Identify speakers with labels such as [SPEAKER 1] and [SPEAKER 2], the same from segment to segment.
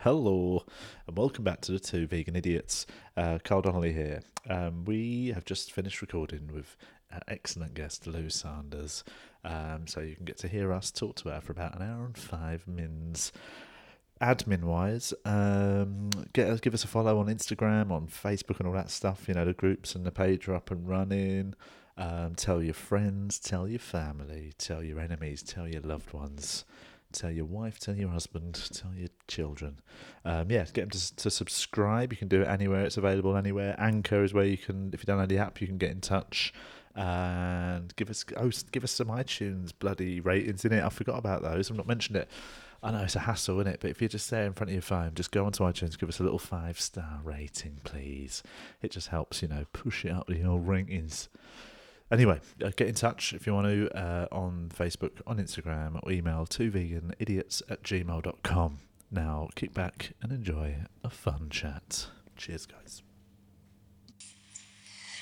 [SPEAKER 1] Hello, and welcome back to the Two Vegan Idiots. Uh, Carl Donnelly here. Um, we have just finished recording with uh, excellent guest Lou Sanders, um, so you can get to hear us talk to her for about an hour and five mins. Admin wise, um, get us, give us a follow on Instagram, on Facebook, and all that stuff. You know the groups and the page are up and running. Um, tell your friends, tell your family, tell your enemies, tell your loved ones tell your wife, tell your husband, tell your children. Um, yeah, get them to, to subscribe. You can do it anywhere. It's available anywhere. Anchor is where you can, if you download the app, you can get in touch and give us oh, give us some iTunes bloody ratings in it. I forgot about those. I've not mentioned it. I know it's a hassle, isn't it? But if you're just there in front of your phone, just go onto iTunes, give us a little five star rating, please. It just helps, you know, push it up the old rankings anyway, uh, get in touch if you want to uh, on Facebook, on Instagram, or email two vegan idiots at gmail.com. Now, kick back and enjoy a fun chat. Cheers, guys.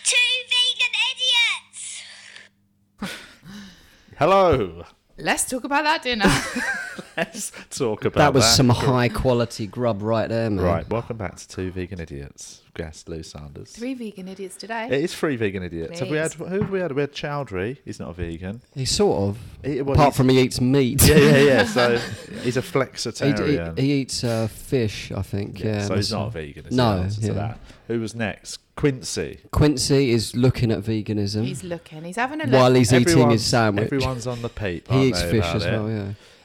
[SPEAKER 2] Two vegan idiots!
[SPEAKER 1] Hello.
[SPEAKER 3] Let's talk about that dinner.
[SPEAKER 1] Let's talk about
[SPEAKER 4] That was some
[SPEAKER 1] Good.
[SPEAKER 4] high quality grub right there, man.
[SPEAKER 1] Right, welcome back to Two Vegan Idiots. Guest Lou Sanders.
[SPEAKER 3] Three vegan idiots today.
[SPEAKER 1] It is three vegan idiots. Have we had
[SPEAKER 3] Please.
[SPEAKER 1] who have we had? We had Chowdhury. He's not a vegan.
[SPEAKER 4] He sort of,
[SPEAKER 1] He- well,
[SPEAKER 4] apart
[SPEAKER 1] he's-
[SPEAKER 4] from he eats meat.
[SPEAKER 1] Yeah, yeah, yeah. So he's a
[SPEAKER 4] He, he,
[SPEAKER 1] flexitarian.
[SPEAKER 4] he eats uh, fish, I think. Yeah,
[SPEAKER 1] so he's
[SPEAKER 4] that's-
[SPEAKER 1] not a vegan. Is
[SPEAKER 4] No,
[SPEAKER 1] the answer to
[SPEAKER 4] yeah.
[SPEAKER 1] that. Who was next? Quincy.
[SPEAKER 4] Quincy is looking at veganism
[SPEAKER 3] He's looking. He's having a look.
[SPEAKER 4] while he's eating his
[SPEAKER 1] Everyone's-
[SPEAKER 4] sandwich.
[SPEAKER 1] Everyone's on the peep. aren't
[SPEAKER 4] he eats
[SPEAKER 1] they,
[SPEAKER 4] fish
[SPEAKER 1] about
[SPEAKER 4] as
[SPEAKER 1] it?
[SPEAKER 4] well.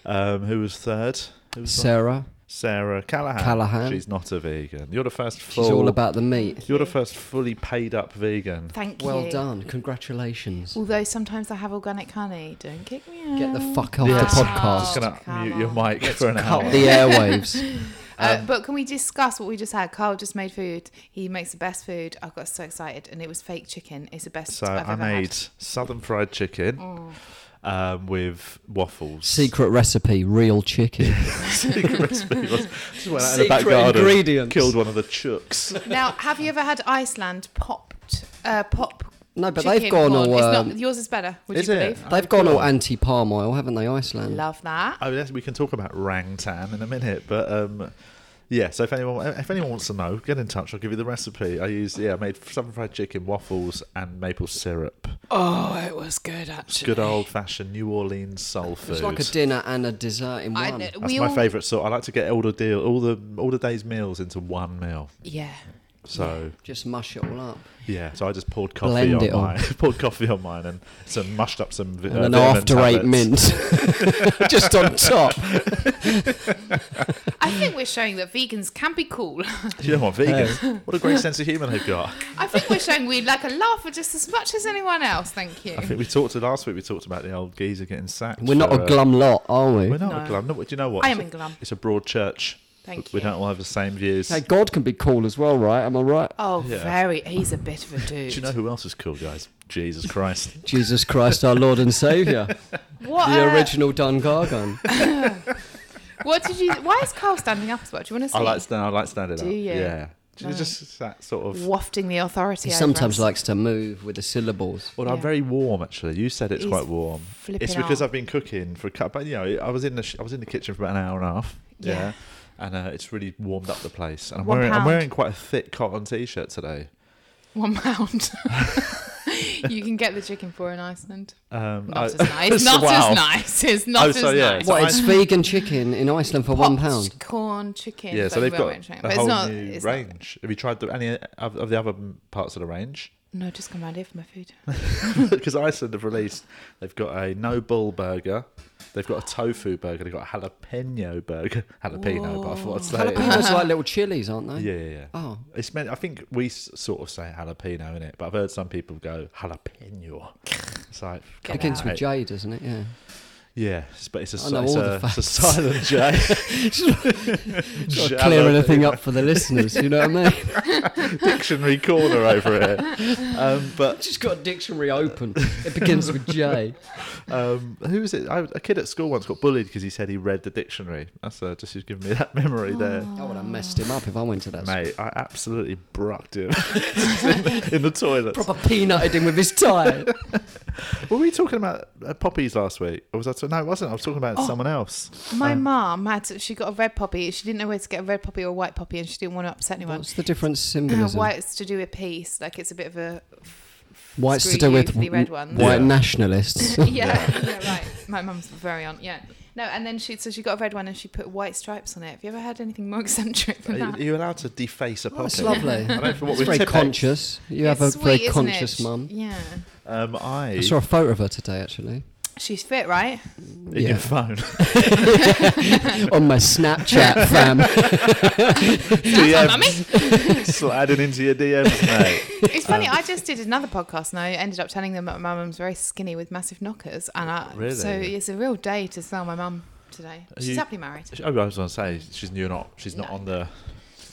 [SPEAKER 4] Yeah,
[SPEAKER 1] Um, who was third? Who was third?
[SPEAKER 4] Sarah,
[SPEAKER 1] Sarah Callahan.
[SPEAKER 4] Callahan.
[SPEAKER 1] She's not a vegan. You're the first full.
[SPEAKER 4] she's all about the meat.
[SPEAKER 1] You're the first fully paid up vegan.
[SPEAKER 3] Thank
[SPEAKER 4] Well
[SPEAKER 3] you.
[SPEAKER 4] done, congratulations.
[SPEAKER 3] Although sometimes I have organic honey. Don't kick me out.
[SPEAKER 4] Get the fuck off
[SPEAKER 1] Yeah.
[SPEAKER 4] the
[SPEAKER 1] Just
[SPEAKER 4] podcast.
[SPEAKER 1] gonna
[SPEAKER 3] Oh, Come
[SPEAKER 1] mute your
[SPEAKER 3] on.
[SPEAKER 1] mic for an hour.
[SPEAKER 4] Cut the airwaves.
[SPEAKER 3] Uh,
[SPEAKER 4] um,
[SPEAKER 3] but can we discuss what we just had? Carl just made food. He makes the best food. I got so excited, and it was fake chicken. It's the best
[SPEAKER 1] So
[SPEAKER 3] I've
[SPEAKER 1] I
[SPEAKER 3] ever
[SPEAKER 1] made
[SPEAKER 3] had. Mm.
[SPEAKER 1] southern fried chicken um, with waffles.
[SPEAKER 4] Secret recipe: real chicken.
[SPEAKER 1] Secret recipe was just went out in the
[SPEAKER 4] Secret
[SPEAKER 1] back garden,
[SPEAKER 4] ingredients.
[SPEAKER 1] killed one of the chooks.
[SPEAKER 3] Now, have you ever had Iceland popped? Uh, pop.
[SPEAKER 4] No, but
[SPEAKER 3] chicken
[SPEAKER 4] they've gone
[SPEAKER 3] corn?
[SPEAKER 4] all,
[SPEAKER 3] It's not,
[SPEAKER 4] um,
[SPEAKER 3] yours is better. Would
[SPEAKER 1] Is
[SPEAKER 3] you
[SPEAKER 1] it?
[SPEAKER 3] believe?
[SPEAKER 4] They've gone all anti-palm oil, haven't they, Iceland?
[SPEAKER 3] Love that.
[SPEAKER 1] Oh, yes, we can talk about Rangtan in a minute, but um, yeah. So if anyone if anyone wants to know, get in touch. I'll give you the recipe. I used yeah, I made southern fried chicken, waffles, and maple syrup.
[SPEAKER 3] Oh, it was
[SPEAKER 1] It's
[SPEAKER 3] good actually.
[SPEAKER 1] good old fashioned New Orleans soul food.
[SPEAKER 4] It's like a dinner and a dessert in
[SPEAKER 3] I
[SPEAKER 4] one.
[SPEAKER 3] know,
[SPEAKER 1] That's
[SPEAKER 3] we
[SPEAKER 1] my
[SPEAKER 3] all,
[SPEAKER 1] favourite sort. I like to get all the deal, all the all the day's meals into one meal.
[SPEAKER 3] Yeah.
[SPEAKER 1] So
[SPEAKER 4] Just mush it all up.
[SPEAKER 1] yeah, so I just poured coffee
[SPEAKER 4] Blend
[SPEAKER 1] on
[SPEAKER 4] it all.
[SPEAKER 1] mine, poured coffee on mine, and some mushed up some. vi-
[SPEAKER 4] and
[SPEAKER 1] uh, vitamin
[SPEAKER 4] an after eight
[SPEAKER 1] tablets.
[SPEAKER 4] mint just on top.
[SPEAKER 3] I think we're showing that vegans can be cool.
[SPEAKER 1] You know what, vegans? what a great sense of humour they've got.
[SPEAKER 3] I think we're showing we like a laugher just as much as anyone else. Thank you.
[SPEAKER 1] I think we talked to last week. We talked about the old geezer getting sacked.
[SPEAKER 4] We're not
[SPEAKER 1] for,
[SPEAKER 4] a
[SPEAKER 1] uh,
[SPEAKER 4] glum lot, are we?
[SPEAKER 1] We're not a
[SPEAKER 3] No.
[SPEAKER 1] glum. No, do you know what?
[SPEAKER 3] I
[SPEAKER 1] It's
[SPEAKER 3] am
[SPEAKER 1] a-
[SPEAKER 3] in glum.
[SPEAKER 1] It's a broad church.
[SPEAKER 3] Thank
[SPEAKER 1] We
[SPEAKER 3] you.
[SPEAKER 1] don't all have the same views.
[SPEAKER 4] Hey, God can be cool as well, right? Am I right?
[SPEAKER 3] Oh,
[SPEAKER 1] Yeah.
[SPEAKER 3] very. He's a bit of a dude.
[SPEAKER 1] Do you know who else is cool, guys? Jesus Christ.
[SPEAKER 4] Jesus Christ, our Lord and Saviour,
[SPEAKER 3] what?
[SPEAKER 4] the
[SPEAKER 3] uh,
[SPEAKER 4] original Don Gargan.
[SPEAKER 3] What did you? Why is Carl standing up as well? Do you want to see?
[SPEAKER 1] I like stand. I like standing
[SPEAKER 3] Do
[SPEAKER 1] up.
[SPEAKER 3] you?
[SPEAKER 1] Yeah. It's Just that sort of.
[SPEAKER 3] wafting the authority.
[SPEAKER 4] He
[SPEAKER 3] over
[SPEAKER 4] sometimes
[SPEAKER 3] us.
[SPEAKER 4] likes to move with the syllables.
[SPEAKER 1] Well,
[SPEAKER 3] Yeah.
[SPEAKER 1] I'm very warm actually. You said it's
[SPEAKER 3] He's
[SPEAKER 1] quite warm.
[SPEAKER 3] flipping
[SPEAKER 1] It's because
[SPEAKER 3] out.
[SPEAKER 1] I've been cooking for a couple. But you know, I was in the sh- I was in the kitchen for about an hour and a half.
[SPEAKER 3] Yeah.
[SPEAKER 1] Yeah. And uh, it's really warmed up the place. And I'm
[SPEAKER 3] One
[SPEAKER 1] wearing
[SPEAKER 3] pound.
[SPEAKER 1] I'm wearing quite a thick cotton t-shirt today.
[SPEAKER 3] one pound. you can get the chicken for in Iceland.
[SPEAKER 1] Um,
[SPEAKER 3] Not
[SPEAKER 1] I-
[SPEAKER 3] as nice.
[SPEAKER 1] so-
[SPEAKER 3] Not
[SPEAKER 1] wow.
[SPEAKER 3] as nice. It's not
[SPEAKER 1] Oh, so
[SPEAKER 3] as
[SPEAKER 1] yeah,
[SPEAKER 3] nice.
[SPEAKER 1] so
[SPEAKER 4] What,
[SPEAKER 1] I-
[SPEAKER 4] it's vegan chicken in Iceland for one
[SPEAKER 3] Popped
[SPEAKER 4] pound?
[SPEAKER 3] corn chicken.
[SPEAKER 1] Yeah, so
[SPEAKER 3] but
[SPEAKER 1] they've
[SPEAKER 3] we
[SPEAKER 1] got
[SPEAKER 3] won't drink.
[SPEAKER 1] a
[SPEAKER 3] But
[SPEAKER 1] whole
[SPEAKER 3] it's not,
[SPEAKER 1] new
[SPEAKER 3] it's not-
[SPEAKER 1] range. Have you tried the, any of, of the other m- parts of the range?
[SPEAKER 3] no, just come round here for my food.
[SPEAKER 1] Because Iceland have released, they've got a no bull burger, they've got a tofu burger, they've got a jalapeno burger, jalapeno. But I thought I'd say it.
[SPEAKER 4] Jalapenos are like little chilies, aren't they?
[SPEAKER 1] Yeah, yeah, yeah.
[SPEAKER 4] Oh.
[SPEAKER 1] It's meant. I think we s- sort of say jalapeno in it, but I've heard some people go jalapeno. It's like
[SPEAKER 4] Begins with
[SPEAKER 1] J.
[SPEAKER 4] J, doesn't it? Yeah.
[SPEAKER 1] Yes, but it's a,
[SPEAKER 4] I
[SPEAKER 1] si-
[SPEAKER 4] know
[SPEAKER 1] it's
[SPEAKER 4] all the
[SPEAKER 1] a, it's a
[SPEAKER 4] facts.
[SPEAKER 1] silent J.
[SPEAKER 4] Gotta clear anything up for the listeners, you know what I mean?
[SPEAKER 1] Dictionary corner over here. Um, but
[SPEAKER 4] Just got a dictionary open. It begins with J.
[SPEAKER 1] um, who was it? I, a kid at school once got bullied because he said he read the dictionary. That's uh, just who's giving me that
[SPEAKER 4] Oh.
[SPEAKER 1] memory there.
[SPEAKER 4] I would have messed him up if I went to that. school.
[SPEAKER 1] Mate, I absolutely brucked him in, the, in the toilet.
[SPEAKER 4] Proper peanutted him with his tie.
[SPEAKER 1] Were we talking about uh, poppies last week? Or was that no? It wasn't. I was talking about
[SPEAKER 4] Oh.
[SPEAKER 1] someone else.
[SPEAKER 3] My mum had to- she got a red poppy. She didn't know where to get a red poppy or a white poppy, and she didn't want to upset anyone.
[SPEAKER 4] What's the difference
[SPEAKER 3] Uh,
[SPEAKER 4] symbolism?
[SPEAKER 3] White's to do with peace, like it's a bit of a
[SPEAKER 4] White's to
[SPEAKER 3] screw
[SPEAKER 4] do
[SPEAKER 3] you
[SPEAKER 4] with
[SPEAKER 3] for the red
[SPEAKER 4] w-
[SPEAKER 3] ones.
[SPEAKER 4] white
[SPEAKER 1] Yeah.
[SPEAKER 4] nationalists.
[SPEAKER 3] yeah, yeah, right. My mum's very on. Yeah. No, and then she so she got a red one and she put white stripes on it. Have you ever heard anything more eccentric
[SPEAKER 1] Are
[SPEAKER 3] than
[SPEAKER 1] you,
[SPEAKER 3] that?
[SPEAKER 1] are you allowed to deface a poppy?
[SPEAKER 4] Oh, That's lovely.
[SPEAKER 1] I know from what
[SPEAKER 4] It's
[SPEAKER 1] we've
[SPEAKER 4] very
[SPEAKER 1] tipped-
[SPEAKER 4] conscious. You have a
[SPEAKER 3] It's
[SPEAKER 4] very
[SPEAKER 3] sweet, isn't
[SPEAKER 4] conscious
[SPEAKER 3] it?
[SPEAKER 4] mum.
[SPEAKER 3] Yeah,
[SPEAKER 1] Um, I,
[SPEAKER 4] I saw a photo of her today, actually,
[SPEAKER 3] she's fit, right?
[SPEAKER 1] in
[SPEAKER 4] yeah.
[SPEAKER 1] your phone.
[SPEAKER 4] on my Snapchat, fam.
[SPEAKER 1] DMs, sliding into your DMs, mate.
[SPEAKER 3] It's funny. I just did another podcast and I ended up telling them that my mum's very skinny with massive knockers, and I,
[SPEAKER 1] Really?
[SPEAKER 3] so it's a real day to sell my mum today.
[SPEAKER 1] Are
[SPEAKER 3] She's
[SPEAKER 1] you-
[SPEAKER 3] happily married.
[SPEAKER 1] Oh, I was going to say she's you're not. She's not
[SPEAKER 3] No.
[SPEAKER 1] on the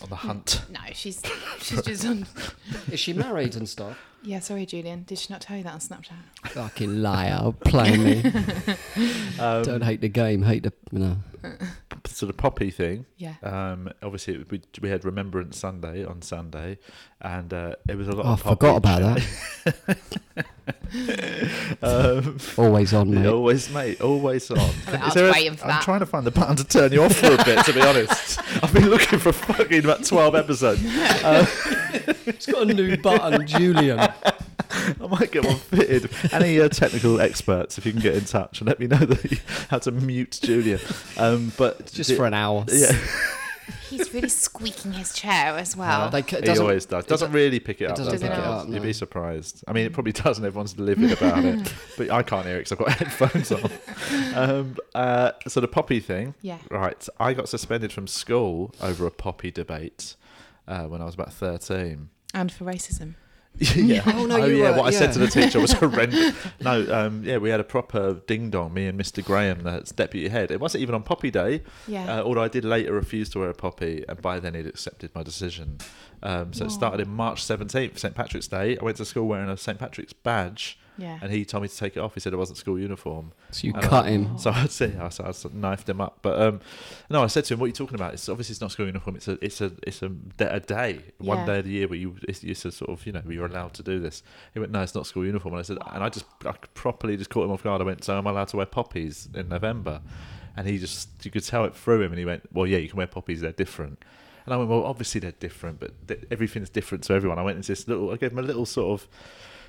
[SPEAKER 1] on the hunt.
[SPEAKER 3] No, she's she's just on.
[SPEAKER 4] Is she married and stuff?
[SPEAKER 3] Yeah, sorry, Julian. Did she not tell you that on Snapchat?
[SPEAKER 4] Fucking liar, play me.
[SPEAKER 1] Um,
[SPEAKER 4] Don't hate the game, hate the. No.
[SPEAKER 1] So the poppy thing.
[SPEAKER 3] Yeah.
[SPEAKER 1] Um, obviously, we, we had Remembrance Sunday on Sunday, and uh, it was a lot.
[SPEAKER 4] Oh, I
[SPEAKER 1] of poppy
[SPEAKER 4] forgot about
[SPEAKER 1] chat.
[SPEAKER 4] that.
[SPEAKER 1] Um,
[SPEAKER 4] Always on,
[SPEAKER 1] Yeah,
[SPEAKER 4] mate.
[SPEAKER 1] always, mate, always on.
[SPEAKER 3] I was
[SPEAKER 1] Is there a-
[SPEAKER 3] waiting for
[SPEAKER 1] I'm
[SPEAKER 3] that.
[SPEAKER 1] trying to find the button to turn you off for a bit, to be honest. I've been looking for fucking about 12 episodes.
[SPEAKER 4] It's got a new button, Julian.
[SPEAKER 1] I might get one fitted. Any uh, technical experts, if you can get in touch and let me know that you, how to mute Julia. Um, but
[SPEAKER 4] Just for an hour.
[SPEAKER 1] Yeah,
[SPEAKER 3] He's really squeaking his chair as well.
[SPEAKER 4] They ca- it
[SPEAKER 1] he
[SPEAKER 4] doesn't-
[SPEAKER 1] always does.
[SPEAKER 4] it
[SPEAKER 1] Doesn't really pick it up.
[SPEAKER 4] doesn't
[SPEAKER 1] does
[SPEAKER 3] pick it
[SPEAKER 4] up,
[SPEAKER 1] You'd
[SPEAKER 4] no.
[SPEAKER 1] be surprised. I mean, it probably doesn't. Everyone's livid about it, but I can't hear it because I've got headphones on. Um, uh, so the poppy thing.
[SPEAKER 3] Yeah.
[SPEAKER 1] Right. I got suspended from school over a poppy debate uh, when I was about thirteen.
[SPEAKER 3] and for racism.
[SPEAKER 1] yeah.
[SPEAKER 4] Oh, no, you
[SPEAKER 1] yeah.
[SPEAKER 4] were-
[SPEAKER 1] what I said
[SPEAKER 4] yeah.
[SPEAKER 1] to the teacher was horrendous. no. Um, yeah. We had a proper ding dong. Me and Mr. Graham, the deputy head. It wasn't even on Poppy Day.
[SPEAKER 3] Yeah.
[SPEAKER 1] Uh, although I did later refuse to wear a poppy, and by then he'd accepted my decision. Um, so it started in March 17th, St Patrick's Day. I went to school wearing a St Patrick's badge.
[SPEAKER 3] Yeah.
[SPEAKER 1] And he told me to take it off. He said it wasn't school uniform.
[SPEAKER 4] So you
[SPEAKER 1] And I-
[SPEAKER 4] cut him.
[SPEAKER 1] So I'd say I, I knifed him up. But um, no, I said to him, "What are you talking about? It's obviously it's not school uniform. It's a it's a it's a, da- a day, one
[SPEAKER 3] Yeah.
[SPEAKER 1] day of the year where you it's, it's a sort of you know where you're allowed to do this." He went, "No, it's not school uniform." And I said, and I just I properly just caught him off guard. I went, "So am I allowed to wear poppies in November?" And he just you could tell it through him, and he went, "Well, yeah, you can wear poppies. They're different." And I went, "Well, obviously they're different, but th- everything's different to everyone." I went into this little, I gave him a little sort of.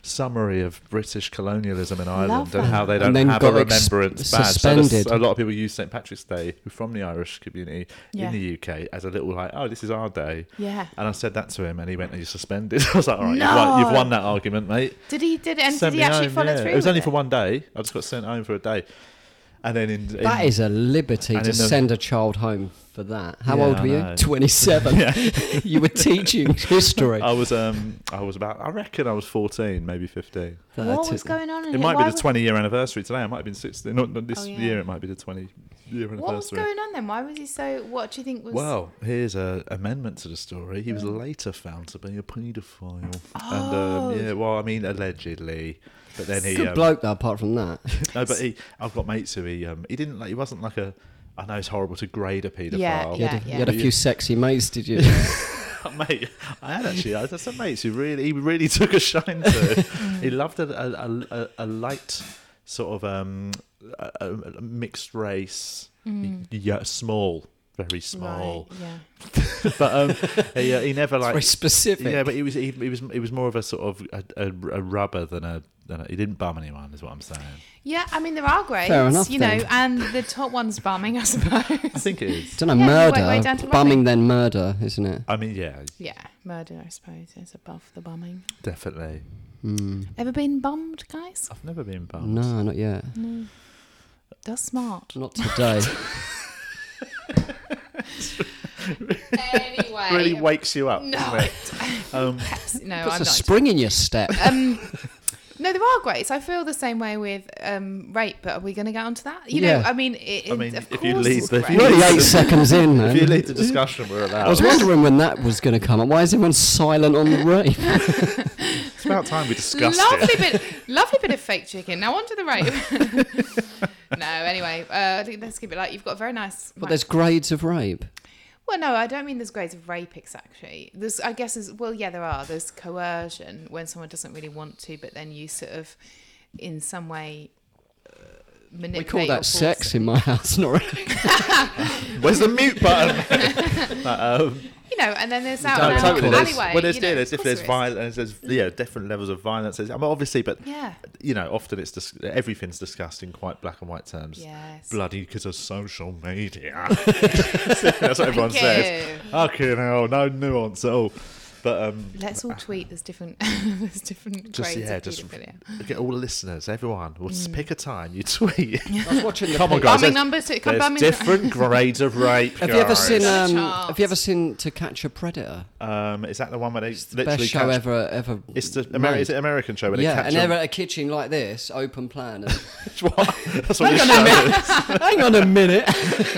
[SPEAKER 1] Summary of British colonialism in Ireland and
[SPEAKER 3] that.
[SPEAKER 1] how they
[SPEAKER 4] And
[SPEAKER 1] don't
[SPEAKER 4] then
[SPEAKER 1] have a
[SPEAKER 4] got ex-
[SPEAKER 1] remembrance badge. So there's
[SPEAKER 4] suspended.
[SPEAKER 1] a lot of people use St Patrick's Day who from the Irish community
[SPEAKER 3] Yeah.
[SPEAKER 1] in the UK as a little like, oh, this is our day.
[SPEAKER 3] Yeah.
[SPEAKER 1] And I said that to him, and he went, "Are you suspended?" I was like, "All right, you've, won, you've
[SPEAKER 3] No.
[SPEAKER 1] won that argument, mate."
[SPEAKER 3] Did he did and
[SPEAKER 1] Sent
[SPEAKER 3] did
[SPEAKER 1] me
[SPEAKER 3] he actually
[SPEAKER 1] home,
[SPEAKER 3] follow
[SPEAKER 1] yeah.
[SPEAKER 3] through?
[SPEAKER 1] It was
[SPEAKER 3] with
[SPEAKER 1] only for one day. I just got sent home for a day, and then in, in
[SPEAKER 4] That is a liberty
[SPEAKER 1] And
[SPEAKER 4] to
[SPEAKER 1] in the-
[SPEAKER 4] send a child home for that. How
[SPEAKER 1] Yeah,
[SPEAKER 4] old
[SPEAKER 1] I
[SPEAKER 4] were you?
[SPEAKER 1] know.
[SPEAKER 4] 27. you were teaching history.
[SPEAKER 1] I was um I was about I reckon I was fourteen, maybe fifteen.
[SPEAKER 3] What
[SPEAKER 4] That-
[SPEAKER 3] was going on? In
[SPEAKER 1] It
[SPEAKER 3] here?
[SPEAKER 1] might
[SPEAKER 3] Why
[SPEAKER 1] be the
[SPEAKER 3] was-
[SPEAKER 1] twenty year anniversary today. I might have been sixteen. Not, not this
[SPEAKER 3] Oh, yeah.
[SPEAKER 1] year. It might be the twenty year anniversary.
[SPEAKER 3] What was going on then? Why was he so? What do you think was?
[SPEAKER 1] Well, here's a amendment to the story. He was later found to be a paedophile,
[SPEAKER 3] Oh.
[SPEAKER 1] and um, yeah, well, I mean, allegedly, but then he,
[SPEAKER 4] Good
[SPEAKER 1] um,
[SPEAKER 4] bloke, though, apart from that.
[SPEAKER 1] no, but he, I've got mates who he, um, he didn't like. He wasn't like a. I know it's horrible to grade a paedophile.
[SPEAKER 3] Yeah,
[SPEAKER 4] You had a, you had a
[SPEAKER 1] But
[SPEAKER 4] few sexy mates, did you?
[SPEAKER 1] mate, I had actually. I had some mates who really, he really took a shine to. he loved a, a, a, a- a light sort of um, a, a- a mixed race,
[SPEAKER 3] Mm.
[SPEAKER 1] yeah, small, very small.
[SPEAKER 3] Right, yeah.
[SPEAKER 1] but um, he, uh, he never like
[SPEAKER 4] Very specific.
[SPEAKER 1] yeah, but he was he, he was he was more of a sort of a, a, a rubber than a, than a he didn't bum anyone is what I'm saying.
[SPEAKER 3] Yeah, I mean there are grades,
[SPEAKER 4] Fair enough,
[SPEAKER 3] you
[SPEAKER 4] then.
[SPEAKER 3] know, and the top one's bumming, I
[SPEAKER 1] I
[SPEAKER 3] suppose.
[SPEAKER 1] think it is.
[SPEAKER 4] Don't know,
[SPEAKER 3] Yeah, you went
[SPEAKER 4] murder.
[SPEAKER 3] way down to
[SPEAKER 4] bumming then murder, isn't it?
[SPEAKER 1] I mean, yeah,
[SPEAKER 3] yeah, murder, I suppose, is above the bumming.
[SPEAKER 1] definitely.
[SPEAKER 3] Ever been bummed, guys?
[SPEAKER 1] I've never been bummed.
[SPEAKER 4] No, not yet.
[SPEAKER 3] That's smart.
[SPEAKER 4] Not today.
[SPEAKER 3] anyway,
[SPEAKER 1] Really wakes you up.
[SPEAKER 3] No.
[SPEAKER 1] doesn't it? Um,
[SPEAKER 3] no,
[SPEAKER 4] Puts
[SPEAKER 3] I'm
[SPEAKER 4] a
[SPEAKER 3] not.
[SPEAKER 4] spring in your step.
[SPEAKER 3] um, no, No, there are greats. I feel the same way with um, rape, but are we going to get onto that? You know,
[SPEAKER 4] Yeah.
[SPEAKER 3] I mean, it,
[SPEAKER 1] I mean,
[SPEAKER 3] of
[SPEAKER 1] if you
[SPEAKER 3] course
[SPEAKER 1] leave
[SPEAKER 3] it's
[SPEAKER 1] the- if you
[SPEAKER 3] great.
[SPEAKER 4] You're
[SPEAKER 1] leave-
[SPEAKER 4] only eight seconds in, man.
[SPEAKER 1] If you lead the discussion, we're allowed.
[SPEAKER 4] I was wondering when that was going to come up. Why is everyone silent on the rape?
[SPEAKER 1] It's about time we discussed
[SPEAKER 3] Lovely
[SPEAKER 1] it.
[SPEAKER 3] bit, lovely bit of fake chicken. Now onto the rape. no, anyway, uh, I think let's keep it like you've got a very nice.
[SPEAKER 4] But there's grades of rape.
[SPEAKER 3] Well, no, I don't mean there's grades of rape exactly. There's, I guess, is well, yeah, there are. There's coercion when someone doesn't really want to, but then you sort of, in some way, uh,
[SPEAKER 4] We
[SPEAKER 3] manipulate.
[SPEAKER 4] call
[SPEAKER 3] or
[SPEAKER 4] that
[SPEAKER 3] force
[SPEAKER 4] sex
[SPEAKER 3] it.
[SPEAKER 4] in my house, not
[SPEAKER 1] Where's the mute button? um,
[SPEAKER 3] You know, and then there's
[SPEAKER 4] No,
[SPEAKER 3] out
[SPEAKER 1] no,
[SPEAKER 3] and out
[SPEAKER 1] totally. There's,
[SPEAKER 3] alleyway.
[SPEAKER 1] well, there's,
[SPEAKER 3] you know,
[SPEAKER 1] yeah, there's
[SPEAKER 3] of
[SPEAKER 1] if
[SPEAKER 3] course
[SPEAKER 1] there's
[SPEAKER 3] there is.
[SPEAKER 1] violence, there's yeah, different levels of violence. I mean, obviously, but
[SPEAKER 3] Yeah.
[SPEAKER 1] you know, often it's just everything's discussed in quite black and white terms.
[SPEAKER 3] Yes.
[SPEAKER 1] Bloody because of social media. That's what everyone
[SPEAKER 3] Thank
[SPEAKER 1] says. Okay, hell, no nuance at all. But um,
[SPEAKER 3] Let's all tweet. There's different. there's different
[SPEAKER 1] just
[SPEAKER 3] grades
[SPEAKER 1] yeah,
[SPEAKER 3] of
[SPEAKER 1] just
[SPEAKER 3] paedophilia.
[SPEAKER 1] get all the listeners, everyone. We'll just pick a time. You tweet.
[SPEAKER 4] watching
[SPEAKER 1] Come on, guys.
[SPEAKER 3] Mm. Bumming
[SPEAKER 1] There's,
[SPEAKER 3] numbers. To, come
[SPEAKER 1] there's
[SPEAKER 3] bumming.
[SPEAKER 1] different grades of rape.
[SPEAKER 4] Have you ever
[SPEAKER 1] guys.
[SPEAKER 4] seen? Um,
[SPEAKER 3] Charles.
[SPEAKER 4] have you ever seen To Catch a Predator?
[SPEAKER 1] Um, is that the one where they
[SPEAKER 4] The
[SPEAKER 1] literally
[SPEAKER 4] best show
[SPEAKER 1] catch-
[SPEAKER 4] ever ever.
[SPEAKER 1] It's the Ameri-
[SPEAKER 4] made.
[SPEAKER 1] is it American show where
[SPEAKER 4] yeah,
[SPEAKER 1] they catch
[SPEAKER 4] and
[SPEAKER 1] a-
[SPEAKER 4] they're at a kitchen like this, open plan. and-
[SPEAKER 1] What? That's what, we,
[SPEAKER 4] Hang on a minute! Hang on a minute!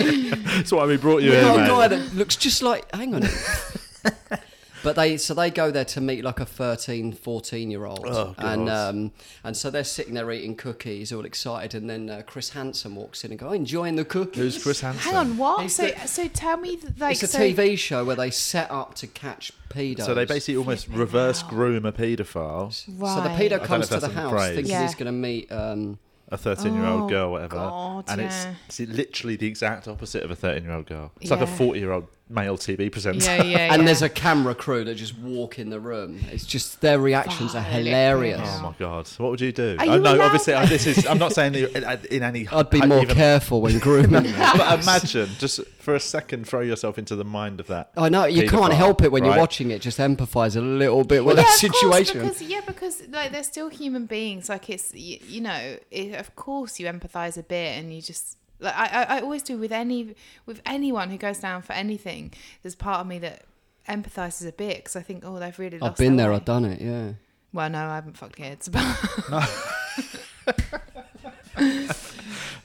[SPEAKER 1] that's why we brought you
[SPEAKER 4] We
[SPEAKER 1] in,
[SPEAKER 4] got a guy
[SPEAKER 1] mate.
[SPEAKER 4] that looks just like. Hang on. a minute. But they so they go there to meet like a 13, 14 year old,
[SPEAKER 1] Oh, God.
[SPEAKER 4] and um, and so they're sitting there eating cookies, all excited, and then uh, Chris Hansen walks in and goes, "Enjoying the cookies."
[SPEAKER 1] Who's Chris Hansen?
[SPEAKER 3] Hang on, what?
[SPEAKER 4] He's
[SPEAKER 3] so,
[SPEAKER 4] the-
[SPEAKER 3] so tell me, th- like,
[SPEAKER 4] it's a
[SPEAKER 3] so,
[SPEAKER 4] TV show where they set up to catch pedos.
[SPEAKER 1] So they basically almost reverse groom a paedophile,
[SPEAKER 4] so the
[SPEAKER 3] Right. I don't
[SPEAKER 4] pedo
[SPEAKER 1] know
[SPEAKER 4] comes
[SPEAKER 1] if
[SPEAKER 4] to
[SPEAKER 1] that's
[SPEAKER 4] the
[SPEAKER 1] a
[SPEAKER 4] house
[SPEAKER 1] phrase.
[SPEAKER 4] thinking
[SPEAKER 3] Yeah.
[SPEAKER 4] he's going to meet. Um,
[SPEAKER 1] a 13 year old
[SPEAKER 3] Oh,
[SPEAKER 1] girl, whatever.
[SPEAKER 3] God,
[SPEAKER 1] and
[SPEAKER 3] yeah.
[SPEAKER 1] it's, it's literally the exact opposite of a 13 year old girl. It's like a
[SPEAKER 3] Yeah.
[SPEAKER 1] 40 year old male TV presenter.
[SPEAKER 3] Yeah, yeah,
[SPEAKER 4] and
[SPEAKER 3] yeah.
[SPEAKER 4] there's a camera crew that just walk in the room. It's just their reactions are
[SPEAKER 3] Violent
[SPEAKER 4] hilarious.
[SPEAKER 1] Oh my god! What would you do?
[SPEAKER 3] Are
[SPEAKER 1] I
[SPEAKER 3] you
[SPEAKER 1] know,
[SPEAKER 3] allowed-
[SPEAKER 1] obviously, I, this is. I'm not saying that in any.
[SPEAKER 4] I'd be more
[SPEAKER 1] even-
[SPEAKER 4] careful when grooming. them. uh,
[SPEAKER 1] But imagine, just for a second, throw yourself into the mind of that.
[SPEAKER 4] I know you can't
[SPEAKER 1] paedophile,
[SPEAKER 4] help it when
[SPEAKER 1] right?
[SPEAKER 4] you're watching it. Just empathise a little bit with
[SPEAKER 3] yeah,
[SPEAKER 4] that
[SPEAKER 3] of course,
[SPEAKER 4] situation.
[SPEAKER 3] because yeah, because like they're still human beings. Like it's you, you know, it, of course you empathise a bit, and you just like I, I, I always do with any with anyone who goes down for anything. There's part of me that empathises a bit because I think, oh, they've really. Lost
[SPEAKER 4] I've been
[SPEAKER 3] their
[SPEAKER 4] there.
[SPEAKER 3] way.
[SPEAKER 4] I've done it. Yeah.
[SPEAKER 3] Well, no, I haven't fucked kids, but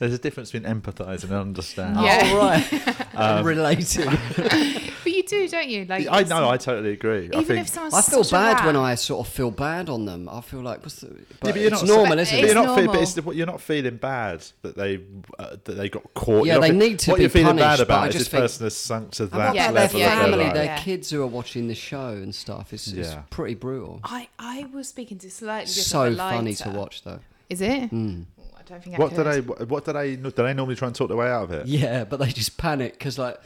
[SPEAKER 1] There's a difference between empathise and understand.
[SPEAKER 3] Yeah.
[SPEAKER 4] Oh, right.
[SPEAKER 1] Um,
[SPEAKER 4] Related.
[SPEAKER 3] but you do, don't you? Like
[SPEAKER 1] I
[SPEAKER 3] it's-
[SPEAKER 1] know. I totally agree. I
[SPEAKER 3] Even
[SPEAKER 1] think
[SPEAKER 3] if someone's
[SPEAKER 4] I feel
[SPEAKER 3] such a
[SPEAKER 4] bad when
[SPEAKER 3] rat-
[SPEAKER 4] I sort of feel bad on them. I feel like what's the,
[SPEAKER 1] Yeah,
[SPEAKER 4] but
[SPEAKER 1] but you're
[SPEAKER 4] it's
[SPEAKER 1] not-
[SPEAKER 4] normal,
[SPEAKER 3] But
[SPEAKER 4] isn't
[SPEAKER 1] But you're
[SPEAKER 4] it?
[SPEAKER 3] It's
[SPEAKER 1] not. Feel, but
[SPEAKER 3] normal.
[SPEAKER 1] it's the, what- you're not feeling bad that they uh, that they got caught.
[SPEAKER 4] Yeah,
[SPEAKER 1] You're not
[SPEAKER 4] they
[SPEAKER 1] feel-
[SPEAKER 4] need to
[SPEAKER 1] What
[SPEAKER 4] be
[SPEAKER 1] you're feeling bad
[SPEAKER 4] punished, but
[SPEAKER 1] about
[SPEAKER 4] I
[SPEAKER 1] is this
[SPEAKER 4] just think-
[SPEAKER 1] person has sunk to
[SPEAKER 4] What
[SPEAKER 1] that
[SPEAKER 4] about
[SPEAKER 3] Yeah,
[SPEAKER 4] their
[SPEAKER 1] level.
[SPEAKER 3] yeah,
[SPEAKER 1] of
[SPEAKER 4] family,
[SPEAKER 1] their
[SPEAKER 4] their
[SPEAKER 1] life.
[SPEAKER 3] Yeah.
[SPEAKER 4] kids who are watching the show and stuff? It's, it's
[SPEAKER 1] Yeah.
[SPEAKER 4] pretty brutal.
[SPEAKER 3] I, I was speaking to slightly different,
[SPEAKER 4] So
[SPEAKER 3] but lighter.
[SPEAKER 4] funny to watch, Hmm. though.
[SPEAKER 3] Is it? Oh, I don't think I
[SPEAKER 1] What do
[SPEAKER 3] could.
[SPEAKER 1] they? What do they? Do they normally try and talk their way out of it?
[SPEAKER 4] Yeah, but they just panic because like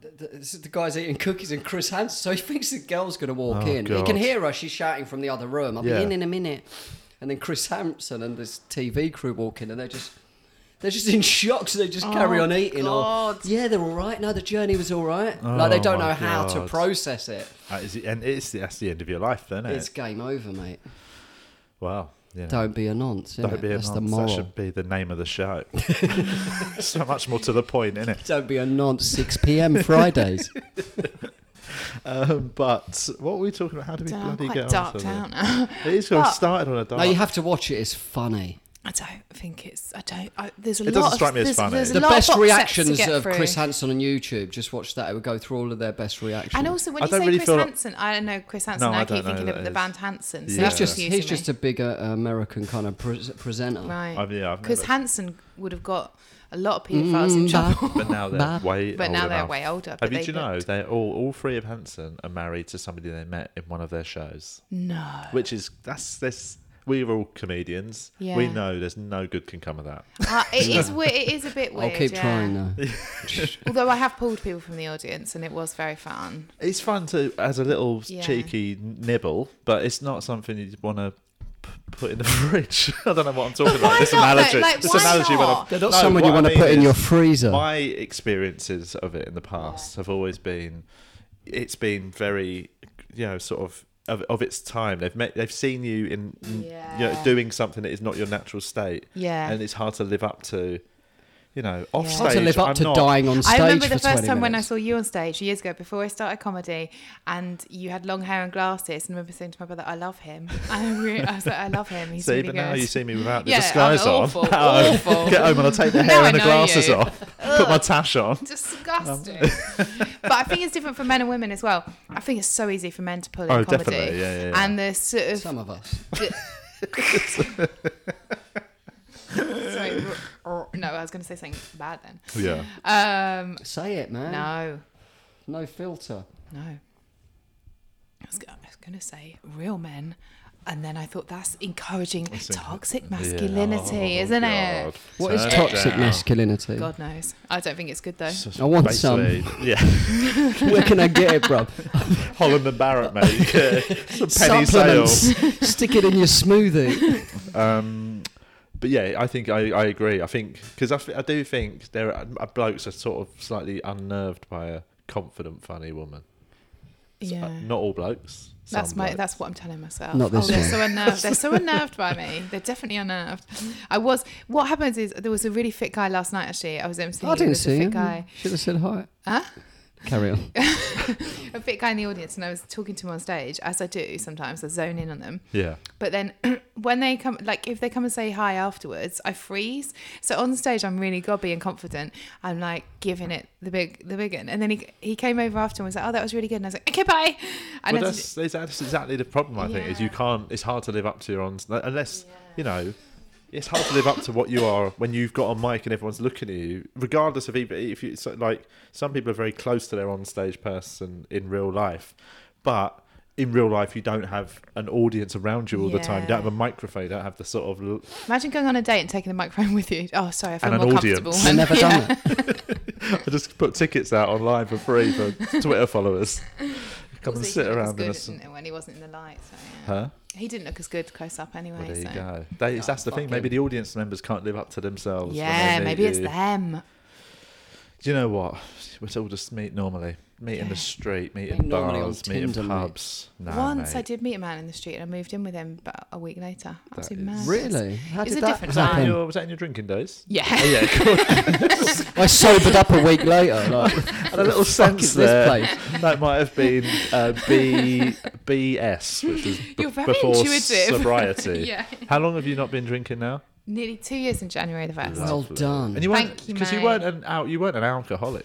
[SPEAKER 4] th- th- th- the guy's eating cookies and Chris Hansen, so he thinks the girl's going to walk
[SPEAKER 1] Oh,
[SPEAKER 4] in. He
[SPEAKER 1] God.
[SPEAKER 4] can hear her; she's shouting from the other room. I'll
[SPEAKER 1] Yeah.
[SPEAKER 4] be in in a minute. And then Chris Hampson and this TV crew walk in, and they're just they're just in shock, so they just carry on eating.
[SPEAKER 3] Oh, God.
[SPEAKER 4] Or yeah, they're all right. No, the journey was all right. like they
[SPEAKER 1] Oh,
[SPEAKER 4] don't
[SPEAKER 1] my
[SPEAKER 4] know how to
[SPEAKER 1] God.
[SPEAKER 4] process it.
[SPEAKER 1] Uh, is it- and it's that's the end of your life, then.
[SPEAKER 4] It's
[SPEAKER 1] It?
[SPEAKER 4] game over, mate.
[SPEAKER 1] Wow. Yeah.
[SPEAKER 4] Don't be a nonce.
[SPEAKER 1] Don't
[SPEAKER 4] innit?
[SPEAKER 1] be a
[SPEAKER 4] That's the
[SPEAKER 1] nonce.
[SPEAKER 4] moral.
[SPEAKER 1] That should be the name of the show. so much more to the point, isn't it?
[SPEAKER 4] Don't be a nonce. Six p.m. Fridays.
[SPEAKER 1] Um, but what were we talking about? How do we
[SPEAKER 3] Damn, I'm
[SPEAKER 1] bloody
[SPEAKER 3] quite
[SPEAKER 1] get
[SPEAKER 3] darked
[SPEAKER 1] onto
[SPEAKER 3] out
[SPEAKER 1] it?
[SPEAKER 3] now.
[SPEAKER 1] It is going
[SPEAKER 3] But-
[SPEAKER 1] started on a dark.
[SPEAKER 4] no, you have to watch it. It's funny.
[SPEAKER 3] I don't think it's. I don't. I, there's a
[SPEAKER 1] It
[SPEAKER 3] lot.
[SPEAKER 1] doesn't
[SPEAKER 3] of-
[SPEAKER 1] strike me as
[SPEAKER 3] there's-
[SPEAKER 1] funny.
[SPEAKER 3] there's a
[SPEAKER 4] the
[SPEAKER 3] lot of box
[SPEAKER 4] best
[SPEAKER 3] sets to
[SPEAKER 4] reactions
[SPEAKER 3] get
[SPEAKER 4] of
[SPEAKER 3] through.
[SPEAKER 4] Chris Hansen on YouTube. Just watch that. It would go through all of their best reactions.
[SPEAKER 3] And also, when
[SPEAKER 1] I
[SPEAKER 3] you
[SPEAKER 1] don't
[SPEAKER 3] say
[SPEAKER 1] really
[SPEAKER 3] Chris
[SPEAKER 1] feel like-
[SPEAKER 3] Hansen, I don't know Chris Hansen.
[SPEAKER 1] No,
[SPEAKER 3] I,
[SPEAKER 1] I don't
[SPEAKER 3] keep
[SPEAKER 1] know
[SPEAKER 3] thinking
[SPEAKER 1] who
[SPEAKER 3] of
[SPEAKER 1] that
[SPEAKER 3] the
[SPEAKER 1] is.
[SPEAKER 3] band Hanson. So
[SPEAKER 1] He's
[SPEAKER 4] he's
[SPEAKER 3] that's
[SPEAKER 1] Yeah.
[SPEAKER 4] just
[SPEAKER 3] confusing
[SPEAKER 4] he's just a
[SPEAKER 3] me.
[SPEAKER 4] bigger American kind of pres presenter.
[SPEAKER 3] right.
[SPEAKER 1] I've- yeah, I've
[SPEAKER 3] Because
[SPEAKER 1] never-
[SPEAKER 3] Hansen would have got a lot of
[SPEAKER 4] Mm,
[SPEAKER 3] paedophiles in trouble.
[SPEAKER 1] But now they're way.
[SPEAKER 3] But
[SPEAKER 1] older
[SPEAKER 3] now they're way older, but
[SPEAKER 1] Have you
[SPEAKER 3] they
[SPEAKER 1] do you know
[SPEAKER 3] looked-
[SPEAKER 1] they all all three of Hanson are married to somebody they met in one of their shows,
[SPEAKER 3] no.
[SPEAKER 1] which is that's this. We're all comedians. We
[SPEAKER 3] Yeah.
[SPEAKER 1] know there's no good can come of that.
[SPEAKER 3] Uh, it is. we- It is a bit
[SPEAKER 4] I'll
[SPEAKER 3] weird.
[SPEAKER 4] keep
[SPEAKER 3] yeah.
[SPEAKER 4] trying though.
[SPEAKER 3] Although I have pulled people from the audience, and it was very fun.
[SPEAKER 1] It's fun to as a little
[SPEAKER 3] Yeah.
[SPEAKER 1] cheeky nibble, but it's not something you want to p- put in the fridge. I don't know what I'm talking about.
[SPEAKER 3] why
[SPEAKER 1] This
[SPEAKER 3] not, though?
[SPEAKER 1] analogy.
[SPEAKER 3] Like,
[SPEAKER 1] this
[SPEAKER 3] why
[SPEAKER 1] analogy. when
[SPEAKER 3] not?
[SPEAKER 1] I've-
[SPEAKER 4] They're not
[SPEAKER 1] No,
[SPEAKER 4] someone you
[SPEAKER 1] what I
[SPEAKER 4] want to
[SPEAKER 1] mean
[SPEAKER 4] put in
[SPEAKER 1] is-
[SPEAKER 4] your freezer.
[SPEAKER 1] My experiences of it in the past have always been, it's been very, you know, sort of of, of its time. They've met, they've seen you in, you know,
[SPEAKER 3] Yeah.
[SPEAKER 1] doing something that is not your natural state.
[SPEAKER 3] Yeah.
[SPEAKER 1] and it's hard to live up to. you know, off
[SPEAKER 3] Yeah.
[SPEAKER 1] stage.
[SPEAKER 3] Hard
[SPEAKER 4] Hard to live up
[SPEAKER 1] I'm
[SPEAKER 4] to
[SPEAKER 1] not,
[SPEAKER 4] dying on stage
[SPEAKER 3] I remember the
[SPEAKER 4] for
[SPEAKER 3] first
[SPEAKER 4] 20
[SPEAKER 3] time when I
[SPEAKER 4] minutes.
[SPEAKER 3] saw you on stage years ago before I started comedy, and you had long hair and glasses. And I remember saying to my brother, "I love him." I, re- I was like, "I love him. He's
[SPEAKER 1] See,
[SPEAKER 3] really
[SPEAKER 1] but
[SPEAKER 3] good."
[SPEAKER 1] now you see me without the
[SPEAKER 3] Yeah, I'm
[SPEAKER 1] disguise on.
[SPEAKER 3] awful,
[SPEAKER 1] I'll
[SPEAKER 3] awful.
[SPEAKER 1] Get home and I'll take the
[SPEAKER 3] Now
[SPEAKER 1] hair
[SPEAKER 3] I
[SPEAKER 1] and the
[SPEAKER 3] know
[SPEAKER 1] glasses
[SPEAKER 3] you.
[SPEAKER 1] off, put my tash on.
[SPEAKER 3] Disgusting. but I think it's different for men and women as well. I think it's so easy for men to pull in
[SPEAKER 1] Oh,
[SPEAKER 3] comedy,
[SPEAKER 1] definitely. Yeah, yeah, yeah.
[SPEAKER 3] and the sort of
[SPEAKER 4] Some of us.
[SPEAKER 3] sorry, r- r- no, I was going to say something bad then.
[SPEAKER 1] Yeah.
[SPEAKER 3] Um,
[SPEAKER 4] Say it, man.
[SPEAKER 3] no,
[SPEAKER 4] No filter.
[SPEAKER 3] no. I was, go- I was going to say real men, and then I thought that's encouraging toxic masculinity,
[SPEAKER 1] Yeah.
[SPEAKER 3] isn't it?
[SPEAKER 1] Oh, God.
[SPEAKER 4] What is
[SPEAKER 1] Turn it
[SPEAKER 4] toxic
[SPEAKER 1] down.
[SPEAKER 4] masculinity?
[SPEAKER 3] God knows. I don't think it's good though.
[SPEAKER 4] I want
[SPEAKER 1] Basically, yeah.
[SPEAKER 4] some. Where can I get it, bruv?
[SPEAKER 1] Holland and Barrett, mate. Yeah. Some penny sales.
[SPEAKER 4] Supplements. Stick it in your smoothie.
[SPEAKER 1] Um, but yeah, I think I, I agree. I think because I, th- I do think there are, uh, blokes are sort of slightly unnerved by a confident, funny woman. So, uh,
[SPEAKER 3] Yeah.
[SPEAKER 1] not all blokes. some
[SPEAKER 3] That's my.
[SPEAKER 1] blokes.
[SPEAKER 3] That's what I'm telling myself.
[SPEAKER 4] Not this
[SPEAKER 3] oh, they're
[SPEAKER 4] one.
[SPEAKER 3] so unnerved. They're so unnerved by me. They're definitely unnerved. I was. What happens is there was a really fit guy last night. Actually, I was emceeing.
[SPEAKER 4] Oh, I
[SPEAKER 3] There
[SPEAKER 4] didn't
[SPEAKER 3] was
[SPEAKER 4] see
[SPEAKER 3] a fit
[SPEAKER 4] him.
[SPEAKER 3] guy.
[SPEAKER 4] Should have said hi.
[SPEAKER 3] Huh?
[SPEAKER 4] Carry on.
[SPEAKER 3] A fit guy in the audience, and I was talking to him on stage, as I do sometimes. I zone in on them.
[SPEAKER 1] Yeah.
[SPEAKER 3] But then when they come, like if they come and say hi afterwards, I freeze. So on stage, I'm really gobby and confident. I'm like giving it the big, the big one. And then he he came over after and was like, "Oh, that was really good." And I was like, "Okay, bye." And
[SPEAKER 1] well,
[SPEAKER 3] I did-
[SPEAKER 1] that's, that's, that's exactly the problem. I think is you
[SPEAKER 3] Yeah.
[SPEAKER 1] can't. It's hard to live up to your own unless you know. It's hard to live up to what you are when you've got a mic and everyone's looking at you, regardless of even if you so, like. Some people are very close to their on-stage person in real life, but in real life you don't have an audience around you all the time. You don't have
[SPEAKER 3] Yeah.
[SPEAKER 1] a microphone. You don't have the sort of. l-
[SPEAKER 3] imagine going on a date and taking the microphone with you. Oh, sorry, I feel
[SPEAKER 1] And an
[SPEAKER 3] more
[SPEAKER 1] audience.
[SPEAKER 3] comfortable.
[SPEAKER 4] I've never
[SPEAKER 3] Yeah.
[SPEAKER 4] done it.
[SPEAKER 1] I just put tickets out online for free for Twitter followers. Come and
[SPEAKER 3] Also, he
[SPEAKER 1] sit
[SPEAKER 3] didn't look
[SPEAKER 1] around in
[SPEAKER 3] as
[SPEAKER 1] us.
[SPEAKER 3] good in- when he wasn't in the light. So, yeah.
[SPEAKER 1] Huh?
[SPEAKER 3] He didn't look as good close up anyway.
[SPEAKER 1] Well, there you
[SPEAKER 3] so.
[SPEAKER 1] go. They, that's the thing. Maybe the audience members can't live up to themselves. when they
[SPEAKER 3] Yeah,
[SPEAKER 1] meet
[SPEAKER 3] maybe it's
[SPEAKER 1] you.
[SPEAKER 3] them.
[SPEAKER 1] Do you know what? We'll all just meet normally. Meet in the
[SPEAKER 3] Yeah.
[SPEAKER 1] street, meet
[SPEAKER 4] Meet
[SPEAKER 1] in
[SPEAKER 4] normally on
[SPEAKER 1] bars, meet in
[SPEAKER 4] Tinder, mate.
[SPEAKER 1] pubs. Nah,
[SPEAKER 3] Once
[SPEAKER 1] mate.
[SPEAKER 3] I did meet a man in the street and I moved in with him about a week later. Absolutely
[SPEAKER 1] is-
[SPEAKER 3] mad.
[SPEAKER 4] Really? How
[SPEAKER 3] It's
[SPEAKER 4] did
[SPEAKER 3] a
[SPEAKER 4] that
[SPEAKER 3] different
[SPEAKER 1] Was that, in
[SPEAKER 4] happen?
[SPEAKER 1] your, was that in your drinking days?
[SPEAKER 3] Yeah.
[SPEAKER 1] Oh, Yeah, cool.
[SPEAKER 4] I sobered up a week later. Like,
[SPEAKER 1] and a little sense
[SPEAKER 4] is this
[SPEAKER 1] there.
[SPEAKER 4] place?
[SPEAKER 1] That might have been uh, B, BS, which was b-
[SPEAKER 3] You're very
[SPEAKER 1] before
[SPEAKER 3] intuitive.
[SPEAKER 1] sobriety.
[SPEAKER 3] Yeah.
[SPEAKER 1] How long have you not been drinking now?
[SPEAKER 3] Nearly two years in January the first.
[SPEAKER 4] well done.
[SPEAKER 1] And you weren't
[SPEAKER 3] Thank you,
[SPEAKER 1] because you
[SPEAKER 3] mate.
[SPEAKER 1] weren't an out, you weren't an alcoholic,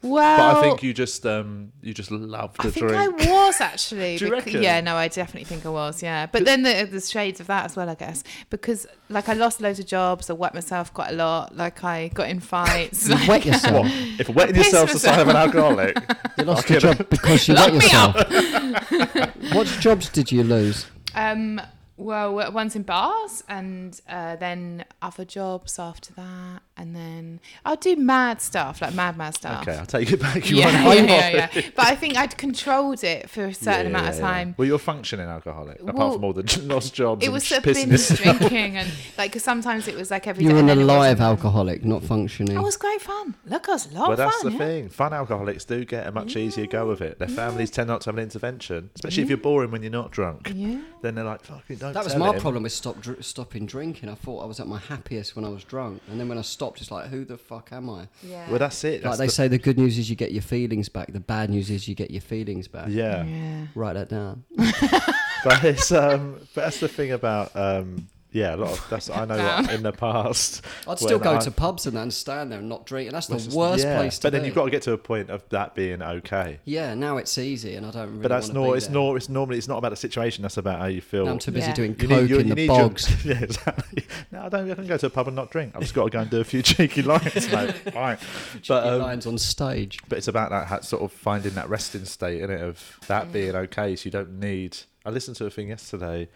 [SPEAKER 1] but
[SPEAKER 3] Well,
[SPEAKER 1] I think you just um you just loved the
[SPEAKER 3] I think
[SPEAKER 1] drink.
[SPEAKER 3] I was actually.
[SPEAKER 1] Do you
[SPEAKER 3] bec-
[SPEAKER 1] reckon?
[SPEAKER 3] Yeah, no, I definitely think I was. Yeah, but then the, the shades of that as well, I guess, because like I lost loads of jobs, I wet myself quite a lot, like I got in fights.
[SPEAKER 4] You wet yourself.
[SPEAKER 1] What? If wetting
[SPEAKER 3] pissed
[SPEAKER 1] yourself's the sign of an alcoholic,
[SPEAKER 4] You lost your job because you
[SPEAKER 3] Lock
[SPEAKER 4] wet
[SPEAKER 3] me
[SPEAKER 4] yourself. what jobs did you lose?
[SPEAKER 3] Um, well, uh, once in bars, and uh, then other jobs after that, and then I'll do mad stuff, like mad mad stuff.
[SPEAKER 1] okay, I'll take it back. You
[SPEAKER 3] Yeah,
[SPEAKER 1] are
[SPEAKER 3] yeah,
[SPEAKER 1] an
[SPEAKER 3] yeah,
[SPEAKER 1] alcoholic.
[SPEAKER 3] yeah. But I think I'd controlled it for a certain
[SPEAKER 1] Yeah,
[SPEAKER 3] amount
[SPEAKER 1] yeah,
[SPEAKER 3] of
[SPEAKER 1] yeah.
[SPEAKER 3] time.
[SPEAKER 1] Well, you're functioning alcoholic, apart
[SPEAKER 3] Well,
[SPEAKER 1] from all the lost jobs.
[SPEAKER 3] It
[SPEAKER 1] and
[SPEAKER 3] was
[SPEAKER 1] sh-
[SPEAKER 3] sort of binge
[SPEAKER 1] business.
[SPEAKER 3] drinking, and like 'cause sometimes it was like every day.
[SPEAKER 4] You're
[SPEAKER 3] and
[SPEAKER 4] an
[SPEAKER 3] then it
[SPEAKER 4] alive
[SPEAKER 3] wasn't.
[SPEAKER 4] alcoholic, not
[SPEAKER 3] It
[SPEAKER 4] functioning.
[SPEAKER 3] was great fun. Look, it was a lot
[SPEAKER 1] Well,
[SPEAKER 3] of
[SPEAKER 1] that's
[SPEAKER 3] Oh,
[SPEAKER 1] the
[SPEAKER 3] fun. yeah. Mm.
[SPEAKER 1] thing. Fun alcoholics do get a much easier go of it. Their families tend not to have an intervention, especially if you're boring when you're not drunk.
[SPEAKER 3] Yeah.
[SPEAKER 1] Then they're like, "Fucking don't."
[SPEAKER 4] That was
[SPEAKER 1] tell
[SPEAKER 4] my
[SPEAKER 1] him."
[SPEAKER 4] problem with stop dr- stopping drinking. I thought I was at my happiest when I was drunk, and then when I stopped, it's like, who the fuck am I?
[SPEAKER 3] Yeah.
[SPEAKER 1] Well, that's it.
[SPEAKER 4] like
[SPEAKER 1] That's
[SPEAKER 4] they
[SPEAKER 1] the-
[SPEAKER 4] say, the good news is you get your feelings back. The bad news is you get your feelings back.
[SPEAKER 1] Yeah.
[SPEAKER 3] yeah.
[SPEAKER 4] Write that down.
[SPEAKER 1] but it's um, but that's the thing about um, yeah, a lot of that's I know what, in the past.
[SPEAKER 4] I'd still
[SPEAKER 1] when
[SPEAKER 4] go
[SPEAKER 1] I-
[SPEAKER 4] to pubs and that and stand there and not drink. And that's
[SPEAKER 1] It's
[SPEAKER 4] the
[SPEAKER 1] just-
[SPEAKER 4] worst
[SPEAKER 1] yeah,
[SPEAKER 4] place to
[SPEAKER 1] But then
[SPEAKER 4] be.
[SPEAKER 1] you've got to get to a point of that being okay.
[SPEAKER 4] Yeah, now it's easy, and I don't. Really
[SPEAKER 1] But that's
[SPEAKER 4] wanna
[SPEAKER 1] not.
[SPEAKER 4] Be
[SPEAKER 1] It's
[SPEAKER 4] there.
[SPEAKER 1] not. It's normally. It's not about the situation. That's about how you feel.
[SPEAKER 4] Now I'm too busy
[SPEAKER 3] Yeah.
[SPEAKER 4] doing
[SPEAKER 1] You
[SPEAKER 4] coke
[SPEAKER 1] need- you-
[SPEAKER 4] in
[SPEAKER 1] you
[SPEAKER 4] the
[SPEAKER 1] need your-
[SPEAKER 4] bogs.
[SPEAKER 1] yeah, exactly. No, I don't. I can go to a pub and not drink. I've just got to go and do a few cheeky lines, mate. Right. But
[SPEAKER 4] Your
[SPEAKER 1] um,
[SPEAKER 4] lines on stage.
[SPEAKER 1] But it's about that ha- sort of finding that resting state in it of that being okay. So you don't need. I listened to a thing yesterday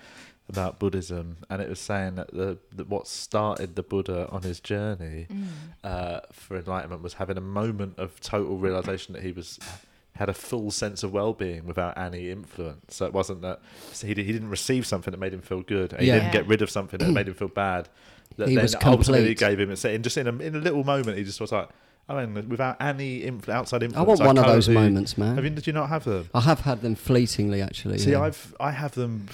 [SPEAKER 1] about Buddhism, and it was saying that the that what started the Buddha on his journey uh, for enlightenment was having a moment of total realization that he was had a full sense of well-being without any influence. So it wasn't that so he, di- he didn't receive something that made him feel good. and He
[SPEAKER 4] Yeah.
[SPEAKER 1] didn't get rid of something that made him feel bad. That
[SPEAKER 4] He
[SPEAKER 1] then
[SPEAKER 4] was
[SPEAKER 1] ultimately
[SPEAKER 4] complete.
[SPEAKER 1] gave him a say. And just in a, in a little moment, he just was like, I mean, without any inf- outside influence,
[SPEAKER 4] I want one of
[SPEAKER 1] can't
[SPEAKER 4] those
[SPEAKER 1] do-
[SPEAKER 4] moments, man.
[SPEAKER 1] Have you, do you not have them?
[SPEAKER 4] I have had them fleetingly, actually.
[SPEAKER 1] See,
[SPEAKER 4] yeah.
[SPEAKER 1] I've I have them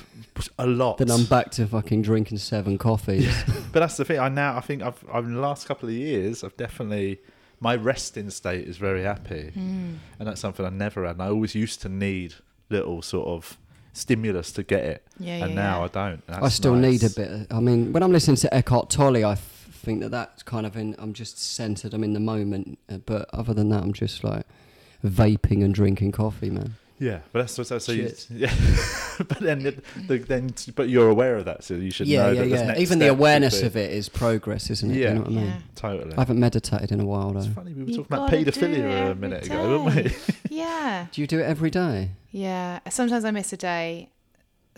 [SPEAKER 1] a lot.
[SPEAKER 4] Then I'm back to fucking drinking seven coffees.
[SPEAKER 1] But that's the thing. I now I think I've I've in the last couple of years I've definitely my resting state is very happy,
[SPEAKER 3] Hmm.
[SPEAKER 1] and that's something I never had. And I always used to need little sort of stimulus to get it,
[SPEAKER 3] Yeah,
[SPEAKER 1] and
[SPEAKER 3] yeah,
[SPEAKER 1] now
[SPEAKER 3] yeah.
[SPEAKER 1] I don't. and
[SPEAKER 4] I
[SPEAKER 1] that's
[SPEAKER 4] still
[SPEAKER 1] nice.
[SPEAKER 4] need a bit. Of, I mean, when I'm listening to Eckhart Tolle, I f- think that that's kind of in. I'm just centered. I'm in the moment. Uh, But other than that, I'm just like vaping and drinking coffee, man.
[SPEAKER 1] Yeah, but that's what so, so you,
[SPEAKER 4] Shit.
[SPEAKER 1] yeah. but then the, the, then but you're aware of that, so you should know.
[SPEAKER 4] yeah, yeah,
[SPEAKER 1] that this
[SPEAKER 4] yeah.
[SPEAKER 1] next
[SPEAKER 4] Even the
[SPEAKER 1] step would
[SPEAKER 4] awareness
[SPEAKER 1] be-
[SPEAKER 4] of it is progress, isn't it? Do
[SPEAKER 1] Yeah.
[SPEAKER 4] you know what I mean?
[SPEAKER 3] Yeah.
[SPEAKER 1] totally.
[SPEAKER 4] I haven't meditated in a while though.
[SPEAKER 1] it's funny we were
[SPEAKER 3] You've
[SPEAKER 1] talking about
[SPEAKER 3] gotta do it
[SPEAKER 1] paedophilia a
[SPEAKER 3] every
[SPEAKER 1] minute ago, weren't we?
[SPEAKER 3] day. yeah.
[SPEAKER 4] Do you do it every day?
[SPEAKER 3] Yeah. Sometimes I miss a day.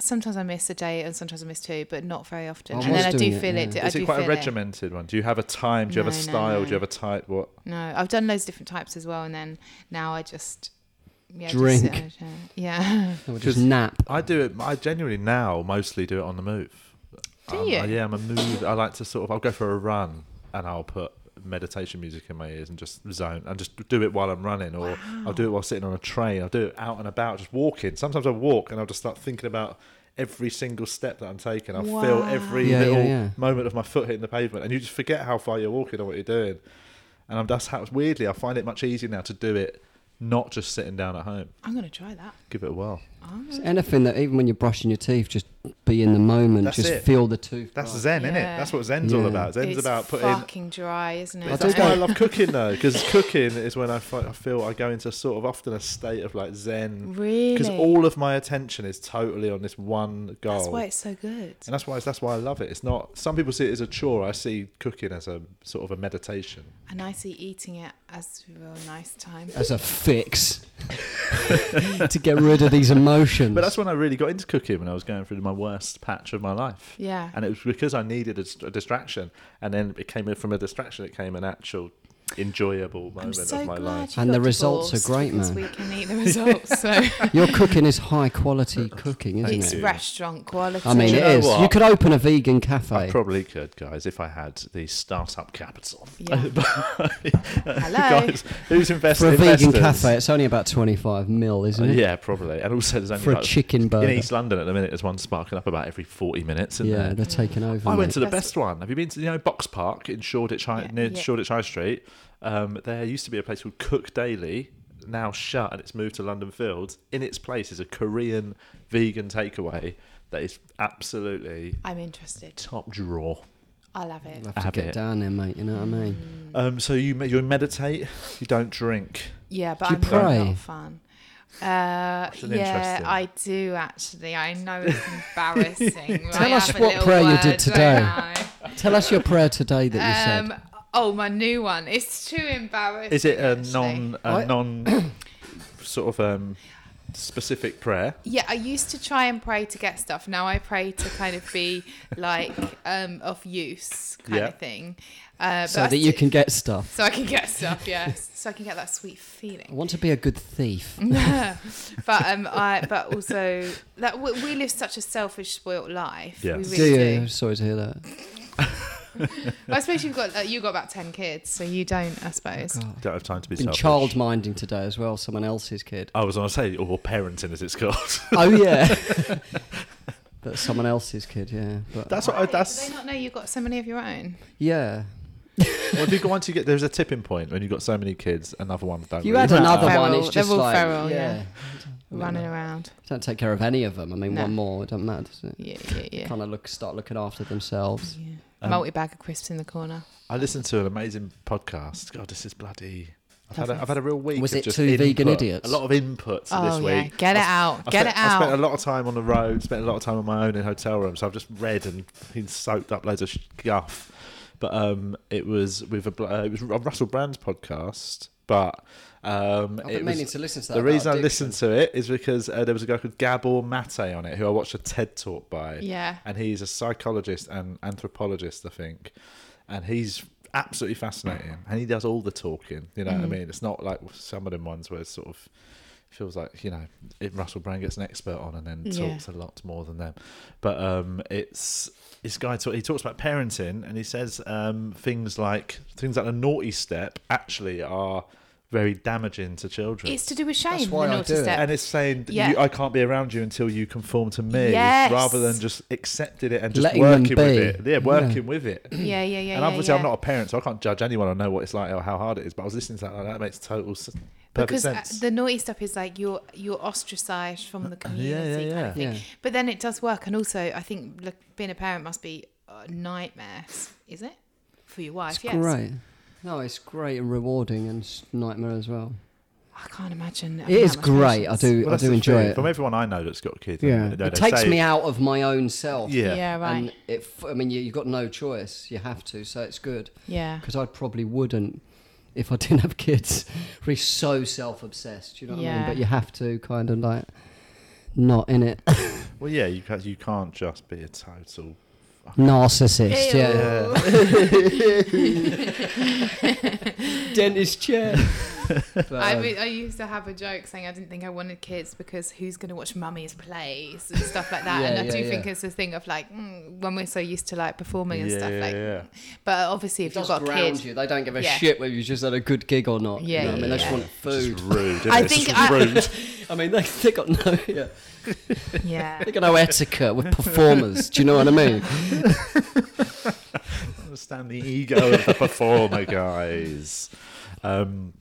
[SPEAKER 3] Sometimes I miss a day, and sometimes I miss two, but not very often.
[SPEAKER 4] I
[SPEAKER 3] and then
[SPEAKER 4] was
[SPEAKER 3] I do
[SPEAKER 4] doing it,
[SPEAKER 3] feel it.
[SPEAKER 4] yeah.
[SPEAKER 3] I
[SPEAKER 1] Is
[SPEAKER 3] do
[SPEAKER 1] it quite a
[SPEAKER 3] feel
[SPEAKER 1] regimented one? Do you have a time? Do you have a
[SPEAKER 3] No, no,
[SPEAKER 1] style? Do
[SPEAKER 3] no.
[SPEAKER 1] you have a type? What?
[SPEAKER 3] No, I've done loads of different types as well, and then now I just yeah,
[SPEAKER 4] Drink.
[SPEAKER 3] Just sit on a chair. yeah.
[SPEAKER 4] Or just nap?
[SPEAKER 1] I do it. I genuinely now mostly do it on the move.
[SPEAKER 3] Do
[SPEAKER 1] I'm-
[SPEAKER 3] you?
[SPEAKER 1] I- yeah, I'm a move. I like to sort of. I'll go for a run and I'll put meditation music in my ears and just zone and just do it while I'm running, or I'll do it while sitting on a train. I'll do it out and about, just walking. Sometimes I walk and I'll just start thinking about every single step that I'm taking. I'll feel
[SPEAKER 3] Wow.
[SPEAKER 1] every
[SPEAKER 4] Yeah, yeah,
[SPEAKER 1] little
[SPEAKER 4] yeah.
[SPEAKER 1] moment of my foot hitting the pavement, and you just forget how far you're walking or what you're doing. And I'm that's how weirdly I find it much easier now to do it, not just sitting down at home.
[SPEAKER 3] I'm gonna try that.
[SPEAKER 1] Give it a whirl.
[SPEAKER 4] It's anything that even when you're brushing your teeth, just be in the moment.
[SPEAKER 1] That's
[SPEAKER 4] just
[SPEAKER 1] it.
[SPEAKER 4] feel the tooth.
[SPEAKER 1] That's Zen, innit?
[SPEAKER 3] Yeah.
[SPEAKER 1] That's what Zen's all
[SPEAKER 4] Yeah.
[SPEAKER 1] about. Zen's
[SPEAKER 3] it's
[SPEAKER 1] about putting.
[SPEAKER 3] fucking dry, isn't it?
[SPEAKER 4] I
[SPEAKER 1] That's
[SPEAKER 4] do
[SPEAKER 1] why I
[SPEAKER 4] go-
[SPEAKER 1] love cooking though, because cooking is when I, fi- I feel I go into sort of often a state of like Zen. Because
[SPEAKER 3] Really?
[SPEAKER 1] all of my attention is totally on this one goal.
[SPEAKER 3] That's why it's so good.
[SPEAKER 1] Oh. and that's why that's why I love it. It's not. Some people see it as a chore. I see cooking as a sort of a meditation.
[SPEAKER 3] And I see eating it as a real nice time.
[SPEAKER 4] as a fix to get rid of these emotions.
[SPEAKER 1] But that's when I really got into cooking when I was going through my worst patch of my life.
[SPEAKER 3] Yeah.
[SPEAKER 1] And it was because I needed a, dist- a distraction, and then it came in from a distraction. It came an actual enjoyable
[SPEAKER 3] I'm
[SPEAKER 1] moment
[SPEAKER 3] so
[SPEAKER 1] of my
[SPEAKER 3] glad
[SPEAKER 1] life.
[SPEAKER 3] you
[SPEAKER 4] And
[SPEAKER 3] got
[SPEAKER 4] the results are
[SPEAKER 3] divorced because
[SPEAKER 4] great, man.
[SPEAKER 3] We can eat the results, so
[SPEAKER 4] Your cooking is high quality cooking, isn't
[SPEAKER 3] it's
[SPEAKER 4] it?
[SPEAKER 3] restaurant quality.
[SPEAKER 4] I mean,
[SPEAKER 1] Do
[SPEAKER 4] it
[SPEAKER 1] you know
[SPEAKER 4] is.
[SPEAKER 1] what?
[SPEAKER 4] You could open a vegan
[SPEAKER 1] I
[SPEAKER 4] cafe.
[SPEAKER 1] probably could, guys, if I had the startup capital.
[SPEAKER 3] Yeah.
[SPEAKER 1] Hello. Guys, who's invest-
[SPEAKER 4] For a vegan
[SPEAKER 1] investors?
[SPEAKER 4] cafe, it's only about 25 mil,
[SPEAKER 1] Uh,
[SPEAKER 4] isn't it?
[SPEAKER 1] yeah, probably. And also, there's only
[SPEAKER 4] For a
[SPEAKER 1] like-
[SPEAKER 4] chicken burger.
[SPEAKER 1] in East London at the minute. There's one sparking up about every 40 minutes, isn't
[SPEAKER 4] Yeah,
[SPEAKER 1] there?
[SPEAKER 4] they're taking over.
[SPEAKER 1] I went
[SPEAKER 4] mate.
[SPEAKER 1] to the
[SPEAKER 3] That's-
[SPEAKER 1] best one. Have you been to you know Box Park in Shoreditch High,
[SPEAKER 3] Yeah,
[SPEAKER 1] near
[SPEAKER 3] yeah.
[SPEAKER 1] Shoreditch High Street? Um, there used to be a place called Cook Daily, now shut, and it's moved to London Fields. In its place is a Korean vegan takeaway that is absolutely
[SPEAKER 3] I'm interested.
[SPEAKER 1] top drawer.
[SPEAKER 3] I'll have it.
[SPEAKER 4] I'll have
[SPEAKER 1] Have
[SPEAKER 4] to get
[SPEAKER 1] it.
[SPEAKER 4] down there, mate. You know what I mean?
[SPEAKER 1] Um, so you me- you meditate, you don't drink.
[SPEAKER 3] Yeah, but
[SPEAKER 4] Do you
[SPEAKER 3] I'm really
[SPEAKER 4] pray?
[SPEAKER 3] not a fan. Uh,
[SPEAKER 1] an
[SPEAKER 3] yeah,
[SPEAKER 1] interesting-
[SPEAKER 3] I do actually. I know it's embarrassing. right?
[SPEAKER 4] Tell us
[SPEAKER 3] I have a
[SPEAKER 4] what
[SPEAKER 3] little
[SPEAKER 4] prayer you did
[SPEAKER 3] word, don't
[SPEAKER 4] today.
[SPEAKER 3] I?
[SPEAKER 4] Tell us your prayer today that you
[SPEAKER 3] Um, oh, my new one. It's too embarrassing.
[SPEAKER 1] Is it a
[SPEAKER 3] actually.
[SPEAKER 1] non
[SPEAKER 4] I-
[SPEAKER 1] a non sort of um, specific prayer?
[SPEAKER 3] Yeah, I used to try and pray to get stuff. Now I pray to kind of be like um, of use kind
[SPEAKER 1] Yeah.
[SPEAKER 3] of thing. Uh,
[SPEAKER 4] said,
[SPEAKER 3] but I
[SPEAKER 4] so that you
[SPEAKER 3] sti-
[SPEAKER 4] can get stuff.
[SPEAKER 3] So I can get stuff, yes. so I can get that sweet
[SPEAKER 4] I
[SPEAKER 3] feeling.
[SPEAKER 4] want to be a good
[SPEAKER 3] Mm,
[SPEAKER 4] thief.
[SPEAKER 3] But um, I but also that we, we live such a selfish, spoilt life.
[SPEAKER 1] Yeah.
[SPEAKER 3] we
[SPEAKER 1] Do
[SPEAKER 4] do
[SPEAKER 3] really do.
[SPEAKER 4] you? Sorry to hear that.
[SPEAKER 3] I suppose you've got uh, you got about ten kids, so you don't. I suppose.
[SPEAKER 4] Oh,
[SPEAKER 1] Don't have time to be
[SPEAKER 4] Been
[SPEAKER 1] selfish.
[SPEAKER 4] child minding today as well, someone else's kid.
[SPEAKER 1] I was going to say, or parenting as it's called.
[SPEAKER 4] Oh, yeah. but someone else's kid, yeah. But
[SPEAKER 1] that's what. I,
[SPEAKER 3] Do
[SPEAKER 1] Oh, that's
[SPEAKER 3] they not know you've got so many of your own?
[SPEAKER 4] yeah.
[SPEAKER 1] well, if you go- once you get there's a tipping point when you've got so many kids, another one don't.
[SPEAKER 4] You
[SPEAKER 1] really
[SPEAKER 4] had
[SPEAKER 1] matter.
[SPEAKER 4] another one,
[SPEAKER 3] Feral.
[SPEAKER 4] it's
[SPEAKER 3] They're
[SPEAKER 4] just
[SPEAKER 3] all
[SPEAKER 4] like.
[SPEAKER 3] feral,
[SPEAKER 4] yeah.
[SPEAKER 3] yeah. Running around.
[SPEAKER 4] Don't take care of any of them. I mean,
[SPEAKER 3] No.
[SPEAKER 4] one more, it doesn't matter, does it?
[SPEAKER 3] Yeah, yeah, yeah.
[SPEAKER 4] Kind of look, start looking after themselves.
[SPEAKER 1] Um,
[SPEAKER 3] Multi bag of crisps in the corner.
[SPEAKER 1] I listened to an amazing podcast. God, this is bloody. I've had, a, I've had a real week.
[SPEAKER 4] Was
[SPEAKER 1] of
[SPEAKER 4] it
[SPEAKER 1] just
[SPEAKER 4] two vegan
[SPEAKER 1] input.
[SPEAKER 4] idiots?
[SPEAKER 1] A lot of inputs
[SPEAKER 3] Oh
[SPEAKER 1] this
[SPEAKER 3] yeah,
[SPEAKER 1] week.
[SPEAKER 3] get it out,
[SPEAKER 1] I
[SPEAKER 3] get
[SPEAKER 1] spent,
[SPEAKER 3] it
[SPEAKER 1] I spent a
[SPEAKER 3] out.
[SPEAKER 1] lot of time on the road, spent a lot of time on my own in hotel rooms. So I've just read and been soaked up loads of guff. But um, it was with a bl- uh, it was a Russell Brand's podcast. But
[SPEAKER 3] Oh,
[SPEAKER 1] um,
[SPEAKER 4] I've
[SPEAKER 1] it
[SPEAKER 4] been meaning
[SPEAKER 1] was-
[SPEAKER 4] to listen to that.
[SPEAKER 1] the
[SPEAKER 4] about
[SPEAKER 1] reason I
[SPEAKER 4] addiction.
[SPEAKER 1] listened to it is because uh, there was a guy called Gabor Mate on it who I watched a TED talk by.
[SPEAKER 3] Yeah.
[SPEAKER 1] And he's a psychologist and anthropologist, I think. And he's absolutely
[SPEAKER 3] Mm.
[SPEAKER 1] fascinating. And he does all the talking. You know what I mean? It's not like some of them ones where it's sort of feels like you know it, Russell Brand gets an expert on and then
[SPEAKER 3] Yeah.
[SPEAKER 1] talks a lot more than them. But um, it's this guy talk, he talks about parenting and he says um, things like things like a naughty step actually are very damaging to children.
[SPEAKER 3] It's to do with shame.
[SPEAKER 5] That's why
[SPEAKER 3] the
[SPEAKER 5] I
[SPEAKER 3] naughty
[SPEAKER 5] do it.
[SPEAKER 3] step.
[SPEAKER 1] and it's saying that
[SPEAKER 3] Yeah.
[SPEAKER 1] you, I can't be around you until you conform to me,
[SPEAKER 3] Yes.
[SPEAKER 1] rather than just accepted it and just
[SPEAKER 4] Letting them
[SPEAKER 1] working with it.
[SPEAKER 4] be.
[SPEAKER 1] Yeah,
[SPEAKER 4] Yeah.
[SPEAKER 1] working with it
[SPEAKER 3] yeah, yeah, yeah.
[SPEAKER 1] and
[SPEAKER 3] yeah,
[SPEAKER 1] obviously, I'm
[SPEAKER 3] yeah.
[SPEAKER 1] not a parent, so I can't judge anyone or know what it's like or how hard it is. But I was listening to that, like that makes total s- perfect
[SPEAKER 3] because uh,
[SPEAKER 1] sense.
[SPEAKER 3] the naughty stuff is like you're you're ostracized from the community. kind
[SPEAKER 1] yeah.
[SPEAKER 3] of thing.
[SPEAKER 4] Yeah.
[SPEAKER 3] But then it does work, and also I think look, being a parent must be a nightmare. Is it for your wife?
[SPEAKER 4] It's
[SPEAKER 3] yes.
[SPEAKER 4] great. No, it's great and rewarding and s- nightmare as well.
[SPEAKER 3] I can't imagine. having
[SPEAKER 4] It
[SPEAKER 3] that
[SPEAKER 4] is
[SPEAKER 3] much
[SPEAKER 4] great. I
[SPEAKER 3] patience.
[SPEAKER 4] do.
[SPEAKER 1] Well,
[SPEAKER 4] I
[SPEAKER 1] that's
[SPEAKER 4] do
[SPEAKER 1] the
[SPEAKER 4] enjoy
[SPEAKER 1] thing.
[SPEAKER 4] it.
[SPEAKER 1] From everyone I know that's got kids,
[SPEAKER 4] Yeah,
[SPEAKER 1] they- they
[SPEAKER 4] it takes
[SPEAKER 1] say-
[SPEAKER 4] me out of my own self.
[SPEAKER 1] Yeah,
[SPEAKER 3] Yeah. Right.
[SPEAKER 4] And it, f- I mean, you, you've got no choice. You have to, so it's good.
[SPEAKER 3] yeah.
[SPEAKER 4] Because I probably wouldn't if I didn't have kids. Be so self-obsessed, you know what I
[SPEAKER 3] Yeah.
[SPEAKER 4] mean? But you have to kind of like not in it.
[SPEAKER 1] well, yeah, you can't, you can't just be a total.
[SPEAKER 4] Narcissist, yeah.
[SPEAKER 3] Ew.
[SPEAKER 4] Dentist chair. But,
[SPEAKER 3] I,
[SPEAKER 4] um,
[SPEAKER 3] mean, I used to have a joke saying I didn't think I wanted kids because who's going to watch mummies plays and stuff like that.
[SPEAKER 4] Yeah,
[SPEAKER 3] and I
[SPEAKER 4] yeah,
[SPEAKER 3] do
[SPEAKER 4] yeah.
[SPEAKER 3] think it's a thing of like mm, when we're so used to like performing and
[SPEAKER 1] Yeah,
[SPEAKER 3] stuff.
[SPEAKER 1] yeah,
[SPEAKER 3] Like,
[SPEAKER 1] yeah.
[SPEAKER 3] but obviously if
[SPEAKER 4] it
[SPEAKER 3] you've
[SPEAKER 4] does
[SPEAKER 3] got
[SPEAKER 4] ground
[SPEAKER 3] kids,
[SPEAKER 4] you. They don't give a
[SPEAKER 3] Yeah.
[SPEAKER 4] shit whether you just had a good gig or not.
[SPEAKER 3] Yeah,
[SPEAKER 4] you know what I mean, they just
[SPEAKER 3] yeah.
[SPEAKER 4] want food.
[SPEAKER 1] It's rude. Isn't
[SPEAKER 3] I
[SPEAKER 1] it? It's
[SPEAKER 3] think
[SPEAKER 1] just
[SPEAKER 3] I-
[SPEAKER 1] rude.
[SPEAKER 4] I mean, they they got no yeah,
[SPEAKER 3] yeah,
[SPEAKER 4] they got no etiquette with performers. do you know what I mean?
[SPEAKER 1] understand the ego of the performer, guys. Um,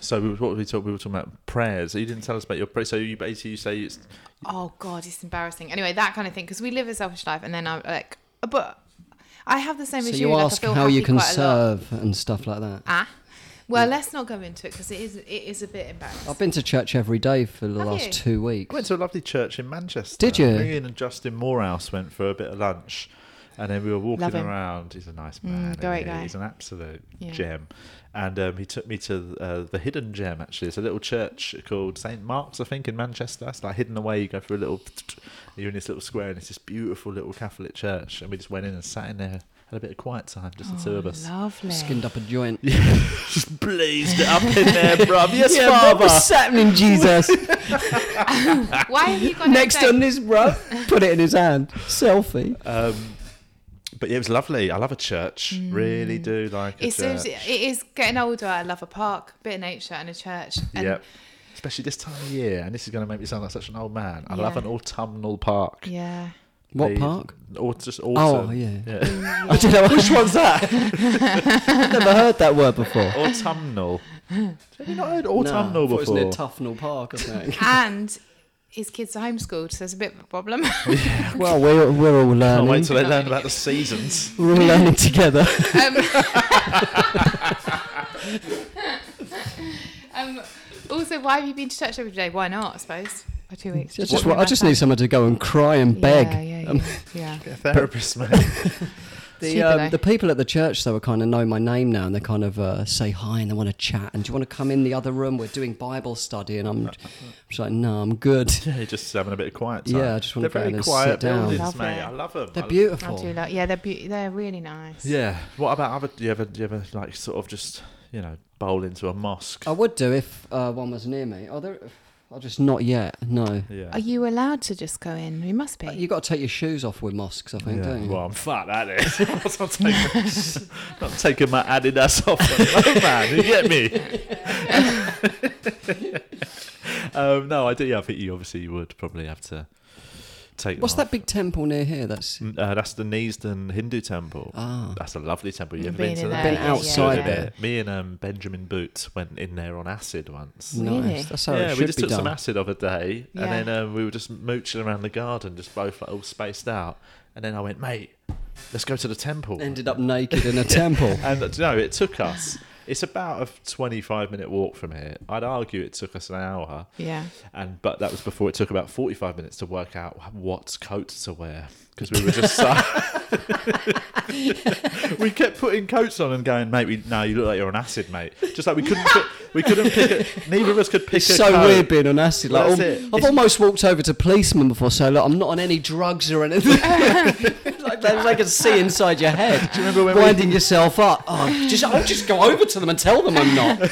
[SPEAKER 1] so we, what were we talking? We were talking about prayers. So you didn't tell us about your prayer. So you basically you say it's
[SPEAKER 3] oh god, it's embarrassing. Anyway, that kind of thing because we live a selfish life, and then I'm like, but I have the same
[SPEAKER 4] So
[SPEAKER 3] issue.
[SPEAKER 4] you
[SPEAKER 3] like, I
[SPEAKER 4] ask
[SPEAKER 3] feel
[SPEAKER 4] how you
[SPEAKER 3] happy
[SPEAKER 4] can
[SPEAKER 3] quite a lot.
[SPEAKER 4] serve and stuff like that.
[SPEAKER 3] Ah, well, let's not go into it because it is it is a bit embarrassing.
[SPEAKER 4] I've been to church every day for the
[SPEAKER 3] Have
[SPEAKER 4] last
[SPEAKER 3] you?
[SPEAKER 4] two weeks.
[SPEAKER 1] I went to a lovely church in Manchester.
[SPEAKER 4] Did you?
[SPEAKER 1] Me and Justin Morehouse went for a bit of lunch, and then we were walking
[SPEAKER 3] Love him.
[SPEAKER 1] around. He's a nice man.
[SPEAKER 3] Mm, great
[SPEAKER 1] isn't he?
[SPEAKER 3] guy.
[SPEAKER 1] He's an absolute
[SPEAKER 3] Yeah.
[SPEAKER 1] gem. And um, he took me to uh, the hidden gem. Actually, it's a little church called Saint Mark's, I think, in Manchester. It's like hidden away. You go through a little. You're in this little square, and it's this beautiful little Catholic church. And we just went in and sat in there, had a bit of quiet time, just the two
[SPEAKER 3] Oh,
[SPEAKER 1] of us.
[SPEAKER 3] Lovely.
[SPEAKER 4] Skinned up a joint.
[SPEAKER 1] Just blazed it up in there, bruv. Yes, father.
[SPEAKER 4] what's happening, Jesus?
[SPEAKER 3] Why have you got
[SPEAKER 4] Next
[SPEAKER 3] no
[SPEAKER 4] on this, bro. Put it in his hand. Selfie.
[SPEAKER 1] Um, but yeah, it was lovely. I love a church. Really do like a
[SPEAKER 3] It's
[SPEAKER 1] church.
[SPEAKER 3] Mm. it is getting older. I love a park, a bit of nature, and a church. And
[SPEAKER 1] Yep. Especially this time of year, and this is going to make me sound like such an old man. I
[SPEAKER 3] Yeah.
[SPEAKER 1] love an autumnal park.
[SPEAKER 3] Yeah.
[SPEAKER 4] What
[SPEAKER 1] The-
[SPEAKER 4] park?
[SPEAKER 1] Or just
[SPEAKER 4] Oh,
[SPEAKER 1] autumn.
[SPEAKER 4] yeah.
[SPEAKER 1] yeah.
[SPEAKER 4] I don't know which one's that. I've never heard that word before.
[SPEAKER 1] autumnal. Have you not heard autumnal
[SPEAKER 4] Nah, I thought It was near
[SPEAKER 1] before?
[SPEAKER 4] Tufnell Park, or something.
[SPEAKER 3] And his kids are homeschooled, so there's a bit of a problem.
[SPEAKER 4] well, we're, we're all
[SPEAKER 1] Can't
[SPEAKER 4] learning.
[SPEAKER 1] wait till they learn about the seasons.
[SPEAKER 4] We're all learning together.
[SPEAKER 3] um, um, also, why have you been to church every day? Why not? I suppose for two weeks.
[SPEAKER 4] I just, want- I just need someone to go and cry and beg.
[SPEAKER 3] Yeah, yeah,
[SPEAKER 4] Um,
[SPEAKER 3] yeah. yeah.
[SPEAKER 1] Yeah, therapist, mate.
[SPEAKER 4] The,
[SPEAKER 3] Cheaper,
[SPEAKER 4] um,
[SPEAKER 3] though.
[SPEAKER 4] the people at the church, though, kind of know my name now, and they kind of uh, say hi and they want to chat. And do you want to come in the other room? We're doing Bible study, and I'm just like, no, I'm good.
[SPEAKER 1] Yeah, just having a bit of quiet time.
[SPEAKER 4] Yeah, I just wanna
[SPEAKER 1] They're
[SPEAKER 4] go
[SPEAKER 1] very
[SPEAKER 4] in and sit
[SPEAKER 1] quiet
[SPEAKER 4] down.
[SPEAKER 1] buildings,
[SPEAKER 3] Love
[SPEAKER 1] mate.
[SPEAKER 3] it.
[SPEAKER 1] I love them.
[SPEAKER 4] They're
[SPEAKER 3] I do
[SPEAKER 4] beautiful.
[SPEAKER 3] like. Yeah, they're beauty. They're really nice.
[SPEAKER 1] Yeah. What about other? Do you ever? Do you ever like sort of just you know bowl into a mosque?
[SPEAKER 4] I would do if uh, one was near me. Oh, there, I'll just not yet. No,
[SPEAKER 1] Yeah.
[SPEAKER 3] Are you allowed to just go in? You must be.
[SPEAKER 4] you got to take your shoes off with mosques, I think, don't you?
[SPEAKER 1] Well, I'm fat at it. I'm, taking, I'm taking my Adidas off. at the moment, man, you get me? um, no, I do. Yeah, I think you obviously you would probably have to take.
[SPEAKER 4] What's
[SPEAKER 1] them
[SPEAKER 4] that big temple near here? That's
[SPEAKER 1] off. Uh, that's the Neasden Hindu temple.
[SPEAKER 4] Ah.
[SPEAKER 1] That's a lovely temple. You ever
[SPEAKER 3] Been
[SPEAKER 1] been, to
[SPEAKER 3] in
[SPEAKER 1] that?
[SPEAKER 3] there,
[SPEAKER 4] Been yeah, outside
[SPEAKER 1] Good, isn't
[SPEAKER 4] it.
[SPEAKER 1] it? Me and um, Benjamin Boots went in there on acid once.
[SPEAKER 3] Really?
[SPEAKER 4] nice. That's how Oh, it
[SPEAKER 1] yeah,
[SPEAKER 4] should
[SPEAKER 1] we just
[SPEAKER 4] be
[SPEAKER 1] took
[SPEAKER 4] done.
[SPEAKER 1] some acid the other day,
[SPEAKER 3] Yeah.
[SPEAKER 1] and then um, we were just mooching around the garden, just both like, all spaced out. And then I went, mate, let's go to the temple.
[SPEAKER 4] Ended up naked in a temple.
[SPEAKER 1] And uh, do you know, it took us. It's about a 25 minute walk from here. I'd argue it took us an hour.
[SPEAKER 3] Yeah.
[SPEAKER 1] And but that was before it took about 45 minutes to work out what coat to wear because we were just so we kept putting coats on and going, mate. We, no, you look like you're on acid, mate. Just like we couldn't, pick, we couldn't pick. A, neither of us could pick.
[SPEAKER 4] It's
[SPEAKER 1] a
[SPEAKER 4] so
[SPEAKER 1] coat.
[SPEAKER 4] weird being on acid. Like,
[SPEAKER 1] That's
[SPEAKER 4] al-
[SPEAKER 1] it.
[SPEAKER 4] I've
[SPEAKER 1] It's-
[SPEAKER 4] almost walked over to policemen before, so look, I'm not on any drugs or anything. like, Then they can see inside your head. Do you remember when winding yourself up? Oh, just I'll just go over to them and tell them I'm not.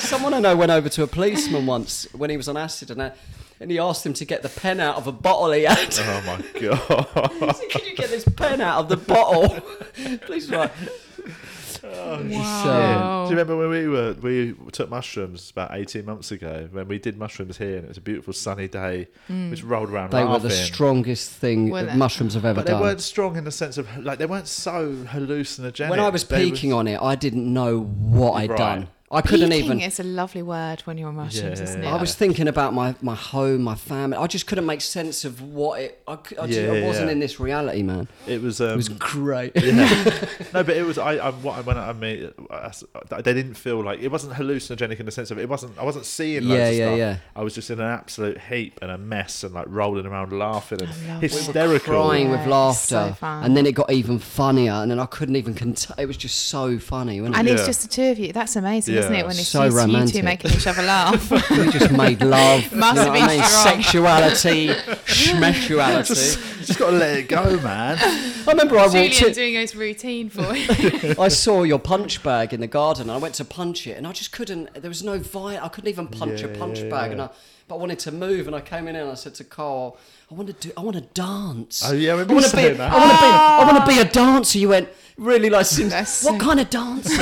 [SPEAKER 4] Someone I know went over to a policeman once when he was on acid, and, I, and he asked him to get the pen out of a bottle he had.
[SPEAKER 1] Oh my god!
[SPEAKER 4] So Could you get this pen out of the bottle? Please, right.
[SPEAKER 1] Oh,
[SPEAKER 4] Oh.
[SPEAKER 1] Do you remember when we were we took mushrooms about eighteen months ago when we did mushrooms here and it was a beautiful sunny day, which rolled around.
[SPEAKER 4] Mm. They were the
[SPEAKER 1] laughing.
[SPEAKER 4] strongest thing
[SPEAKER 3] Were they?
[SPEAKER 4] mushrooms have ever
[SPEAKER 1] But they
[SPEAKER 4] done.
[SPEAKER 1] weren't strong in the sense of like they weren't so hallucinogenic.
[SPEAKER 4] when I was
[SPEAKER 1] They
[SPEAKER 4] peaking on it, I didn't know what i had
[SPEAKER 1] Right.
[SPEAKER 4] done. I couldn't
[SPEAKER 3] Peaking
[SPEAKER 4] even.
[SPEAKER 3] is a lovely word when you're on mushrooms,
[SPEAKER 1] Yeah.
[SPEAKER 3] isn't it?
[SPEAKER 4] I was thinking about my, my home, my family. I just couldn't make sense of what it. I, cou- I, just-
[SPEAKER 1] Yeah,
[SPEAKER 4] I
[SPEAKER 1] yeah,
[SPEAKER 4] wasn't
[SPEAKER 1] yeah.
[SPEAKER 4] in this reality, man.
[SPEAKER 1] It was. Um,
[SPEAKER 4] It was great.
[SPEAKER 1] no, but it was. I, I what I when I mean, I s- they didn't feel like it wasn't hallucinogenic in the sense of it wasn't. I wasn't seeing. Loads
[SPEAKER 4] Yeah,
[SPEAKER 1] of
[SPEAKER 4] yeah,
[SPEAKER 1] stuff.
[SPEAKER 4] yeah.
[SPEAKER 1] I was just in an absolute heap and a mess and like rolling around laughing and
[SPEAKER 3] love it.
[SPEAKER 1] hysterical.
[SPEAKER 4] Crying
[SPEAKER 3] Yeah,
[SPEAKER 4] with
[SPEAKER 3] it's
[SPEAKER 4] laughter,
[SPEAKER 3] so fun.
[SPEAKER 4] and then it got even funnier, and then I couldn't even contain. It was just so funny. Wasn't it?
[SPEAKER 3] And it's
[SPEAKER 1] Yeah.
[SPEAKER 3] just the two of you. That's amazing,
[SPEAKER 1] Yeah.
[SPEAKER 3] isn't it? When it's
[SPEAKER 4] So
[SPEAKER 3] just you
[SPEAKER 4] romantic.
[SPEAKER 3] two making each other laugh.
[SPEAKER 4] We just made love. you
[SPEAKER 3] Must
[SPEAKER 4] know what
[SPEAKER 3] be
[SPEAKER 4] I mean?
[SPEAKER 3] strong.
[SPEAKER 4] Sexuality, schmessuality.
[SPEAKER 1] Just, just gotta let it go, man.
[SPEAKER 4] I remember I walked
[SPEAKER 3] Julian
[SPEAKER 4] in.
[SPEAKER 3] doing his routine for you.
[SPEAKER 4] I saw your punch bag in the garden. And I went to punch it, and I just couldn't. There was no vi I couldn't even punch a
[SPEAKER 1] Yeah,
[SPEAKER 4] punch
[SPEAKER 1] yeah,
[SPEAKER 4] bag,
[SPEAKER 1] yeah.
[SPEAKER 4] and I. But I wanted to move, and I came in and I said to Carl, "I want to do. I want to dance.
[SPEAKER 1] Oh, yeah, I remember
[SPEAKER 4] I want
[SPEAKER 1] you
[SPEAKER 4] to be.
[SPEAKER 1] saying that. Ah.
[SPEAKER 4] I want to be. I want to be a dancer." You went really like Sims.
[SPEAKER 3] That's
[SPEAKER 4] What
[SPEAKER 3] so-
[SPEAKER 4] kind of dancing?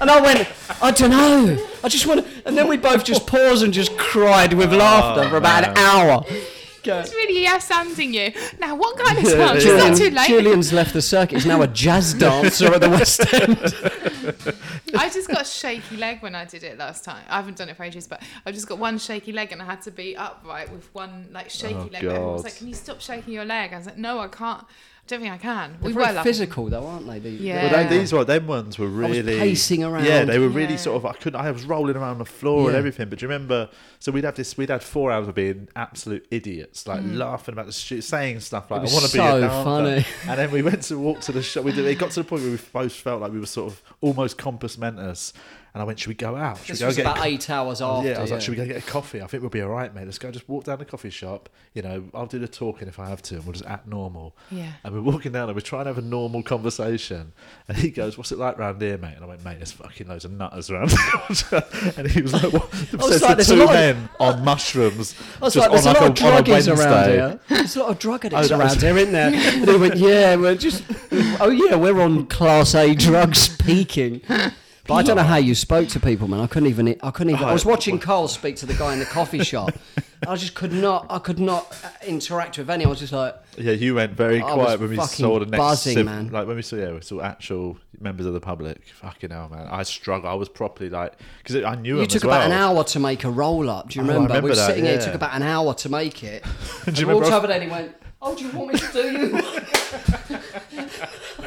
[SPEAKER 4] and I went, "I don't know. I just want." to... And then we both just paused and just cried with
[SPEAKER 1] Ah,
[SPEAKER 4] laughter for about an hour.
[SPEAKER 3] it's really yes anding you. Now, what kind of
[SPEAKER 1] Yeah,
[SPEAKER 3] dance?
[SPEAKER 1] yeah.
[SPEAKER 3] It's not too late.
[SPEAKER 4] Julian's left the circuit. He's now a jazz dancer at the West End.
[SPEAKER 3] I just got a shaky leg when I did it last time. I haven't done it for ages, but I've just got one shaky leg and I had to be upright with one like shaky
[SPEAKER 1] Oh,
[SPEAKER 3] leg. And Everyone was
[SPEAKER 1] God.
[SPEAKER 3] like, "Can you stop shaking your leg?" I was like, "No, I can't. I don't think I can." We
[SPEAKER 4] They're
[SPEAKER 3] were
[SPEAKER 4] very
[SPEAKER 3] laughing.
[SPEAKER 4] physical though, aren't they? The- the-
[SPEAKER 3] Yeah.
[SPEAKER 1] But they, these were them ones were
[SPEAKER 4] was
[SPEAKER 1] really
[SPEAKER 4] pacing around.
[SPEAKER 1] Yeah, they were really
[SPEAKER 3] Yeah.
[SPEAKER 1] sort of. I couldn't. I was rolling around the floor and
[SPEAKER 4] Yeah.
[SPEAKER 1] everything. But do you remember? So we'd have this. We'd had four hours of being absolute idiots, like laughing about the shit, saying stuff like,
[SPEAKER 4] Mm. was
[SPEAKER 1] "I want to
[SPEAKER 4] so
[SPEAKER 1] be a dancer."
[SPEAKER 4] funny.
[SPEAKER 1] And then we went to walk to the shop. We did, it got to the point where we both felt like we were sort of almost compass mentors. And I went, "Should we go out? Should
[SPEAKER 4] This
[SPEAKER 1] we go
[SPEAKER 4] was
[SPEAKER 1] get a
[SPEAKER 4] about
[SPEAKER 1] co-"
[SPEAKER 4] eight hours after.
[SPEAKER 1] yeah, I was like, should we go get a coffee? I think we'll be all right, mate. Let's go just walk down the coffee shop. You know, I'll do the talking if I have to, and we'll just act normal.
[SPEAKER 3] Yeah.
[SPEAKER 1] And we're walking down and we're trying to have a normal conversation. And he goes, What's it like round here, mate? And I went, Mate, there's fucking loads of nutters around here." And he was like, What?
[SPEAKER 4] was
[SPEAKER 1] Says
[SPEAKER 4] like,
[SPEAKER 1] the
[SPEAKER 4] "There's a
[SPEAKER 1] two
[SPEAKER 4] lot of-
[SPEAKER 1] men on mushrooms.
[SPEAKER 4] I was like, there's a lot of druggies around here. There's a lot of drug addicts
[SPEAKER 1] Oh, that
[SPEAKER 4] around
[SPEAKER 1] was-
[SPEAKER 4] here, isn't there? And they went, yeah, we're just, oh yeah, we're on class A drugs peaking. But I don't know how you spoke to people, man. I couldn't even. e, I couldn't even. I was watching Carl speak to the guy in the coffee shop. I just could not. I could not uh, interact with any. I was just like,
[SPEAKER 1] Yeah, you went very
[SPEAKER 4] I
[SPEAKER 1] quiet
[SPEAKER 4] was
[SPEAKER 1] when we
[SPEAKER 4] fucking
[SPEAKER 1] saw the next
[SPEAKER 4] buzzing,
[SPEAKER 1] civ-
[SPEAKER 4] man.
[SPEAKER 1] like when we saw yeah, we saw actual members of the public. Fucking hell, man! I struggled. I was properly like because I knew him
[SPEAKER 4] you
[SPEAKER 1] as
[SPEAKER 4] took
[SPEAKER 1] well.
[SPEAKER 4] about an hour to make a roll up. Do you
[SPEAKER 1] Oh, I
[SPEAKER 4] remember?
[SPEAKER 1] remember
[SPEAKER 4] we were
[SPEAKER 1] that,
[SPEAKER 4] sitting here. It
[SPEAKER 1] yeah.
[SPEAKER 4] took about an hour to make it.
[SPEAKER 1] Do you
[SPEAKER 4] I walked
[SPEAKER 1] remember?
[SPEAKER 4] over there and he went, Oh, do you want me to do you? I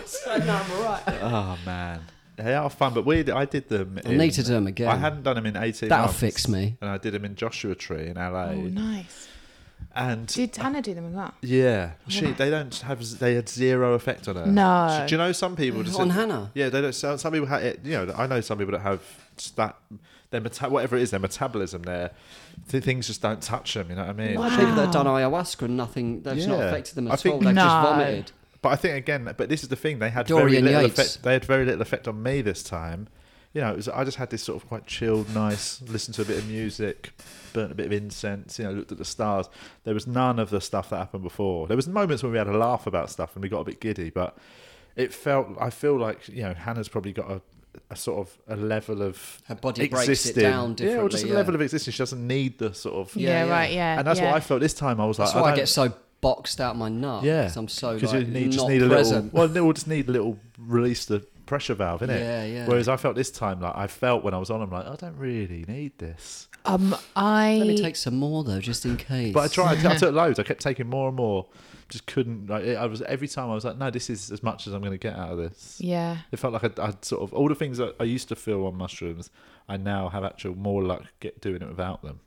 [SPEAKER 4] said, no, I'm all right.
[SPEAKER 1] Oh man, they are fun, but we I did them.
[SPEAKER 4] I need to do them again.
[SPEAKER 1] I hadn't done them in eighteen.
[SPEAKER 4] That'll
[SPEAKER 1] months,
[SPEAKER 4] fix me.
[SPEAKER 1] And I did them in Joshua Tree in LA,
[SPEAKER 3] Oh, nice.
[SPEAKER 1] and
[SPEAKER 3] Did Hannah do them as well?
[SPEAKER 1] yeah, she they don't have they had zero effect on her.
[SPEAKER 3] No.
[SPEAKER 1] She- do you know some people just
[SPEAKER 4] On Hannah?
[SPEAKER 1] Yeah, they don't. Some some people have it. You know, I know some people that have just that their meta- whatever it is their metabolism their th- things just don't touch them. You know what I mean?
[SPEAKER 4] Like People that have done ayahuasca and nothing, that's not
[SPEAKER 1] Yeah.
[SPEAKER 4] affected them
[SPEAKER 1] I
[SPEAKER 4] at
[SPEAKER 1] think-
[SPEAKER 4] all. They've just
[SPEAKER 3] No.
[SPEAKER 4] vomited.
[SPEAKER 1] But I think again, but this is the thing. They had
[SPEAKER 4] Dorian
[SPEAKER 1] very little
[SPEAKER 4] Yates.
[SPEAKER 1] effect. They had very little effect on me this time. You know, it was, I just had this sort of quite chilled, nice. Listen to a bit of music, burnt a bit of incense. You know, looked at the stars. There was none of the stuff that happened before. There was moments when we had a laugh about stuff and we got a bit giddy, but it felt. I feel like you know, Hannah's probably got a, a sort of a level of
[SPEAKER 4] Her body breaks it
[SPEAKER 1] existing.
[SPEAKER 4] down
[SPEAKER 1] Yeah, or just a
[SPEAKER 4] differently, yeah.
[SPEAKER 1] level of existence. She doesn't need the sort of
[SPEAKER 3] Yeah,
[SPEAKER 4] Yeah, yeah.
[SPEAKER 3] right. Yeah.
[SPEAKER 1] and that's
[SPEAKER 3] yeah.
[SPEAKER 1] what I felt this time. I was
[SPEAKER 4] That's
[SPEAKER 1] like,
[SPEAKER 4] why I,
[SPEAKER 1] don't-
[SPEAKER 4] get so boxed out my nut. Because I'm so like,
[SPEAKER 1] you need,
[SPEAKER 4] not
[SPEAKER 1] just need a
[SPEAKER 4] present.
[SPEAKER 1] little. Well, it will just need a little release the pressure valve, innit?
[SPEAKER 4] Yeah, yeah.
[SPEAKER 1] Whereas I felt this time, like I felt when I was on, I'm like, I don't really need this.
[SPEAKER 3] Um, I.
[SPEAKER 4] Let me take some more though, just in case.
[SPEAKER 1] But I tried. I took loads. I kept taking more and more. Just couldn't. Like it, I was every time. I was like, no, this is as much as I'm going to get out of this.
[SPEAKER 3] Yeah.
[SPEAKER 1] It felt like I'd, I'd sort of all the things that I used to feel on mushrooms. I now have actual more luck get doing it without them.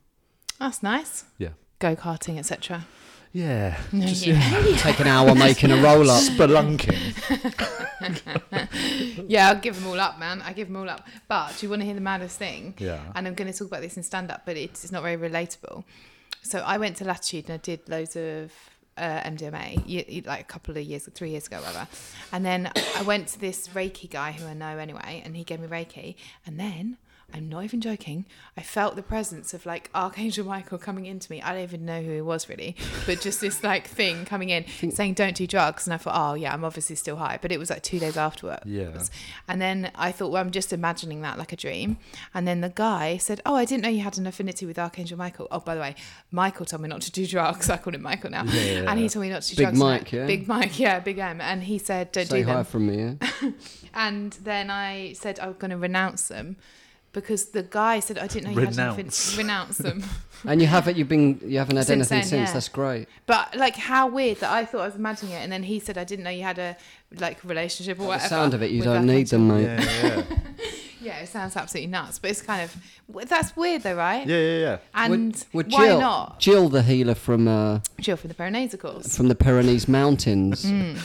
[SPEAKER 3] That's nice.
[SPEAKER 1] Yeah.
[SPEAKER 3] Go karting, etc.
[SPEAKER 1] Yeah.
[SPEAKER 3] No,
[SPEAKER 1] Just
[SPEAKER 3] yeah.
[SPEAKER 4] Take an hour making a roll up.
[SPEAKER 1] spelunking.
[SPEAKER 3] Yeah, I'll give them all up, man. I give them all up. But do you want to hear the maddest thing?
[SPEAKER 1] Yeah.
[SPEAKER 3] And I'm going to talk about this in stand up, but it's, it's not very relatable. So I went to Latitude and I did loads of uh, MDMA, ye- ye- like a couple of years, three years ago, whatever. And then I went to this Reiki guy who I know anyway, and he gave me Reiki. And then, I'm not even joking, I felt the presence of like Archangel Michael coming into me. I don't even know who he was really, but just this like thing coming in saying, don't do drugs. And I thought, oh, yeah, I'm obviously still high. But it was like two days afterwards.
[SPEAKER 1] Yeah.
[SPEAKER 3] And then I thought, well, I'm just imagining that like a dream. And then the guy said, Oh, I didn't know you had an affinity with Archangel Michael. Oh, by the way, Michael told me not to do drugs. I call him Michael now.
[SPEAKER 1] Yeah.
[SPEAKER 3] And he told me not to do
[SPEAKER 4] Big
[SPEAKER 3] drugs. and I-
[SPEAKER 4] Mike, yeah?
[SPEAKER 3] Big Mike, yeah, Big M. And he said, Don't
[SPEAKER 4] Say
[SPEAKER 3] do
[SPEAKER 4] hi
[SPEAKER 3] them.
[SPEAKER 4] from me. Yeah?
[SPEAKER 3] and then I said, I'm going to renounce them because the guy said, I didn't know you had an
[SPEAKER 1] Renounce.
[SPEAKER 3] affinity. Renounce them.
[SPEAKER 4] And you haven't you been you haven't had
[SPEAKER 3] Since
[SPEAKER 4] anything
[SPEAKER 3] then,
[SPEAKER 4] since.
[SPEAKER 3] yeah.
[SPEAKER 4] That's great.
[SPEAKER 3] but like, how weird that I thought I was imagining it. And then he said, I didn't know you had a like relationship or
[SPEAKER 4] The
[SPEAKER 3] whatever.
[SPEAKER 4] sound of it, you
[SPEAKER 3] with
[SPEAKER 4] don't need
[SPEAKER 3] Archangel
[SPEAKER 4] them, mate.
[SPEAKER 1] Yeah, yeah, yeah.
[SPEAKER 3] Yeah, it sounds absolutely nuts, but it's kind of w- that's weird though, right?
[SPEAKER 1] yeah, yeah, yeah.
[SPEAKER 3] And
[SPEAKER 4] Well, Jill,
[SPEAKER 3] why not?
[SPEAKER 4] Jill, the healer from uh,
[SPEAKER 3] Jill from the Pyrenees, of course.
[SPEAKER 4] from the Pyrenees mountains,
[SPEAKER 3] Hmm.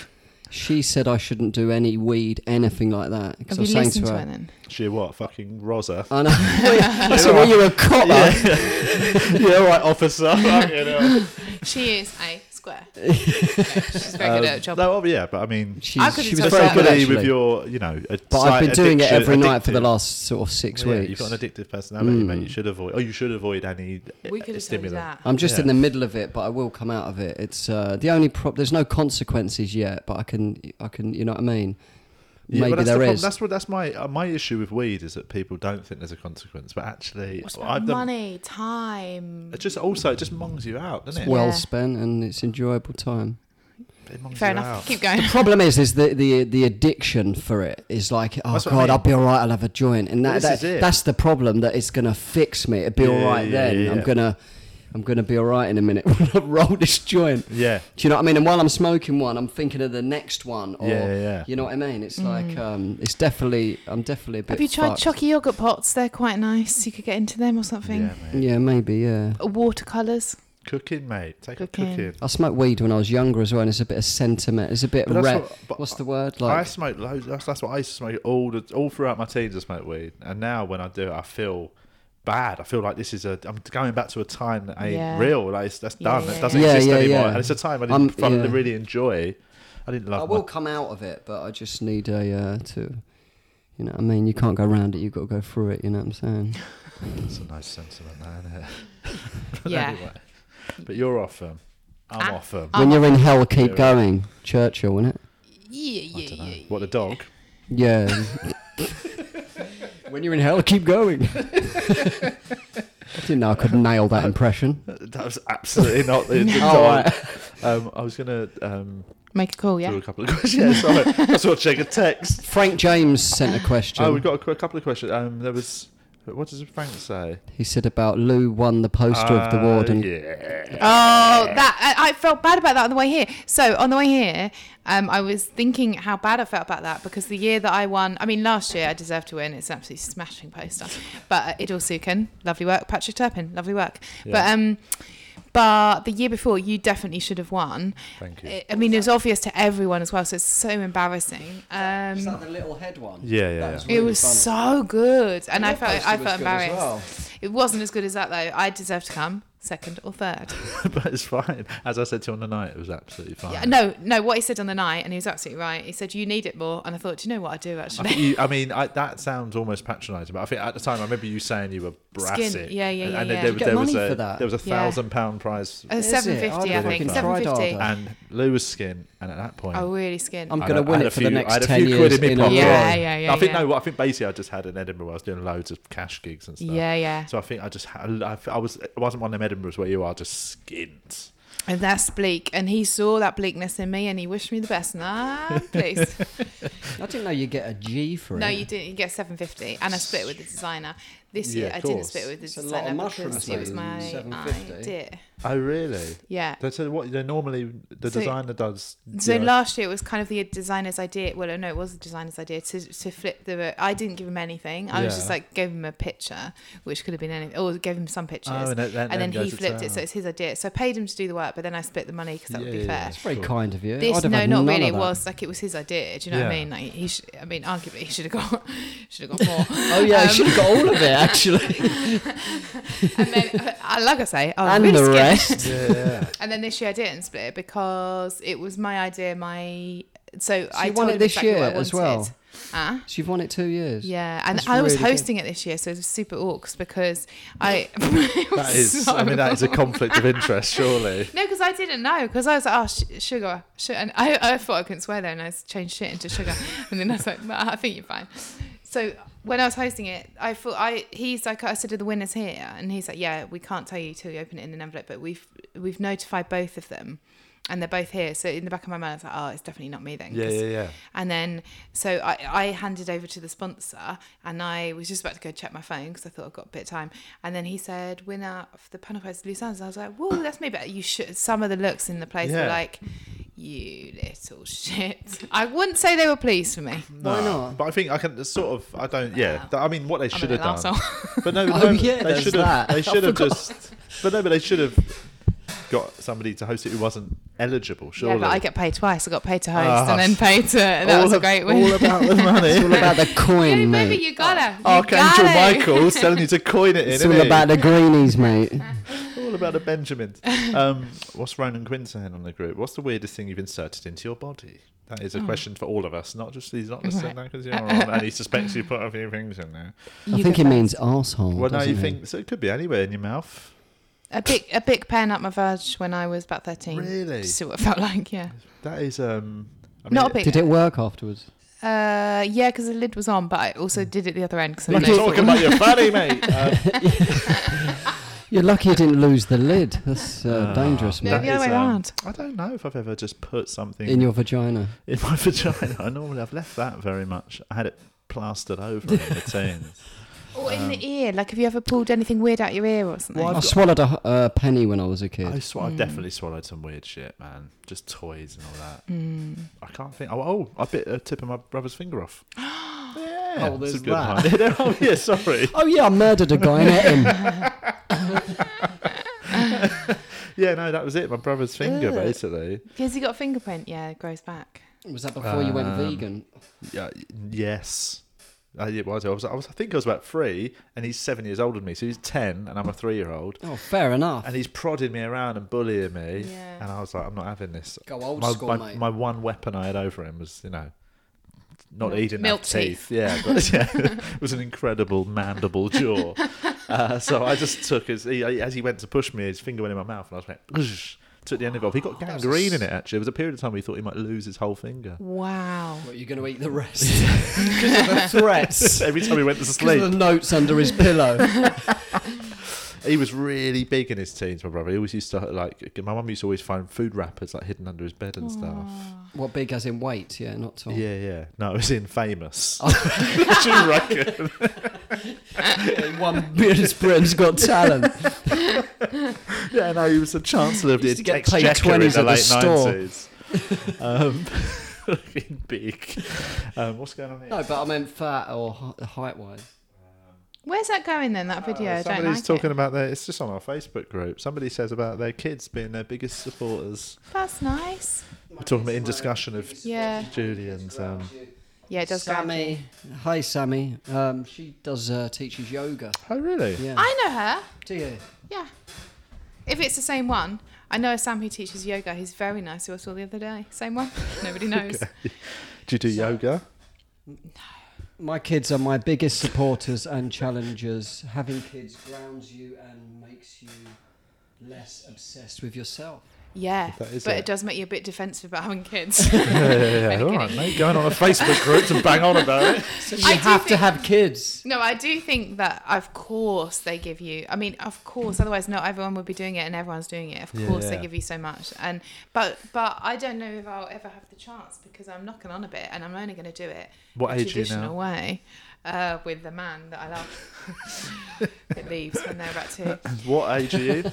[SPEAKER 4] she said I shouldn't do any weed, anything like that. 'cause
[SPEAKER 3] Have
[SPEAKER 4] I was
[SPEAKER 3] you
[SPEAKER 4] saying
[SPEAKER 3] listened to her then?
[SPEAKER 1] She what? Fucking Rosa.
[SPEAKER 4] I know. That's when you're a copper.
[SPEAKER 1] yeah, right, officer. You know.
[SPEAKER 3] She is a square. Yeah, She's very good at her job.
[SPEAKER 1] no, oh, yeah, but I mean,
[SPEAKER 4] She's-
[SPEAKER 3] I could've
[SPEAKER 4] she
[SPEAKER 1] she
[SPEAKER 4] was
[SPEAKER 1] was
[SPEAKER 3] told
[SPEAKER 1] very
[SPEAKER 3] that
[SPEAKER 4] very
[SPEAKER 1] good
[SPEAKER 4] good
[SPEAKER 1] at
[SPEAKER 4] actually.
[SPEAKER 1] with your, you know. a
[SPEAKER 4] but
[SPEAKER 1] slight
[SPEAKER 4] I've been doing it
[SPEAKER 1] addiction-
[SPEAKER 4] every night for the
[SPEAKER 1] addictive-
[SPEAKER 4] last sort of six
[SPEAKER 1] Yeah,
[SPEAKER 4] weeks. Hmm.
[SPEAKER 1] you've got an addictive personality, mate. You should avoid. Oh, you should avoid any uh,
[SPEAKER 3] we could have told you
[SPEAKER 1] stimulant.
[SPEAKER 3] that.
[SPEAKER 4] I'm just
[SPEAKER 1] Yeah.
[SPEAKER 4] in the middle of it, but I will come out of it. It's uh, the only prop. There's no consequences yet, but I can, I can, you know what I mean?
[SPEAKER 1] Yeah, but
[SPEAKER 4] Maybe
[SPEAKER 1] that's the
[SPEAKER 4] there
[SPEAKER 1] problem.
[SPEAKER 4] is.
[SPEAKER 1] That's what. That's my uh, my issue with weed is that people don't think there's a consequence, but actually,
[SPEAKER 3] What's
[SPEAKER 1] I've
[SPEAKER 3] about
[SPEAKER 1] done-
[SPEAKER 3] money, time?
[SPEAKER 1] It just also it just mungs you out, doesn't it?
[SPEAKER 4] well
[SPEAKER 3] Yeah.
[SPEAKER 4] spent and it's enjoyable time.
[SPEAKER 1] it mungs
[SPEAKER 3] Fair
[SPEAKER 1] you
[SPEAKER 3] enough.
[SPEAKER 1] out.
[SPEAKER 3] Keep going.
[SPEAKER 4] Problem is, is the, the the addiction for it is like, oh
[SPEAKER 1] That's what I
[SPEAKER 4] god, I
[SPEAKER 1] mean.
[SPEAKER 4] will be all right. I'll have a joint, and that,
[SPEAKER 1] this
[SPEAKER 4] that
[SPEAKER 1] is it.
[SPEAKER 4] that's the problem. That it's gonna fix me. It'll be all
[SPEAKER 1] Yeah,
[SPEAKER 4] right
[SPEAKER 1] yeah,
[SPEAKER 4] then.
[SPEAKER 1] yeah, yeah.
[SPEAKER 4] I'm gonna I'm gonna be all right in a minute when I roll this joint.
[SPEAKER 1] Yeah.
[SPEAKER 4] Do you know what I mean? And while I'm smoking one, I'm thinking of the next one. Or,
[SPEAKER 1] Yeah, yeah, yeah.
[SPEAKER 4] You know what I mean? It's like um, it's definitely I'm definitely a bit.
[SPEAKER 3] Mm. Have you tried
[SPEAKER 4] fucked.
[SPEAKER 3] chocky yogurt pots? They're quite nice. You could get into them or something.
[SPEAKER 1] Yeah, mate.
[SPEAKER 4] Yeah, maybe. Yeah.
[SPEAKER 3] Watercolors.
[SPEAKER 1] Cooking, mate. Take a
[SPEAKER 3] Cooking.
[SPEAKER 1] cooking.
[SPEAKER 4] I smoked weed when I was younger as well, and it's a bit of sentiment. It's a bit
[SPEAKER 1] But
[SPEAKER 4] of
[SPEAKER 1] that's
[SPEAKER 4] re-
[SPEAKER 1] what- but
[SPEAKER 4] What's the word?
[SPEAKER 1] I
[SPEAKER 4] Like
[SPEAKER 1] smoked loads. That's, that's what I used to smoke all the, all throughout my teens. I smoked weed, and now when I do it, I feel bad. I feel like this is a. I'm going back to a time that ain't
[SPEAKER 3] Yeah.
[SPEAKER 1] real. Like it's, that's
[SPEAKER 3] Yeah,
[SPEAKER 1] done.
[SPEAKER 3] yeah,
[SPEAKER 1] it doesn't
[SPEAKER 4] yeah. Yeah,
[SPEAKER 1] exist
[SPEAKER 4] yeah,
[SPEAKER 1] anymore.
[SPEAKER 4] yeah.
[SPEAKER 1] And it's a time I didn't
[SPEAKER 4] Um,
[SPEAKER 1] fun-
[SPEAKER 4] yeah.
[SPEAKER 1] really enjoy. I didn't love.
[SPEAKER 4] I
[SPEAKER 1] my-
[SPEAKER 4] will come out of it, but I just need a uh, to, you know, what I mean, you can't go around it. You've got to go through it. You know what I'm saying?
[SPEAKER 1] That's a nice sentiment, that, isn't it?
[SPEAKER 3] Yeah. Ah.
[SPEAKER 1] Anyway. But you're off them. I'm off um, them.
[SPEAKER 4] when you're in hell, keep
[SPEAKER 1] Yeah.
[SPEAKER 4] going, Churchill, isn't it?
[SPEAKER 3] Yeah, yeah,
[SPEAKER 1] I don't
[SPEAKER 3] yeah.
[SPEAKER 1] know. What the dog?
[SPEAKER 4] Yeah. when you're in hell, keep going. I didn't know I could nail that impression.
[SPEAKER 1] That was absolutely not the, the
[SPEAKER 4] All
[SPEAKER 1] dog. Um, I was gonna um,
[SPEAKER 3] Make a call,
[SPEAKER 1] do
[SPEAKER 3] yeah.
[SPEAKER 1] a couple of questions. Yeah, sorry. I just want to check a text.
[SPEAKER 4] Frank James sent a question.
[SPEAKER 1] Oh, we've got a, qu- a couple of questions. Um, there was. What does Frank say?
[SPEAKER 4] he said about Lou won the poster of the
[SPEAKER 1] Uh,
[SPEAKER 4] warden.
[SPEAKER 1] Yeah.
[SPEAKER 3] Oh, that I, I felt bad about that on the way here. So on the way here, um, I was thinking how bad I felt about that because the year that I won, I mean last year I deserved to win. It's an absolutely smashing poster. But uh, Idil Sukin, lovely work. Patrick Turpin, lovely work. But
[SPEAKER 1] Yeah.
[SPEAKER 3] um, but the year before, you definitely should have won.
[SPEAKER 1] Thank you.
[SPEAKER 3] I- I mean, it was obvious to everyone as well, so it's so embarrassing. Um,
[SPEAKER 4] the little head one?
[SPEAKER 1] Yeah, yeah, That was yeah.
[SPEAKER 3] it was so good, and I felt I felt embarrassed.
[SPEAKER 4] well.
[SPEAKER 3] It wasn't as good as that though. I deserved to come second or third.
[SPEAKER 1] but it's fine. As I said to you on the night, it was absolutely fine.
[SPEAKER 3] Yeah, no, no. What he said on the night, and he was absolutely right. He said, "You need it more," and I thought, "Do you know what I do
[SPEAKER 1] I,
[SPEAKER 3] actually?"
[SPEAKER 1] think you, I mean, I, that sounds almost patronising, but I think at the time I remember you saying you were brassy.
[SPEAKER 3] yeah, yeah,
[SPEAKER 1] and,
[SPEAKER 3] yeah,
[SPEAKER 1] And
[SPEAKER 3] yeah.
[SPEAKER 1] There,
[SPEAKER 3] You
[SPEAKER 4] get
[SPEAKER 1] there was
[SPEAKER 4] money
[SPEAKER 1] a,
[SPEAKER 4] for that.
[SPEAKER 1] There was a
[SPEAKER 3] Yeah.
[SPEAKER 1] thousand pound prize,
[SPEAKER 3] Uh,
[SPEAKER 4] Is it?
[SPEAKER 3] Seven fifty,
[SPEAKER 4] I'd
[SPEAKER 3] I
[SPEAKER 4] be
[SPEAKER 3] think.
[SPEAKER 4] fucking
[SPEAKER 3] Seven fifty.
[SPEAKER 4] fried
[SPEAKER 1] and Lou was skin, and at that point,
[SPEAKER 3] I really skinned.
[SPEAKER 4] I'm
[SPEAKER 1] I
[SPEAKER 4] going to
[SPEAKER 1] had- I
[SPEAKER 4] win
[SPEAKER 1] had
[SPEAKER 4] it
[SPEAKER 1] a
[SPEAKER 4] for
[SPEAKER 1] few-
[SPEAKER 4] the next
[SPEAKER 1] I had a
[SPEAKER 4] 10
[SPEAKER 1] few quid
[SPEAKER 4] years
[SPEAKER 1] in me
[SPEAKER 4] in a row.
[SPEAKER 1] pocket.
[SPEAKER 3] Oh, Yeah, yeah, yeah,
[SPEAKER 1] I think
[SPEAKER 3] yeah.
[SPEAKER 1] no. I think basically I just had in Edinburgh. where I was doing loads of cash gigs and stuff.
[SPEAKER 3] Yeah, yeah.
[SPEAKER 1] So I think I just had, I, I was I wasn't one of them Edinburghs where you are just skint.
[SPEAKER 3] and that's bleak. And he saw that bleakness in me, and he wished me the best. And I'm pleased.
[SPEAKER 4] I didn't know you get a G for it.
[SPEAKER 3] no, you didn't. You get seven fifty, and I split with the designer. This
[SPEAKER 1] Yeah,
[SPEAKER 3] year,
[SPEAKER 1] of
[SPEAKER 3] I didn't
[SPEAKER 1] course.
[SPEAKER 3] split with the
[SPEAKER 4] It's a lot
[SPEAKER 3] designer
[SPEAKER 4] of mushrooms,
[SPEAKER 3] because it was
[SPEAKER 4] though,
[SPEAKER 3] my
[SPEAKER 4] 750.
[SPEAKER 3] idea.
[SPEAKER 1] Oh really?
[SPEAKER 3] Yeah.
[SPEAKER 1] So what they normally the
[SPEAKER 3] So-
[SPEAKER 1] designer does.
[SPEAKER 3] So
[SPEAKER 1] you know,
[SPEAKER 3] last year it was kind of the designer's idea. Well, no, it was the designer's idea to, to flip the. I didn't give him anything. I was
[SPEAKER 1] Yeah.
[SPEAKER 3] just like gave him a picture, which could have been anything, or gave him some pictures,
[SPEAKER 1] Oh, and
[SPEAKER 3] and,
[SPEAKER 1] then- then-
[SPEAKER 3] then,
[SPEAKER 1] then
[SPEAKER 3] he
[SPEAKER 1] goes to
[SPEAKER 3] flipped it.
[SPEAKER 1] town.
[SPEAKER 3] So it's his idea. So I paid him to do the work, but then I split the money because that would
[SPEAKER 1] Yeah,
[SPEAKER 3] be
[SPEAKER 1] yeah, yeah.
[SPEAKER 3] fair.
[SPEAKER 4] That's very kind of you.
[SPEAKER 3] This
[SPEAKER 4] I'd have
[SPEAKER 3] no,
[SPEAKER 4] had
[SPEAKER 3] not
[SPEAKER 4] none
[SPEAKER 3] really.
[SPEAKER 4] of
[SPEAKER 3] It
[SPEAKER 4] that.
[SPEAKER 3] was like it was his idea. Do you know what I
[SPEAKER 1] Yeah.
[SPEAKER 3] mean? Like he, sh- I mean, arguably he should have got, should have got more. Um,
[SPEAKER 4] Oh yeah, I should have got all of it actually.
[SPEAKER 3] and then, I- like I say, I was
[SPEAKER 4] and
[SPEAKER 3] really
[SPEAKER 4] the
[SPEAKER 3] scared.
[SPEAKER 4] rest.
[SPEAKER 1] Yeah.
[SPEAKER 3] And then this year I didn't split it because it was my idea. My so,
[SPEAKER 4] you
[SPEAKER 3] I
[SPEAKER 4] won
[SPEAKER 3] told
[SPEAKER 4] it
[SPEAKER 3] him
[SPEAKER 4] this
[SPEAKER 3] exactly what
[SPEAKER 4] year
[SPEAKER 3] I
[SPEAKER 4] as
[SPEAKER 3] wanted.
[SPEAKER 4] well?
[SPEAKER 3] Ah.
[SPEAKER 4] So you've won it two years.
[SPEAKER 3] Yeah, and
[SPEAKER 4] That's
[SPEAKER 3] I was
[SPEAKER 4] really good.
[SPEAKER 3] hosting it this year, so it was super awkward because I.
[SPEAKER 1] That is, I mean, that is a conflict of interest, surely.
[SPEAKER 3] No, because I didn't know. Because I was like, oh, sh- sugar, sugar. And I, I thought I couldn't swear there, and I changed shit into sugar. and then I was like, "Nah, I think you're fine. So when I was hosting it, I thought I he's like I said, are the winners here? And he's like, yeah, we can't tell you till you open it in an envelope, but we've we've notified both of them, and they're both here. So in the back of my mind, I was like, oh, it's definitely not me then.
[SPEAKER 1] Yeah,
[SPEAKER 3] 'cause
[SPEAKER 1] yeah, yeah.
[SPEAKER 3] and then, so I, I handed over to the sponsor and I was just about to go check my phone because I thought I've got a bit of time. And then he said, winner of the panel prize, Lusan's. I was like, whoa, that's me. But you should, some of the looks in the place
[SPEAKER 1] Yeah.
[SPEAKER 3] were like, you little shit. I wouldn't say they were pleased for me.
[SPEAKER 4] Why
[SPEAKER 1] No,
[SPEAKER 4] not?
[SPEAKER 1] But I think I can sort of. I don't. Yeah. th- I mean, what they should
[SPEAKER 3] an
[SPEAKER 1] have done.
[SPEAKER 3] arsehole.
[SPEAKER 1] But no,
[SPEAKER 4] Oh,
[SPEAKER 1] no
[SPEAKER 4] yeah,
[SPEAKER 1] they
[SPEAKER 4] there's
[SPEAKER 1] should have.
[SPEAKER 4] that.
[SPEAKER 1] They
[SPEAKER 4] I
[SPEAKER 1] should have
[SPEAKER 4] forgot.
[SPEAKER 1] just. But no, but they should have got somebody to host it who wasn't eligible. Surely.
[SPEAKER 3] Yeah, but I get paid twice. I got paid to host
[SPEAKER 1] Ah,
[SPEAKER 3] and then paid to. and That
[SPEAKER 1] all
[SPEAKER 3] was a
[SPEAKER 1] ab-
[SPEAKER 3] great
[SPEAKER 1] All
[SPEAKER 3] win.
[SPEAKER 1] about the
[SPEAKER 4] It's all
[SPEAKER 1] money.
[SPEAKER 4] about the coin,
[SPEAKER 3] Hey, Maybe
[SPEAKER 4] mate.
[SPEAKER 3] you gotta.
[SPEAKER 1] Oh,
[SPEAKER 3] You
[SPEAKER 1] Archangel
[SPEAKER 3] gotta.
[SPEAKER 1] Michael's telling you to coin it in.
[SPEAKER 4] It's
[SPEAKER 1] isn't
[SPEAKER 4] all
[SPEAKER 1] it?
[SPEAKER 4] about the greenies, mate.
[SPEAKER 1] all about the Benjamins. Um, what's Ronan Quinn saying on the group? What's the weirdest thing you've inserted into your body? That
[SPEAKER 3] Hmm.
[SPEAKER 1] is a question for all of us. Not just he's not just saying that because you're on, and he suspects you put a few things in there.
[SPEAKER 4] I
[SPEAKER 3] You
[SPEAKER 4] think
[SPEAKER 3] go
[SPEAKER 4] it
[SPEAKER 3] first.
[SPEAKER 4] means asshole.
[SPEAKER 1] Well, now
[SPEAKER 4] doesn't
[SPEAKER 1] you
[SPEAKER 4] it?
[SPEAKER 1] think so. It could be anywhere in your mouth.
[SPEAKER 3] A big, a big pen up my vag when I was about 13.
[SPEAKER 1] Really?
[SPEAKER 3] Just see what it felt like, yeah.
[SPEAKER 1] That is um. I mean,
[SPEAKER 3] Not a
[SPEAKER 1] it-
[SPEAKER 3] big
[SPEAKER 4] Did it work afterwards?
[SPEAKER 3] Uh, yeah, because the lid was on, but I also
[SPEAKER 1] Mm.
[SPEAKER 3] did it the other end because I
[SPEAKER 1] You're
[SPEAKER 3] know
[SPEAKER 1] talking about your fanny, mate. Um,
[SPEAKER 4] You're lucky you didn't lose the lid. That's
[SPEAKER 1] Ah,
[SPEAKER 4] uh, dangerous,
[SPEAKER 3] No,
[SPEAKER 4] mate.
[SPEAKER 1] that
[SPEAKER 3] the other
[SPEAKER 1] is,
[SPEAKER 3] way
[SPEAKER 1] um,
[SPEAKER 3] round.
[SPEAKER 1] I don't know if I've ever just put something
[SPEAKER 4] In your vagina.
[SPEAKER 1] in my vagina. I normally I've left that very much. I had it plastered over in the teens.
[SPEAKER 3] or in the ear. Like, have you ever pulled anything weird out your ear or something?
[SPEAKER 4] I swallowed a h- uh, penny when I was a
[SPEAKER 1] I
[SPEAKER 4] kid.
[SPEAKER 1] sw- I definitely swallowed some weird shit, man. Just toys and all that. I can't think. Oh, oh, I bit a tip of my brother's finger off. yeah,
[SPEAKER 4] Oh,
[SPEAKER 1] it's a
[SPEAKER 4] there's
[SPEAKER 1] good
[SPEAKER 4] that.
[SPEAKER 1] one. Yeah, oh, yeah, sorry.
[SPEAKER 4] Oh yeah, I murdered a guy and ate him.
[SPEAKER 1] Yeah, no, that was it. My brother's finger, basically.
[SPEAKER 3] Because you got a fingerprint. Yeah, it grows back.
[SPEAKER 4] Was that before you
[SPEAKER 1] Um,
[SPEAKER 4] went vegan?
[SPEAKER 1] Yeah, y- yes. Uh, it was. I was. I was. I think I was about three, and he's seven years older than me. So he's ten, and I'm a three-year-old.
[SPEAKER 4] Oh, fair enough.
[SPEAKER 1] And he's prodding me around and bullying me,
[SPEAKER 3] Yeah.
[SPEAKER 1] and I was like, "I'm not having this."
[SPEAKER 4] Go old
[SPEAKER 1] my,
[SPEAKER 4] school,
[SPEAKER 1] my,
[SPEAKER 4] mate.
[SPEAKER 1] my one weapon I had over him was, you know, not
[SPEAKER 3] Milk-
[SPEAKER 1] eating
[SPEAKER 3] milk
[SPEAKER 1] enough teeth. Yeah, but, yeah, it was an incredible mandible jaw. Uh, so I just took his he, as he went to push me, his finger went in my mouth, and I was like, "Whoosh," took the end of it. off. He got gangrene in it. Actually, there was a period of time we thought he might lose his whole finger.
[SPEAKER 3] Wow.
[SPEAKER 4] What, you're going to eat the rest? Because of the threats.
[SPEAKER 1] Every time he went to
[SPEAKER 4] Because of
[SPEAKER 1] sleep,
[SPEAKER 4] the notes under his pillow.
[SPEAKER 1] he was really big in his teens. My brother, he always used to like. My mum used to always find food wrappers like hidden under his bed and stuff.
[SPEAKER 4] what, big as in weight? Yeah, not tall.
[SPEAKER 1] Yeah, yeah. No, it was in famous. Do you reckon?
[SPEAKER 4] One bearded Britain's got talent.
[SPEAKER 1] Yeah, no, he was the chancellor of the
[SPEAKER 4] Used to get paid
[SPEAKER 1] Exchequer in
[SPEAKER 4] 20s
[SPEAKER 1] the
[SPEAKER 4] at the
[SPEAKER 1] late
[SPEAKER 4] store.
[SPEAKER 1] nineties. Um, looking big. Um, what's going on here?
[SPEAKER 4] No, but I meant fat or height wise.
[SPEAKER 3] Where's that going then? That video. I don't
[SPEAKER 1] Uh, Somebody's
[SPEAKER 3] like
[SPEAKER 1] talking
[SPEAKER 3] it.
[SPEAKER 1] about their. It's just on our Facebook group. Somebody says about their kids being their biggest supporters.
[SPEAKER 3] That's nice.
[SPEAKER 1] We're talking about in discussion of
[SPEAKER 3] Yeah.
[SPEAKER 1] Julie and um,
[SPEAKER 3] Yeah, it does. grow.
[SPEAKER 4] Sammy. Hi, Sammy. Um, she does uh, teaches yoga.
[SPEAKER 1] oh really?
[SPEAKER 4] Yeah.
[SPEAKER 3] I know her.
[SPEAKER 4] Do you?
[SPEAKER 3] Yeah. If it's the same one, I know a Sam who teaches yoga. He's very nice. Who I saw the other day. Same one. Nobody knows.
[SPEAKER 1] Do you do yoga?
[SPEAKER 4] My kids are my biggest supporters and challengers. Having kids grounds you and makes you less obsessed with yourself.
[SPEAKER 3] Yeah,
[SPEAKER 1] That is
[SPEAKER 3] but
[SPEAKER 1] it.
[SPEAKER 3] it does make you a bit defensive about having kids.
[SPEAKER 1] Yeah, yeah. All right, mate. Going on a Facebook group to bang on about it.
[SPEAKER 4] So you
[SPEAKER 3] I do
[SPEAKER 4] have to
[SPEAKER 3] think-
[SPEAKER 4] have kids.
[SPEAKER 3] No, I do think that of course they give you. I mean, of course, otherwise not everyone would be doing it, and everyone's doing it. Of
[SPEAKER 1] Yeah,
[SPEAKER 3] course,
[SPEAKER 1] yeah.
[SPEAKER 3] they give you so much, and but but I don't know if I'll ever have the chance because I'm knocking on a bit, and I'm only going to do it
[SPEAKER 1] What age are
[SPEAKER 3] the
[SPEAKER 1] you now?
[SPEAKER 3] traditional way uh, with the man that I love that leaves when they're about two.
[SPEAKER 1] What age are you?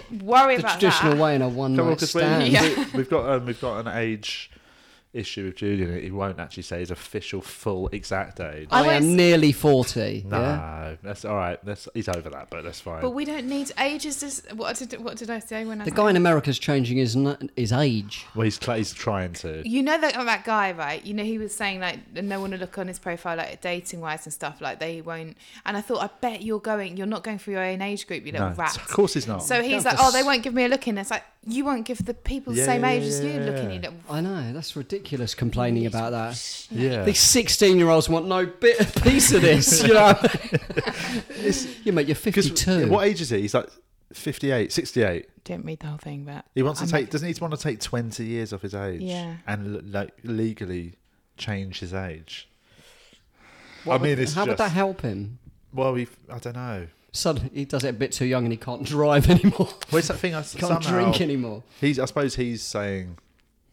[SPEAKER 3] Don't worry
[SPEAKER 4] The
[SPEAKER 3] about
[SPEAKER 4] traditional
[SPEAKER 3] that.
[SPEAKER 4] way in a one
[SPEAKER 1] Come on,
[SPEAKER 4] night
[SPEAKER 1] 'cause
[SPEAKER 4] stand.
[SPEAKER 1] we,
[SPEAKER 3] Yeah.
[SPEAKER 1] we, have got um, we've got an age issue with Julian, he won't actually say his official full exact age.
[SPEAKER 3] I
[SPEAKER 4] I,
[SPEAKER 3] won't s-
[SPEAKER 4] am nearly 40.
[SPEAKER 1] no,
[SPEAKER 4] Yeah?
[SPEAKER 1] that's all right. That's he's over that, but that's fine.
[SPEAKER 3] Oh, But we don't need ages. Just what did what did I say when I
[SPEAKER 4] The
[SPEAKER 3] said-
[SPEAKER 4] guy in America's changing his, n- his age.
[SPEAKER 1] well, he's, cl- he's trying to.
[SPEAKER 3] You know that that guy, right? You know he was saying like that no one will look on his profile like dating wise and stuff like they won't. And I thought, I bet you're going. You're not going for your own age group, you little
[SPEAKER 1] No,
[SPEAKER 3] rat.
[SPEAKER 1] of course he's not.
[SPEAKER 3] So he's
[SPEAKER 4] have
[SPEAKER 3] like,
[SPEAKER 4] to
[SPEAKER 3] oh, they
[SPEAKER 4] s-
[SPEAKER 3] won't give me a look in. It's like you won't give the people the
[SPEAKER 1] Yeah,
[SPEAKER 3] same
[SPEAKER 1] yeah,
[SPEAKER 3] age as you
[SPEAKER 1] yeah,
[SPEAKER 3] look in.
[SPEAKER 1] yeah.
[SPEAKER 3] You little
[SPEAKER 4] I know, that's ridiculous complaining about that.
[SPEAKER 1] yeah,
[SPEAKER 4] These 16 year olds want no bit of piece of this, you know? you mate, you're 52.
[SPEAKER 1] what age is he? He's like 58, 68.
[SPEAKER 3] Don't read the whole thing, but
[SPEAKER 1] He wants to
[SPEAKER 3] I'm
[SPEAKER 1] take.
[SPEAKER 3] like-
[SPEAKER 1] Doesn't he want to take twenty years off his age?
[SPEAKER 3] Yeah.
[SPEAKER 1] and l- like legally change his age. I
[SPEAKER 4] What
[SPEAKER 1] mean,
[SPEAKER 4] would-
[SPEAKER 1] it's
[SPEAKER 4] how would
[SPEAKER 1] just-
[SPEAKER 4] that help him?
[SPEAKER 1] Well, we. I don't know.
[SPEAKER 4] Suddenly, he does it a bit too young and he can't drive anymore.
[SPEAKER 1] Where's that thing? I
[SPEAKER 4] can't
[SPEAKER 1] somehow-
[SPEAKER 4] drink anymore.
[SPEAKER 1] He's. I suppose he's saying.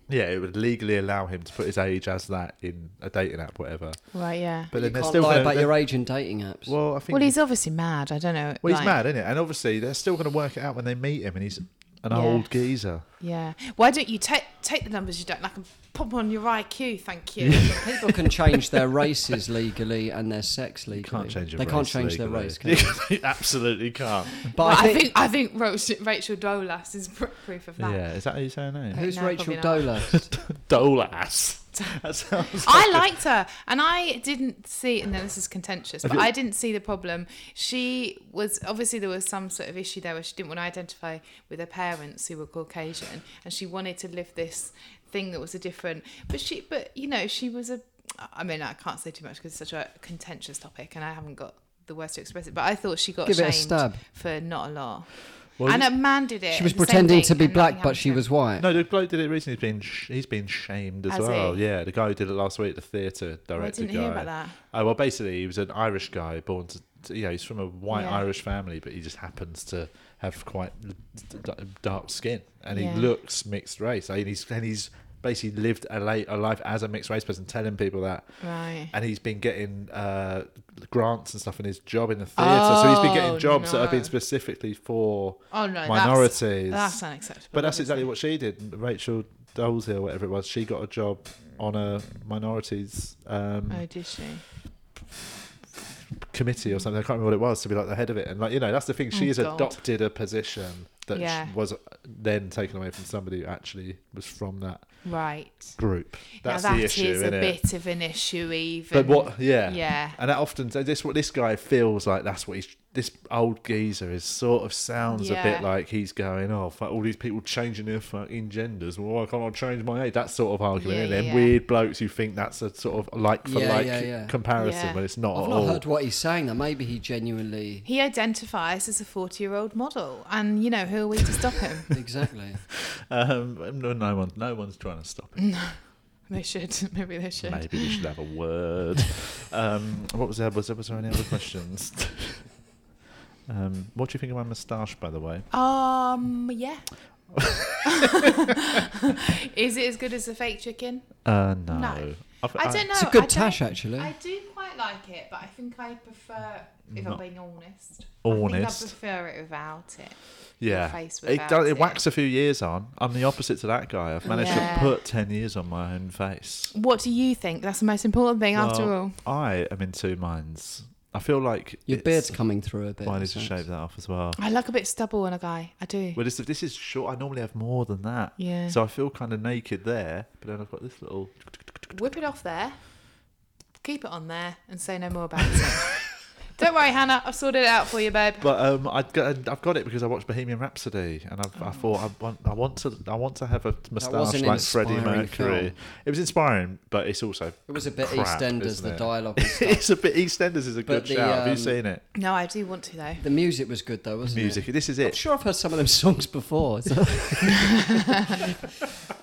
[SPEAKER 1] Yeah, it would legally allow him to put his age as that in a dating app, whatever.
[SPEAKER 3] right, yeah.
[SPEAKER 1] But
[SPEAKER 4] you
[SPEAKER 1] then they're
[SPEAKER 4] can't
[SPEAKER 1] still
[SPEAKER 4] lie
[SPEAKER 1] gonna-
[SPEAKER 4] about
[SPEAKER 1] they're-
[SPEAKER 4] your age in dating apps.
[SPEAKER 1] Well, I think.
[SPEAKER 3] well, he's obviously mad. I don't know.
[SPEAKER 1] well, he's
[SPEAKER 3] like-
[SPEAKER 1] mad, isn't it? And obviously, they're still going to work it out when they meet him, and he's an
[SPEAKER 3] Yeah.
[SPEAKER 1] old geezer.
[SPEAKER 3] Yeah. Why don't you take take the numbers you don't like and pop on your IQ? Thank you.
[SPEAKER 4] People can change their races legally and their sex legally.
[SPEAKER 1] Can't change. Your
[SPEAKER 4] they
[SPEAKER 1] race
[SPEAKER 4] can't change their
[SPEAKER 1] legally.
[SPEAKER 4] race. Can they?
[SPEAKER 1] You absolutely can't.
[SPEAKER 4] But
[SPEAKER 3] Well,
[SPEAKER 4] I think,
[SPEAKER 3] I think Rachel, Rachel Dolas is pr- proof of that.
[SPEAKER 1] Yeah, is that how you say her name?
[SPEAKER 4] who's
[SPEAKER 3] No,
[SPEAKER 4] Rachel
[SPEAKER 3] probably
[SPEAKER 4] Dolas?
[SPEAKER 1] Dolas. That sounds.
[SPEAKER 3] I liked her, and I didn't see. And then this is contentious, but
[SPEAKER 1] you-
[SPEAKER 3] I didn't see the problem. She was obviously there was some sort of issue there where she didn't want to identify with her parents who were Caucasian, and she wanted to live this thing that was a different. But she, but you know, she was a. I mean, I can't say too much because it's such a contentious topic, and I haven't got the words to express it. But I thought she got
[SPEAKER 4] Give it a
[SPEAKER 3] shamed
[SPEAKER 4] stab.
[SPEAKER 3] for not a law.
[SPEAKER 1] Well,
[SPEAKER 3] and a man did it.
[SPEAKER 4] She was
[SPEAKER 3] the same
[SPEAKER 4] pretending
[SPEAKER 3] thing,
[SPEAKER 4] to be
[SPEAKER 3] and nothing
[SPEAKER 4] black, but she
[SPEAKER 3] happened.
[SPEAKER 4] was white.
[SPEAKER 1] No, the bloke did it recently. He's been sh- he's been shamed as
[SPEAKER 3] Has
[SPEAKER 1] well.
[SPEAKER 3] he?
[SPEAKER 1] Yeah, the guy who did it last week, the theatre director
[SPEAKER 3] I didn't
[SPEAKER 1] guy.
[SPEAKER 3] hear about that.
[SPEAKER 1] Oh well, basically he was an Irish guy born to. to- You know, he's from a white
[SPEAKER 3] Yeah.
[SPEAKER 1] Irish family, but he just happens to have quite d- d- dark skin, and
[SPEAKER 3] Yeah.
[SPEAKER 1] he looks mixed race. And he's and he's basically lived a, late, a life as a mixed race person, telling people that.
[SPEAKER 3] Right.
[SPEAKER 1] And he's been getting uh, grants and stuff in his job in the theatre, so he's been
[SPEAKER 3] Oh,
[SPEAKER 1] getting jobs that have
[SPEAKER 3] no.
[SPEAKER 1] been specifically for
[SPEAKER 3] Oh no,
[SPEAKER 1] minorities.
[SPEAKER 3] That's, that's unacceptable.
[SPEAKER 1] But that's exactly
[SPEAKER 3] obviously.
[SPEAKER 1] what she did. Rachel Dolezal, whatever it was, she got a job on a minorities um,
[SPEAKER 3] Oh, did she?
[SPEAKER 1] committee or something. I can't remember what it was to be like the head of it. And like you know, that's the thing. She
[SPEAKER 3] Oh,
[SPEAKER 1] has
[SPEAKER 3] God.
[SPEAKER 1] adopted a position that sh-
[SPEAKER 3] Yeah.
[SPEAKER 1] was then taken away from somebody who actually was from that
[SPEAKER 3] Right.
[SPEAKER 1] group. That's
[SPEAKER 3] now that
[SPEAKER 1] the
[SPEAKER 3] is
[SPEAKER 1] issue,
[SPEAKER 3] a
[SPEAKER 1] innit?
[SPEAKER 3] bit of an issue, even.
[SPEAKER 1] But what? Yeah.
[SPEAKER 3] Yeah.
[SPEAKER 1] And that often so this what this guy feels like. That's what he's. This old geezer is sort of sounds a
[SPEAKER 3] Yeah.
[SPEAKER 1] bit like he's going off. Like all these people changing their fucking genders. Well, why can't I change my age? That sort of argument.
[SPEAKER 3] Yeah,
[SPEAKER 1] and
[SPEAKER 3] yeah,
[SPEAKER 1] then
[SPEAKER 3] yeah.
[SPEAKER 1] weird blokes who think that's a sort of like for
[SPEAKER 4] Yeah,
[SPEAKER 1] like
[SPEAKER 4] yeah, yeah.
[SPEAKER 1] comparison
[SPEAKER 3] Yeah.
[SPEAKER 1] when it's not
[SPEAKER 4] I've
[SPEAKER 1] at
[SPEAKER 4] not
[SPEAKER 1] all.
[SPEAKER 4] heard what he's saying. Though maybe he genuinely
[SPEAKER 3] He identifies as a 40 year old model, and you know, who are we to stop him?
[SPEAKER 4] exactly.
[SPEAKER 1] Um, no, no one, no one's trying to stop it.
[SPEAKER 3] they should. Maybe they should.
[SPEAKER 1] Maybe we should have a word. um, what was there? Was there, was there any other questions? um, what do you think of my moustache, by the way?
[SPEAKER 3] Um, yeah. is it as good as the fake chicken?
[SPEAKER 1] Uh, no.
[SPEAKER 3] No.
[SPEAKER 1] I've-
[SPEAKER 3] I don't know.
[SPEAKER 4] It's a
[SPEAKER 3] I
[SPEAKER 4] good
[SPEAKER 3] don't-
[SPEAKER 4] tash, actually.
[SPEAKER 3] I do quite like it, but I think I prefer, if I'm being honest,
[SPEAKER 1] Honest.
[SPEAKER 3] I think I prefer it without it.
[SPEAKER 1] yeah.
[SPEAKER 3] face
[SPEAKER 1] it,
[SPEAKER 3] without
[SPEAKER 1] does,
[SPEAKER 3] it.
[SPEAKER 1] it whacks a few years on. I'm the opposite to that guy. I've managed
[SPEAKER 3] Yeah.
[SPEAKER 1] to put 10 years on my own face.
[SPEAKER 3] What do you think? That's the most important thing, after all.
[SPEAKER 1] Well, I am in two minds. I feel like
[SPEAKER 4] Your
[SPEAKER 1] it's-
[SPEAKER 4] beard's coming through a bit.
[SPEAKER 1] Well, I need
[SPEAKER 4] so
[SPEAKER 1] to shave that off as well.
[SPEAKER 3] I like a bit stubble on a guy. I do.
[SPEAKER 1] Well, this, this is short. I normally have more than that.
[SPEAKER 3] Yeah.
[SPEAKER 1] So I feel kind of naked there, but then I've got this little.
[SPEAKER 3] Whip it off there, keep it on there, and say no more about it. Don't worry, Hannah. I've sorted it out for you, babe.
[SPEAKER 1] But um, I got, I've got it because I watched Bohemian Rhapsody, and I've,
[SPEAKER 3] Oh.
[SPEAKER 1] I thought I want, I want to, I want to have a moustache
[SPEAKER 4] an
[SPEAKER 1] like Freddie
[SPEAKER 4] inspiring
[SPEAKER 1] Mercury.
[SPEAKER 4] film.
[SPEAKER 1] It was inspiring, but it's also
[SPEAKER 4] It was a bit
[SPEAKER 1] crap,
[SPEAKER 4] EastEnders,
[SPEAKER 1] isn't
[SPEAKER 4] the
[SPEAKER 1] it?
[SPEAKER 4] dialogue. and stuff.
[SPEAKER 1] it's a bit EastEnders is a good
[SPEAKER 4] But the,
[SPEAKER 1] shout. Have you
[SPEAKER 4] um,
[SPEAKER 1] seen it?
[SPEAKER 3] No, I do want to though.
[SPEAKER 4] the music was good though, wasn't
[SPEAKER 1] Music.
[SPEAKER 4] it?
[SPEAKER 1] This is
[SPEAKER 4] I'm
[SPEAKER 1] it.
[SPEAKER 4] sure I've heard some of them songs before. so-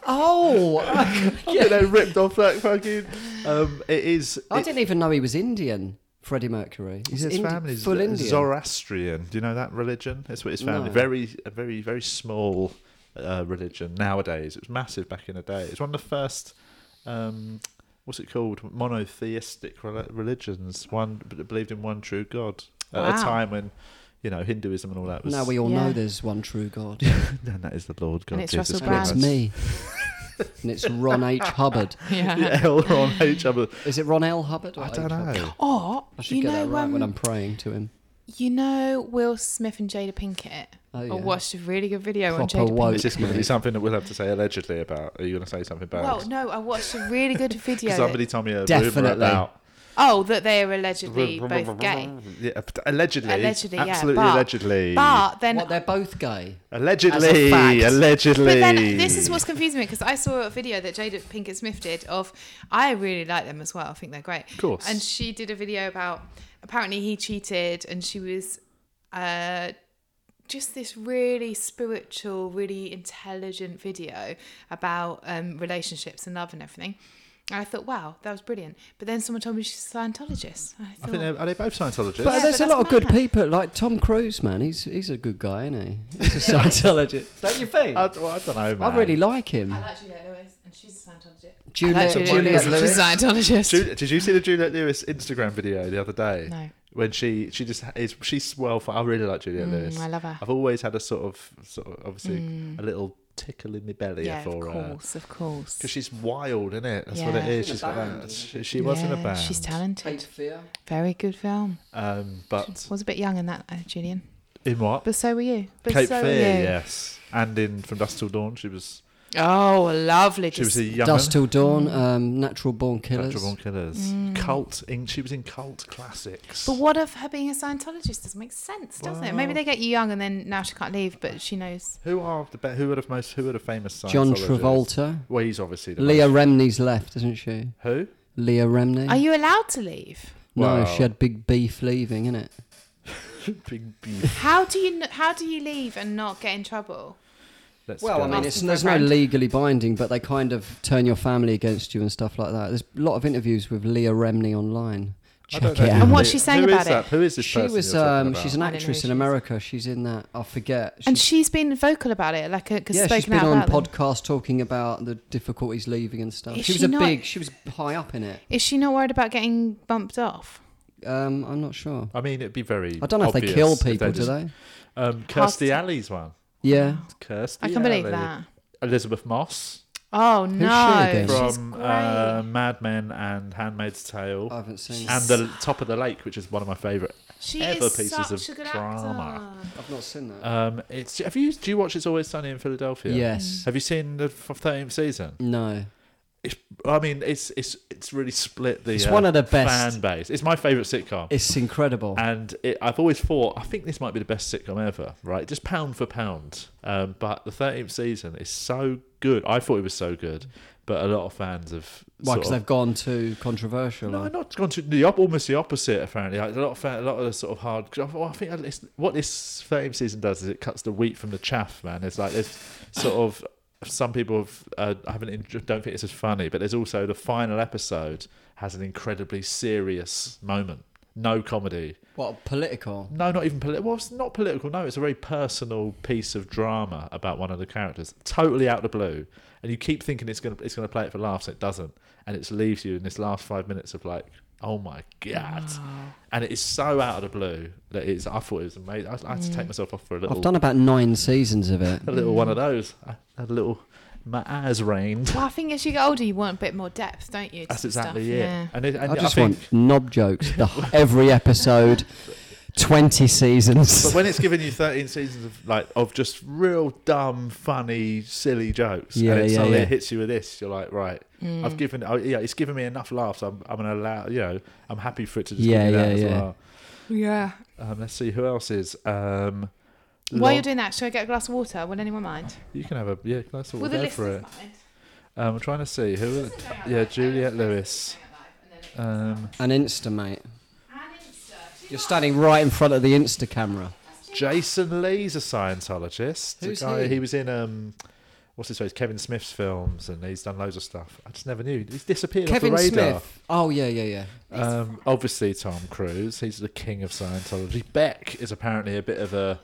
[SPEAKER 4] oh,
[SPEAKER 1] Yeah, they ripped off that fucking. Um, it is.
[SPEAKER 4] I
[SPEAKER 1] it-
[SPEAKER 4] didn't even know he was Indian. Freddie Mercury. He's
[SPEAKER 1] his
[SPEAKER 4] Indi-
[SPEAKER 1] family's
[SPEAKER 4] full Indian.
[SPEAKER 1] Zoroastrian. Do you know that religion? That's what his family.
[SPEAKER 4] No.
[SPEAKER 1] Very, a very, very small uh, religion nowadays. It was massive back in the day. It's one of the first. Um, what's it called? Monotheistic rel- religions. One that believed in one true God at
[SPEAKER 3] Wow.
[SPEAKER 1] a time when. You know, Hinduism and all that was.
[SPEAKER 4] Now we all
[SPEAKER 3] Yeah.
[SPEAKER 4] know there's one true God.
[SPEAKER 1] and that is the Lord God
[SPEAKER 3] it's
[SPEAKER 1] Jesus
[SPEAKER 3] Russell
[SPEAKER 4] and
[SPEAKER 3] Brand.
[SPEAKER 1] Christ.
[SPEAKER 4] it's me. and it's Ron H. Hubbard.
[SPEAKER 3] Yeah.
[SPEAKER 1] L Ron H. Hubbard.
[SPEAKER 4] Is it Ron L. Hubbard? or
[SPEAKER 1] I don't
[SPEAKER 4] H. Hubbard?
[SPEAKER 1] know.
[SPEAKER 3] Or
[SPEAKER 4] I should
[SPEAKER 3] you
[SPEAKER 4] get
[SPEAKER 3] know,
[SPEAKER 4] that right
[SPEAKER 3] um,
[SPEAKER 4] when I'm praying to him.
[SPEAKER 3] you know, Will Smith and Jada Pinkett.
[SPEAKER 4] Oh, yeah.
[SPEAKER 3] I watched a really good video on
[SPEAKER 4] Proper
[SPEAKER 3] Jada
[SPEAKER 4] woke.
[SPEAKER 1] Is
[SPEAKER 3] Pinkett.
[SPEAKER 1] this going to be something that we'll have to say allegedly about? Are you going to say something about?
[SPEAKER 3] Well, no, I watched a really good video.
[SPEAKER 1] Somebody
[SPEAKER 3] that,
[SPEAKER 1] told me a
[SPEAKER 4] Definitely.
[SPEAKER 1] rumor about.
[SPEAKER 3] oh, that they are allegedly both gay.
[SPEAKER 1] Yeah, allegedly.
[SPEAKER 3] Allegedly, yeah.
[SPEAKER 1] Absolutely
[SPEAKER 3] but,
[SPEAKER 1] allegedly.
[SPEAKER 3] But then
[SPEAKER 4] What, they're both gay?
[SPEAKER 1] Allegedly,
[SPEAKER 4] fact.
[SPEAKER 1] allegedly.
[SPEAKER 3] But then this is what's confusing me because I saw a video that Jada Pinkett Smith did of I really like them as well. I think they're great. Of
[SPEAKER 1] course.
[SPEAKER 3] And she did a video about apparently he cheated and she was uh just this really spiritual, really intelligent video about um, relationships and love and everything. And I thought, wow, that was brilliant. But then someone told me she's a Scientologist. And I
[SPEAKER 1] I
[SPEAKER 3] thought,
[SPEAKER 1] think they're, are they both Scientologists?
[SPEAKER 4] But
[SPEAKER 3] Yeah,
[SPEAKER 4] there's
[SPEAKER 3] but
[SPEAKER 4] a lot
[SPEAKER 3] that's
[SPEAKER 4] of good
[SPEAKER 3] mad.
[SPEAKER 4] people, like Tom Cruise, man. He's he's a good guy, isn't he? He's a Scientologist. don't you think?
[SPEAKER 1] I,
[SPEAKER 4] I,
[SPEAKER 1] well, I don't know, man.
[SPEAKER 4] really like him.
[SPEAKER 3] I like Juliette Lewis and she's a Scientologist. I
[SPEAKER 4] Juliet,
[SPEAKER 3] like Juliette Lewis.
[SPEAKER 4] Juliet Lewis.
[SPEAKER 3] She's a Scientologist.
[SPEAKER 1] Ju- did you see the Juliette Lewis Instagram video the other day?
[SPEAKER 3] No.
[SPEAKER 1] When she she just is she's well. I really like Juliette Lewis.
[SPEAKER 3] Mm, I love her. Mm.
[SPEAKER 1] I've always had a sort of sort of obviously a little tickle in my belly
[SPEAKER 3] yeah,
[SPEAKER 1] for uh,
[SPEAKER 3] of
[SPEAKER 1] her
[SPEAKER 3] course, of course.
[SPEAKER 1] because she's wild, isn't it? That's what
[SPEAKER 3] Yeah.
[SPEAKER 1] it is.
[SPEAKER 4] She's in a
[SPEAKER 1] She's got
[SPEAKER 4] band,
[SPEAKER 1] that. She,
[SPEAKER 4] isn't
[SPEAKER 1] she was in a band.
[SPEAKER 3] She's talented.
[SPEAKER 4] Fear.
[SPEAKER 3] Very good film.
[SPEAKER 1] Um, but
[SPEAKER 3] Was a bit young in that, though, Julian.
[SPEAKER 1] in what?
[SPEAKER 3] But so were you. But
[SPEAKER 1] Cape
[SPEAKER 3] so
[SPEAKER 1] Fear,
[SPEAKER 3] were you.
[SPEAKER 1] yes. And in From Dusk Till Dawn, she was
[SPEAKER 3] Oh, lovely.
[SPEAKER 1] she was a
[SPEAKER 3] Just-
[SPEAKER 1] young
[SPEAKER 4] Dust Till Dawn, um, Natural Born Killers.
[SPEAKER 1] Natural Born Killers. Cult. In, she was in cult classics.
[SPEAKER 3] Mm. but what if her being a Scientologist doesn't make sense, doesn't it? Maybe they get you young and then now she can't leave, but she knows.
[SPEAKER 1] Who are the be- who are the most who are the famous
[SPEAKER 4] John
[SPEAKER 1] Scientologists?
[SPEAKER 4] Travolta.
[SPEAKER 1] Well, he's obviously the
[SPEAKER 4] Leah
[SPEAKER 1] most-
[SPEAKER 4] Remney's left, isn't she?
[SPEAKER 1] Who?
[SPEAKER 4] Leah Remney.
[SPEAKER 3] Are you allowed to leave?
[SPEAKER 4] no,
[SPEAKER 1] Wow.
[SPEAKER 4] she had big beef leaving, innit?
[SPEAKER 1] Big beef.
[SPEAKER 3] How do you kn- how do you leave and not get in trouble?
[SPEAKER 1] Let's
[SPEAKER 4] Well,
[SPEAKER 1] go.
[SPEAKER 4] I mean, it's,
[SPEAKER 3] Asking
[SPEAKER 4] there's
[SPEAKER 3] for a
[SPEAKER 4] no
[SPEAKER 3] friend.
[SPEAKER 4] legally binding, but they kind of turn your family against you and stuff like that. There's a lot of interviews with Leah Remney online.
[SPEAKER 1] I
[SPEAKER 4] Check
[SPEAKER 1] don't
[SPEAKER 4] it
[SPEAKER 1] know who
[SPEAKER 4] out.
[SPEAKER 3] And what's
[SPEAKER 1] the-
[SPEAKER 3] she saying
[SPEAKER 1] who is
[SPEAKER 3] about it?
[SPEAKER 1] that? Who is this
[SPEAKER 4] She
[SPEAKER 1] person
[SPEAKER 4] was
[SPEAKER 1] you're talking
[SPEAKER 4] um, she's an
[SPEAKER 1] about?
[SPEAKER 3] I don't know
[SPEAKER 4] actress
[SPEAKER 3] who
[SPEAKER 4] in
[SPEAKER 3] she is.
[SPEAKER 4] America. She's in that I forget.
[SPEAKER 3] And
[SPEAKER 4] She's-
[SPEAKER 3] she's been vocal about it, like a,
[SPEAKER 4] yeah, she's
[SPEAKER 3] spoken
[SPEAKER 4] been
[SPEAKER 3] out
[SPEAKER 4] on
[SPEAKER 3] about them.
[SPEAKER 4] podcasts talking about the difficulties leaving and stuff.
[SPEAKER 3] Is
[SPEAKER 4] she was
[SPEAKER 3] she
[SPEAKER 4] a
[SPEAKER 3] not-
[SPEAKER 4] big. She was high up in it.
[SPEAKER 3] Is she not worried about getting bumped off?
[SPEAKER 4] Um, I'm not sure.
[SPEAKER 1] I mean, it'd be very.
[SPEAKER 4] I don't know if they
[SPEAKER 1] obvious
[SPEAKER 4] kill
[SPEAKER 1] they
[SPEAKER 4] people, do
[SPEAKER 1] just-
[SPEAKER 4] they?
[SPEAKER 1] Um, Kirstie Alley's one.
[SPEAKER 4] Yeah.
[SPEAKER 1] Kirstie.
[SPEAKER 3] I can't believe
[SPEAKER 1] Alley.
[SPEAKER 3] that.
[SPEAKER 1] Elizabeth Moss
[SPEAKER 3] Oh no,
[SPEAKER 4] again?
[SPEAKER 3] she's
[SPEAKER 1] from
[SPEAKER 3] great.
[SPEAKER 1] uh, Mad Men and Handmaid's Tale.
[SPEAKER 4] I haven't seen.
[SPEAKER 1] and the Top of the Lake, which is one of my favourite
[SPEAKER 3] she
[SPEAKER 1] ever
[SPEAKER 3] is
[SPEAKER 1] pieces
[SPEAKER 3] such
[SPEAKER 1] of
[SPEAKER 3] a good
[SPEAKER 1] drama.
[SPEAKER 3] actor.
[SPEAKER 4] I've not seen that.
[SPEAKER 1] Um, it's have you do you watch It's Always Sunny in Philadelphia?
[SPEAKER 4] Yes.
[SPEAKER 1] Have you seen the thirteenth season?
[SPEAKER 3] Mm.
[SPEAKER 4] No.
[SPEAKER 1] It's, I mean, it's it's it's really split the.
[SPEAKER 4] It's
[SPEAKER 1] uh,
[SPEAKER 4] one of the best.
[SPEAKER 1] fan base. It's my favorite sitcom.
[SPEAKER 4] It's incredible.
[SPEAKER 1] and it, I've always thought, I think this might be the best sitcom ever, right? Just pound for pound. Um, but the 13th season is so good. I thought it was so good, but a lot of fans have. sort
[SPEAKER 4] Why? Because
[SPEAKER 1] of-
[SPEAKER 4] they've gone too controversial.
[SPEAKER 1] no,
[SPEAKER 4] or-
[SPEAKER 1] not gone to the op- almost the opposite. Apparently, like, a lot of fa- a lot of the sort of hard. 'cause I, well, I think it's, what this fame season does is it cuts the wheat from the chaff, man. It's like there's sort of some people have, uh, haven't en- don't think it's as funny, but there's also the final episode has an incredibly serious moment. No comedy.
[SPEAKER 4] What political?
[SPEAKER 1] No, not even political. Well, it's not political. No, it's a very personal piece of drama about one of the characters, totally out of the blue. And you keep thinking it's gonna it's gonna play it for laughs, and it doesn't, and it just leaves you in this last five minutes of like, oh my god, and it is so out of the blue that it's. I thought it was amazing. I, I had to take myself off for a little,
[SPEAKER 4] I've done about nine seasons of it.
[SPEAKER 1] a little
[SPEAKER 3] Mm.
[SPEAKER 1] one of those. I had a little, my eyes rained.
[SPEAKER 3] Well, I think as you get older, you want a bit more depth, don't you? to
[SPEAKER 1] That's
[SPEAKER 3] stuff,
[SPEAKER 1] exactly it.
[SPEAKER 3] yeah.
[SPEAKER 1] And, it, and
[SPEAKER 4] I just
[SPEAKER 1] think,
[SPEAKER 4] want knob jokes. The, every episode, twenty
[SPEAKER 1] But
[SPEAKER 4] seasons.
[SPEAKER 1] when it's giving you 13 seasons of like of just real dumb, funny, silly jokes,
[SPEAKER 4] Yeah,
[SPEAKER 1] and then
[SPEAKER 4] yeah,
[SPEAKER 1] suddenly
[SPEAKER 4] yeah.
[SPEAKER 1] it hits you with this, you're like, right,
[SPEAKER 4] Mm.
[SPEAKER 1] I've given, oh, yeah, it's given me enough laughs. I'm, I'm gonna allow, you know, I'm happy for it to just
[SPEAKER 4] Yeah,
[SPEAKER 1] give me
[SPEAKER 4] yeah,
[SPEAKER 1] that as
[SPEAKER 4] yeah.
[SPEAKER 1] well.
[SPEAKER 3] Yeah.
[SPEAKER 1] Um, let's see who else is. Um,
[SPEAKER 3] While
[SPEAKER 1] Lon-
[SPEAKER 3] you're doing that, should I get a glass of water? Will anyone mind?
[SPEAKER 1] you can have a yeah, that's all
[SPEAKER 3] Will the
[SPEAKER 1] there for
[SPEAKER 3] listeners
[SPEAKER 1] it.
[SPEAKER 3] mind?
[SPEAKER 1] Um, I'm trying to see who. Yeah, Juliet Lewis. Um,
[SPEAKER 4] An Insta, mate. You're standing right in front of the Insta camera.
[SPEAKER 1] Jason Lee's a Scientologist. The
[SPEAKER 4] Who's
[SPEAKER 1] guy-
[SPEAKER 4] he?
[SPEAKER 1] was in um, what's his face? Kevin Smith's films, and he's done loads of stuff. I just never knew he's disappeared
[SPEAKER 4] Kevin
[SPEAKER 1] off the radar.
[SPEAKER 4] Smith. Oh yeah, yeah, yeah.
[SPEAKER 1] Um, obviously, Tom Cruise. He's the king of Scientology. Beck is apparently a bit of a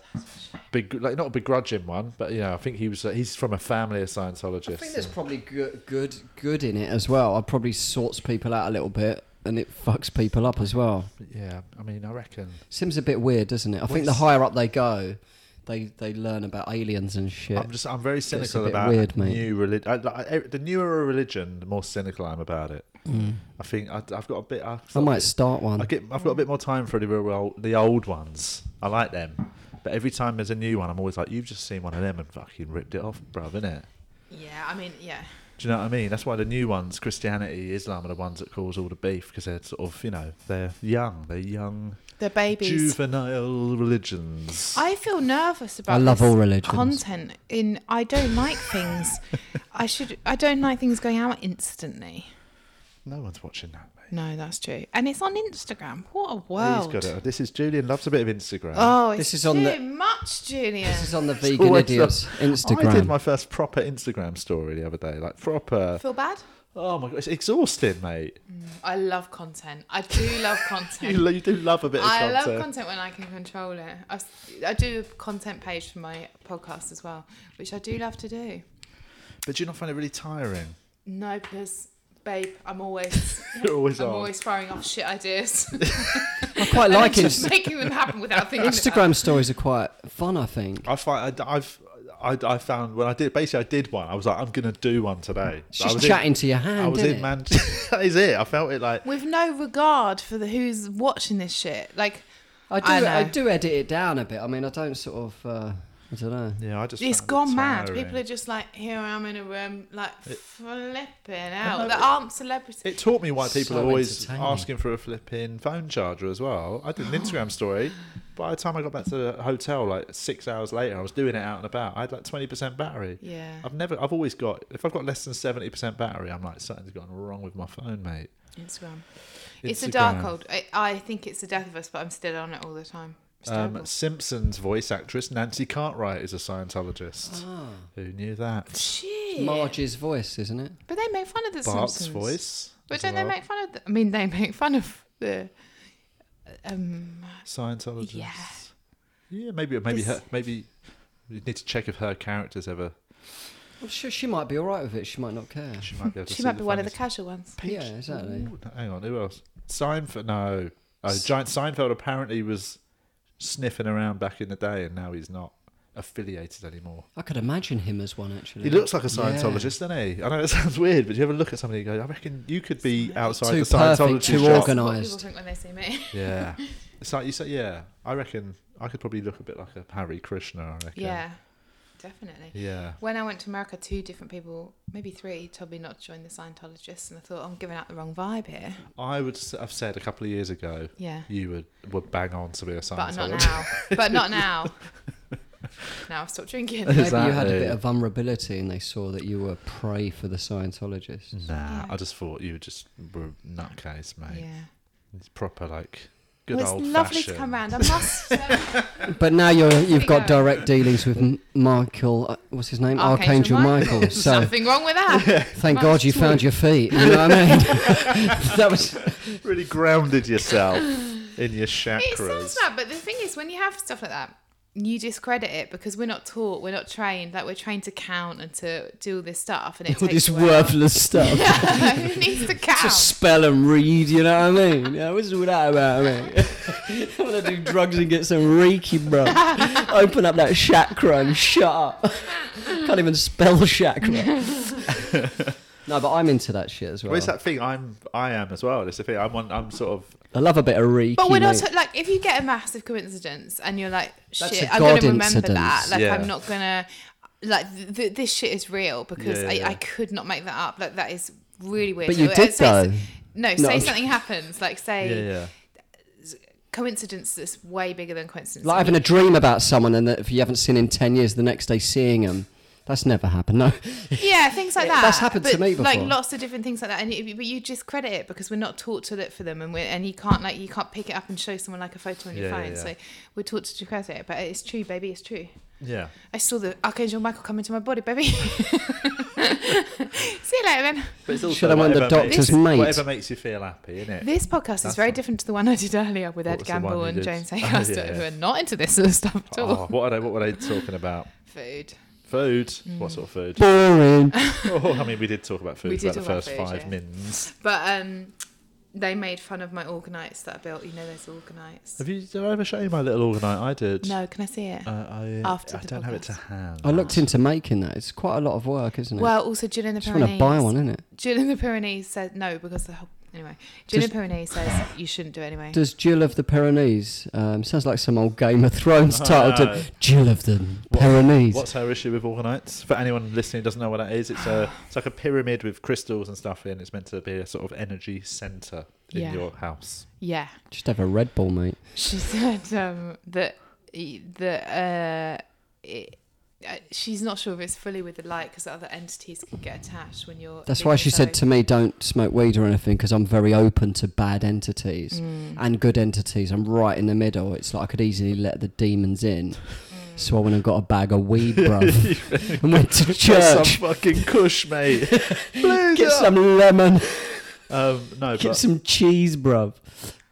[SPEAKER 1] big, like not a begrudging one, but you know, I think he was. He's from a family of Scientologists.
[SPEAKER 4] I think there's probably good, good, good in it as well. I probably sorts people out a little bit, and it fucks people up as well.
[SPEAKER 1] yeah, I mean, I reckon.
[SPEAKER 4] Seems a bit weird, doesn't it? I think the
[SPEAKER 1] it's-
[SPEAKER 4] higher up they go, they they learn about aliens and shit.
[SPEAKER 1] I'm just I'm very cynical
[SPEAKER 4] bit
[SPEAKER 1] about
[SPEAKER 4] weird, mate.
[SPEAKER 1] new religion. The newer a religion, the more cynical I'm about it. I think I, have got a bit. I,
[SPEAKER 4] Mm. I might start one.
[SPEAKER 1] I get. I've got a bit more time for the real, real, the old ones. I like them, but every time there's a new one, I'm always like, "You've just seen one of them and fucking ripped it off, bruv, innit?"
[SPEAKER 3] Yeah, I mean, yeah.
[SPEAKER 1] Do you know what I mean? That's why the new ones, Christianity, Islam, are the ones that cause all the beef because they're sort of, you know, they're young, they're young,
[SPEAKER 3] They're babies.
[SPEAKER 1] juvenile religions.
[SPEAKER 3] I feel nervous about
[SPEAKER 4] I love
[SPEAKER 3] this
[SPEAKER 4] all religions.
[SPEAKER 3] content in I don't like things. I should I don't like things going out instantly.
[SPEAKER 1] no one's watching that. mate.
[SPEAKER 3] No, that's true. And it's on Instagram. What a
[SPEAKER 1] He's
[SPEAKER 3] world.
[SPEAKER 1] got it. This is Julian loves a bit of Instagram.
[SPEAKER 3] Oh, it's
[SPEAKER 4] This is
[SPEAKER 3] too
[SPEAKER 4] on the-
[SPEAKER 3] much, Julian.
[SPEAKER 4] this is on the
[SPEAKER 1] It's
[SPEAKER 4] vegan
[SPEAKER 1] always
[SPEAKER 4] idiots
[SPEAKER 1] the-
[SPEAKER 4] Instagram.
[SPEAKER 1] I did my first proper Instagram story the other day, like proper.
[SPEAKER 3] Feel bad?
[SPEAKER 1] Oh my god, it's exhausting, mate.
[SPEAKER 3] I love content. I do love content.
[SPEAKER 1] You, lo- you do love a bit of
[SPEAKER 3] I
[SPEAKER 1] content.
[SPEAKER 3] love content when I can control it. I, s- I do a content page for my podcast as well, which I do love to do.
[SPEAKER 1] But do you not find it really tiring?
[SPEAKER 3] No, because babe, I'm always
[SPEAKER 1] You're always
[SPEAKER 3] I'm
[SPEAKER 1] on.
[SPEAKER 3] always firing off shit ideas.
[SPEAKER 4] I quite like
[SPEAKER 3] just
[SPEAKER 4] Inst-
[SPEAKER 3] making them happen without thinking. about
[SPEAKER 4] Instagram stories are quite fun. I think.
[SPEAKER 1] I find I, have I, I found when I did basically I did one. I was like, I'm gonna do one today.
[SPEAKER 4] It's
[SPEAKER 1] I
[SPEAKER 4] just
[SPEAKER 1] was
[SPEAKER 4] chatting
[SPEAKER 1] in,
[SPEAKER 4] to your hand.
[SPEAKER 1] I was
[SPEAKER 4] isn't
[SPEAKER 1] in
[SPEAKER 4] it?
[SPEAKER 1] Manchester. that is it. I felt it like
[SPEAKER 3] it. with no regard for the who's watching this shit. Like
[SPEAKER 4] I do.
[SPEAKER 3] I know.
[SPEAKER 4] I, do edit it down a bit. I mean, I don't sort of. Uh, I don't know.
[SPEAKER 1] yeah. I just
[SPEAKER 3] it's
[SPEAKER 1] found it
[SPEAKER 3] gone mad.
[SPEAKER 1] tiring.
[SPEAKER 3] People are just like, here I am in a room, like flipping out. That aren't celebrities.
[SPEAKER 1] It taught me why people
[SPEAKER 4] So
[SPEAKER 1] are always
[SPEAKER 4] entertaining.
[SPEAKER 1] asking for a flipping phone charger as well. I did an Instagram story. By the time I got back to the hotel, like six hours later, I was doing it out and about. I had like twenty percent battery.
[SPEAKER 3] Yeah.
[SPEAKER 1] I've never. I've always got. If I've got less than seventy percent battery, I'm like something's gone wrong with my phone, mate.
[SPEAKER 3] Instagram. It's a dark
[SPEAKER 1] Instagram.
[SPEAKER 3] old. I, I think it's the death of us, but I'm still on it all the time. It's
[SPEAKER 1] Um,
[SPEAKER 3] terrible.
[SPEAKER 1] Simpsons voice actress Nancy Cartwright is a Scientologist.
[SPEAKER 3] Oh.
[SPEAKER 1] Who knew that?
[SPEAKER 3] Shit.
[SPEAKER 4] Marge's voice, isn't it?
[SPEAKER 3] But they make fun of the
[SPEAKER 1] Bart's
[SPEAKER 3] Simpsons.
[SPEAKER 1] voice.
[SPEAKER 3] But
[SPEAKER 1] as
[SPEAKER 3] don't
[SPEAKER 1] well.
[SPEAKER 3] they make fun of? The, I mean, they make fun of the. Um,
[SPEAKER 1] Scientologist?
[SPEAKER 3] Yeah.
[SPEAKER 1] Yeah, maybe maybe
[SPEAKER 3] This-
[SPEAKER 1] her, maybe you need to check if her character's ever.
[SPEAKER 4] I'm sure she might be all right with it. She might not care.
[SPEAKER 1] She might be able to
[SPEAKER 3] she
[SPEAKER 1] see
[SPEAKER 3] might be one of the
[SPEAKER 1] funniest-
[SPEAKER 3] casual ones.
[SPEAKER 4] Yeah, exactly.
[SPEAKER 1] Ooh, hang on, who else? Seinfeld. No, oh, Giant Seinfeld apparently was sniffing around back in the day, and now he's not affiliated anymore.
[SPEAKER 4] I could imagine him as one actually.
[SPEAKER 1] He looks like a
[SPEAKER 4] Yeah.
[SPEAKER 1] Scientologist, doesn't he? I know it sounds weird, but you ever look at somebody and go, "I reckon you could be outside
[SPEAKER 4] Too
[SPEAKER 1] the Scientologist
[SPEAKER 4] perfect, too
[SPEAKER 1] shop."
[SPEAKER 4] organised.
[SPEAKER 3] What people
[SPEAKER 4] Organised.
[SPEAKER 3] think when they see me.
[SPEAKER 1] Yeah, it's like you say. Yeah, I reckon I could probably look a bit like a Harry Krishna. I reckon.
[SPEAKER 3] Yeah, definitely.
[SPEAKER 1] Yeah.
[SPEAKER 3] When I went to America, two different people, maybe three, told me not to join the Scientologists, and I thought I'm giving out the wrong vibe here.
[SPEAKER 1] I would s- have said a couple of years ago.
[SPEAKER 3] Yeah.
[SPEAKER 1] You would would bang on to be a
[SPEAKER 3] But
[SPEAKER 1] Scientologist.
[SPEAKER 3] not now. But not now. now I've stopped drinking.
[SPEAKER 4] Maybe you had a
[SPEAKER 1] Exactly.
[SPEAKER 4] bit of vulnerability, and they saw that you were prey for the Scientologists.
[SPEAKER 1] Nah, I just thought you were just were a nutcase, mate.
[SPEAKER 3] Yeah.
[SPEAKER 1] It's proper like good
[SPEAKER 3] well,
[SPEAKER 1] old
[SPEAKER 3] it's lovely
[SPEAKER 1] fashioned.
[SPEAKER 3] to come round. I must. say-
[SPEAKER 4] But now you're you've got
[SPEAKER 3] go.
[SPEAKER 4] direct dealings with M- Michael. Uh, what's his name?
[SPEAKER 3] Archangel
[SPEAKER 4] Archangel,
[SPEAKER 3] Michael.
[SPEAKER 4] Michael. So
[SPEAKER 3] Nothing wrong with that.
[SPEAKER 4] thank God you found your feet. You know what I mean? that was
[SPEAKER 1] Really grounded yourself in your
[SPEAKER 3] It
[SPEAKER 1] chakras.
[SPEAKER 3] sounds bad, but the thing is, when you have stuff like that, you discredit it because we're not taught, we're not trained. Like we're trained to count and to do all this stuff, and it
[SPEAKER 4] all
[SPEAKER 3] takes
[SPEAKER 4] this
[SPEAKER 3] a while.
[SPEAKER 4] worthless stuff.
[SPEAKER 3] Who needs to
[SPEAKER 4] to
[SPEAKER 3] count?
[SPEAKER 4] spell and read, you know what I mean? Yeah, what's all that about, mate? I want to do drugs and get some Reiki, bro. Open up that chakra and shut up. Can't even spell chakra. no, but I'm into that shit as well.
[SPEAKER 1] Well, it's that thing I'm I am as well. It's the thing I'm on, I'm sort of
[SPEAKER 4] I love a bit of Reiki.
[SPEAKER 3] But we're not
[SPEAKER 4] mate.
[SPEAKER 3] ta- like if you get a massive coincidence and you're like,
[SPEAKER 4] That's
[SPEAKER 3] shit,
[SPEAKER 4] a
[SPEAKER 3] I'm gonna
[SPEAKER 4] God
[SPEAKER 3] remember that.
[SPEAKER 4] incidence.
[SPEAKER 3] Like
[SPEAKER 1] Yeah.
[SPEAKER 3] I'm not gonna like th- th- this shit is real because
[SPEAKER 1] Yeah,
[SPEAKER 3] I,
[SPEAKER 1] yeah.
[SPEAKER 3] I could not make that up. Like that is really weird.
[SPEAKER 4] But you
[SPEAKER 3] Uh,
[SPEAKER 4] did,
[SPEAKER 3] say s-
[SPEAKER 4] though.
[SPEAKER 3] No,
[SPEAKER 4] No,
[SPEAKER 3] say
[SPEAKER 4] I'm-
[SPEAKER 3] something happens.
[SPEAKER 1] yeah
[SPEAKER 3] Like say
[SPEAKER 1] yeah.
[SPEAKER 3] coincidence that's way bigger than coincidence.
[SPEAKER 4] Like having a dream about someone and that if you haven't seen in 10 years, the next day seeing them. That's never happened, no.
[SPEAKER 3] Yeah, things like that.
[SPEAKER 4] that's happened to
[SPEAKER 3] But,
[SPEAKER 4] me
[SPEAKER 3] Like
[SPEAKER 4] before.
[SPEAKER 3] lots of different things like that, and you, but you just credit it because we're not taught to look for them, and we are and you can't like you can't pick it up and show someone like a photo on your
[SPEAKER 1] Yeah, yeah,
[SPEAKER 3] phone.
[SPEAKER 1] yeah.
[SPEAKER 3] So we're taught to credit it, but it's true, baby. It's true.
[SPEAKER 1] Yeah.
[SPEAKER 3] I saw the Archangel Michael come into my body, baby. See you later, then.
[SPEAKER 1] But it's
[SPEAKER 4] Should I want the
[SPEAKER 1] whatever makes-
[SPEAKER 4] doctor's mate?
[SPEAKER 1] Whatever makes you feel happy, innit?
[SPEAKER 3] This podcast is
[SPEAKER 1] That's
[SPEAKER 3] very
[SPEAKER 1] not-
[SPEAKER 3] different to the one I did earlier with Ed
[SPEAKER 1] was the one
[SPEAKER 3] Gamble
[SPEAKER 1] you
[SPEAKER 3] and
[SPEAKER 1] did?
[SPEAKER 3] James
[SPEAKER 1] Oh,
[SPEAKER 3] Haycaster,
[SPEAKER 1] yeah.
[SPEAKER 3] who are not into this sort of stuff at all.
[SPEAKER 1] Oh, what are they? What were they talking about?
[SPEAKER 3] Food.
[SPEAKER 1] Food. What sort of food?
[SPEAKER 4] Boring.
[SPEAKER 1] oh, I mean, we did talk about food
[SPEAKER 3] Mm. We
[SPEAKER 1] for
[SPEAKER 3] did
[SPEAKER 1] about the
[SPEAKER 3] talk about
[SPEAKER 1] first
[SPEAKER 3] food,
[SPEAKER 1] five
[SPEAKER 3] yeah.
[SPEAKER 1] mins.
[SPEAKER 3] But um, they made fun of my organites that I built. You know those organites.
[SPEAKER 1] Have you? Did I ever show you my little organite? I did.
[SPEAKER 3] No, can I see it?
[SPEAKER 1] Uh, I,
[SPEAKER 3] After
[SPEAKER 1] I
[SPEAKER 3] the
[SPEAKER 1] don't have it
[SPEAKER 3] podcast.
[SPEAKER 1] to hand.
[SPEAKER 4] I looked into making that. It's quite a lot of work, isn't it?
[SPEAKER 3] well, also Gin in the
[SPEAKER 4] just want
[SPEAKER 3] Pyrenees.
[SPEAKER 4] to buy one, isn't it?
[SPEAKER 3] Gin in the Pyrenees said no because the whole anyway. Gin in
[SPEAKER 4] Does-
[SPEAKER 3] the Pyrenees says you shouldn't do it anyway.
[SPEAKER 4] Does Jill of the Pyrenees um, sounds like some old Game of Thrones title?
[SPEAKER 1] know.
[SPEAKER 4] To Jill of the
[SPEAKER 1] What-
[SPEAKER 4] Pyrenees.
[SPEAKER 1] What's her issue with organites? For anyone listening who doesn't know what that is, it's a it's like a pyramid with crystals and stuff in. It's meant to be a sort of energy center in
[SPEAKER 3] Yeah.
[SPEAKER 1] your house.
[SPEAKER 3] yeah,
[SPEAKER 4] Just have a Red Bull, mate.
[SPEAKER 3] she said um, that that uh, it, uh, she's not sure if it's fully with the light because other entities can get attached when you're.
[SPEAKER 4] That's why she said to me, "Don't smoke weed or anything," because I'm very open to bad entities
[SPEAKER 1] Mm.
[SPEAKER 4] and good entities. I'm right in the middle. It's like I could easily let the demons in.
[SPEAKER 1] Mm.
[SPEAKER 4] So I went and got a bag of weed, bruv, and went to
[SPEAKER 1] Get
[SPEAKER 4] church.
[SPEAKER 1] some fucking kush, mate.
[SPEAKER 4] Get some lemon.
[SPEAKER 1] Um, no,
[SPEAKER 4] Get
[SPEAKER 1] but,
[SPEAKER 4] some cheese, bruv.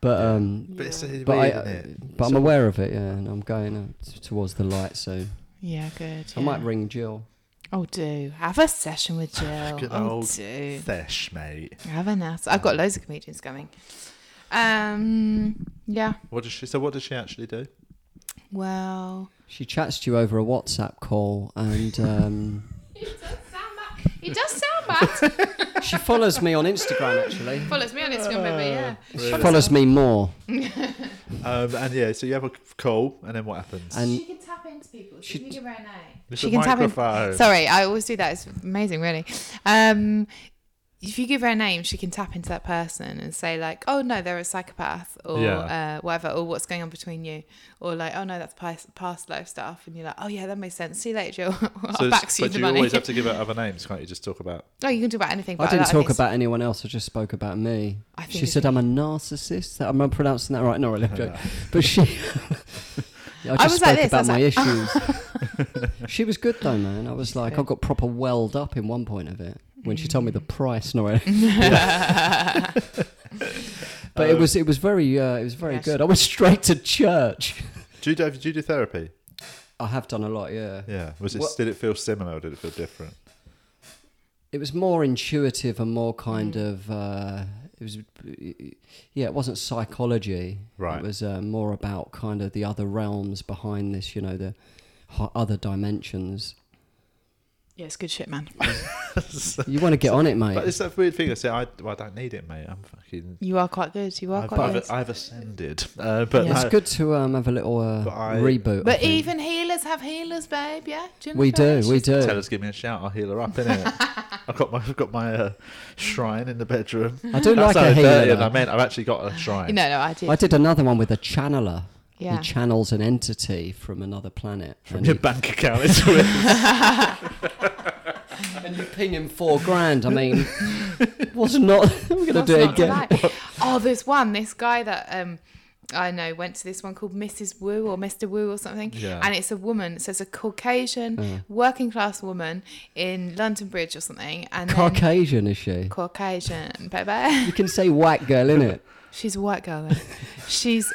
[SPEAKER 4] But um,
[SPEAKER 1] but it's uh,
[SPEAKER 4] but I,
[SPEAKER 1] weird, isn't it?
[SPEAKER 4] but I'm
[SPEAKER 1] So-
[SPEAKER 4] aware of it. Yeah, and I'm going uh, t- towards the light, so
[SPEAKER 3] Yeah, good.
[SPEAKER 4] I might ring Jill.
[SPEAKER 3] Oh, do have a session with Jill.
[SPEAKER 1] Good
[SPEAKER 3] oh,
[SPEAKER 1] old
[SPEAKER 3] do
[SPEAKER 1] Thesh, mate.
[SPEAKER 3] have a nice. I've got loads of comedians coming. Um, yeah.
[SPEAKER 1] What does she? So what does she actually do?
[SPEAKER 3] Well,
[SPEAKER 4] She chats to you over a WhatsApp call, and um,
[SPEAKER 3] it does sound bad. It does sound bad.
[SPEAKER 4] she follows me on Instagram. Actually,
[SPEAKER 3] Follows me on Instagram, baby. Yeah.
[SPEAKER 4] she follows me more.
[SPEAKER 1] Um, and yeah, so you have a call, and then what happens?
[SPEAKER 4] And
[SPEAKER 3] can tap into people. She, can give her a name.
[SPEAKER 1] It's
[SPEAKER 3] She
[SPEAKER 1] a
[SPEAKER 3] can tap
[SPEAKER 1] microphone.
[SPEAKER 3] in. Sorry, I always do that. It's amazing, really. Um, if you give her a name, she can tap into that person and say like, "Oh no, they're a psychopath," or
[SPEAKER 1] Yeah.
[SPEAKER 3] uh, whatever, or "What's going on between you," or like, "Oh no, that's past, past life stuff," and you're like, "Oh yeah, that makes sense. See you later, Jill. I'll
[SPEAKER 1] so,
[SPEAKER 3] back you
[SPEAKER 1] but
[SPEAKER 3] the
[SPEAKER 1] you
[SPEAKER 3] money."
[SPEAKER 1] always have to give out other names, can't you? Just talk about.
[SPEAKER 3] oh, you can do about anything. but
[SPEAKER 4] I didn't
[SPEAKER 3] like-
[SPEAKER 4] talk
[SPEAKER 3] think-
[SPEAKER 4] about anyone else. I just spoke about me.
[SPEAKER 3] I think
[SPEAKER 4] She
[SPEAKER 3] it's
[SPEAKER 4] said I'm a narcissist. That- Am I pronouncing that right? No, really, I'm joking. But she, I just
[SPEAKER 3] was
[SPEAKER 4] spoke
[SPEAKER 3] like this, I
[SPEAKER 4] about
[SPEAKER 3] was
[SPEAKER 4] my
[SPEAKER 3] like-
[SPEAKER 4] issues. she was good though, man. I was like, I got proper welled up in one point of it when she told me the
[SPEAKER 3] Mm.
[SPEAKER 4] price. No, really. but it was it was very uh, it was very
[SPEAKER 3] Yes.
[SPEAKER 4] good. I went straight to church.
[SPEAKER 1] Do you do, do you do therapy?
[SPEAKER 4] I have done a lot, yeah.
[SPEAKER 1] Yeah. Was it?
[SPEAKER 4] What-
[SPEAKER 1] Did it feel similar or did it feel different?
[SPEAKER 4] It was more intuitive and more kind
[SPEAKER 1] Mm.
[SPEAKER 4] of. Uh, it was, yeah, it wasn't psychology.
[SPEAKER 1] Right.
[SPEAKER 4] It was uh, more about kind of the other realms behind this, you know, the ho- other dimensions.
[SPEAKER 3] Yeah, it's good shit, man.
[SPEAKER 4] You want to get on it,
[SPEAKER 1] But it's
[SPEAKER 4] mate.
[SPEAKER 1] that weird thing. I say, I, well, I don't need it, mate. I'm fucking.
[SPEAKER 3] You are quite good. You are
[SPEAKER 1] I've,
[SPEAKER 3] quite good.
[SPEAKER 1] I've, I've ascended. Uh, but
[SPEAKER 3] Yeah.
[SPEAKER 4] It's
[SPEAKER 1] no,
[SPEAKER 4] good to um, have a little uh,
[SPEAKER 1] But I-
[SPEAKER 4] reboot. I
[SPEAKER 3] But
[SPEAKER 4] think.
[SPEAKER 3] even healers have healers, babe. Yeah, you
[SPEAKER 4] we
[SPEAKER 3] know
[SPEAKER 4] do,
[SPEAKER 3] that?
[SPEAKER 4] we
[SPEAKER 3] She's-
[SPEAKER 4] do.
[SPEAKER 1] tell us, give me a shout. I'll heal her up, innit? I've got my, I've got my uh, shrine in the bedroom.
[SPEAKER 4] I do
[SPEAKER 1] That's
[SPEAKER 4] like a
[SPEAKER 1] how dirty and I
[SPEAKER 4] healer.
[SPEAKER 1] meant I've actually got a shrine.
[SPEAKER 3] No, no, I did.
[SPEAKER 4] I did another one with a channeler.
[SPEAKER 3] Yeah.
[SPEAKER 4] He channels an entity from another planet. and
[SPEAKER 1] Your
[SPEAKER 4] he-
[SPEAKER 1] bank account is with.
[SPEAKER 4] and you ping him four grand. I mean, was not. I'm going to do it
[SPEAKER 3] That's
[SPEAKER 4] again.
[SPEAKER 3] not right. oh, there's one. This guy that um, I know went to this one called Mrs. Wu or Mr. Wu or something.
[SPEAKER 1] Yeah.
[SPEAKER 3] And it's a woman. So it's a Caucasian working class woman in London Bridge or something. And then-
[SPEAKER 4] Caucasian, is she?
[SPEAKER 3] Caucasian, baby.
[SPEAKER 4] You can say white girl, innit?
[SPEAKER 3] She's a white girl then. She's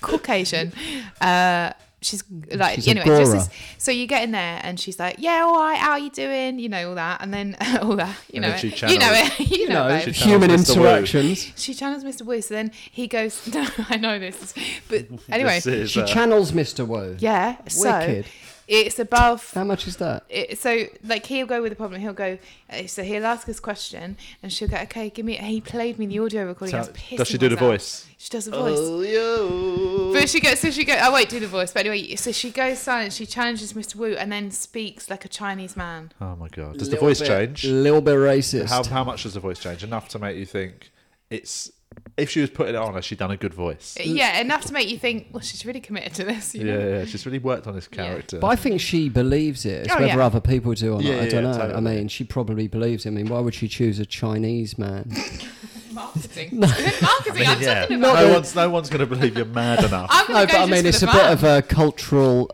[SPEAKER 3] Caucasian. Uh, she's like
[SPEAKER 4] She's a
[SPEAKER 3] anyway. Just
[SPEAKER 4] Gora.
[SPEAKER 3] this, so you get in there and she's like, "Yeah, all right. How are you doing? You know all that." And then all that.
[SPEAKER 1] And
[SPEAKER 3] You know
[SPEAKER 1] then she
[SPEAKER 3] it. You know
[SPEAKER 1] channels-
[SPEAKER 3] it. You,
[SPEAKER 4] You
[SPEAKER 3] know,
[SPEAKER 4] know,
[SPEAKER 3] it, babe.
[SPEAKER 1] channels
[SPEAKER 4] human
[SPEAKER 1] Mr. Wu.
[SPEAKER 4] interactions.
[SPEAKER 3] She channels Mr. Wu, so then he goes. No, I know this, but anyway,
[SPEAKER 1] This is,
[SPEAKER 4] She
[SPEAKER 1] uh,
[SPEAKER 4] channels Mr. Wu.
[SPEAKER 3] yeah. So
[SPEAKER 4] Wicked.
[SPEAKER 3] it's above.
[SPEAKER 4] How much is that?
[SPEAKER 3] It, so like he'll go with the problem. He'll go. uh, So he'll ask this question, and she'll go, "Okay, give me." He played me the audio recording. I was
[SPEAKER 1] Tell-
[SPEAKER 3] pissing
[SPEAKER 1] does she do the
[SPEAKER 3] myself.
[SPEAKER 1] voice?
[SPEAKER 3] She does the voice.
[SPEAKER 4] Oh.
[SPEAKER 1] yo.
[SPEAKER 3] But she goes, so she goes, I won't do the voice, but anyway, so she goes silent, she challenges Mr. Wu and then speaks like a Chinese man.
[SPEAKER 1] Oh my god. Does the voice change?
[SPEAKER 4] A little bit racist.
[SPEAKER 1] How, how much does the voice change? Enough to make you think it's. If she was putting it on, has she done a good voice?
[SPEAKER 3] Yeah, enough to make you think, well, she's really committed to this. You
[SPEAKER 1] Yeah,
[SPEAKER 3] Know?
[SPEAKER 1] yeah, she's really worked on this character.
[SPEAKER 4] But I think she believes it. It's
[SPEAKER 3] Oh,
[SPEAKER 4] whether
[SPEAKER 3] yeah.
[SPEAKER 4] other people do or not.
[SPEAKER 1] Yeah,
[SPEAKER 4] I don't
[SPEAKER 1] yeah,
[SPEAKER 4] know. I
[SPEAKER 1] totally.
[SPEAKER 4] mean, she probably believes it. I mean, why would she choose a Chinese man?
[SPEAKER 3] Marketing. Marketing, I am
[SPEAKER 1] yeah.
[SPEAKER 3] talking about.
[SPEAKER 1] no one's no one's going to believe you're mad enough.
[SPEAKER 3] I'm
[SPEAKER 4] no,
[SPEAKER 3] going
[SPEAKER 4] but
[SPEAKER 3] to go
[SPEAKER 4] I mean,
[SPEAKER 3] just
[SPEAKER 4] it's
[SPEAKER 3] for
[SPEAKER 4] a
[SPEAKER 3] the
[SPEAKER 4] bit
[SPEAKER 3] fun.
[SPEAKER 4] of a cultural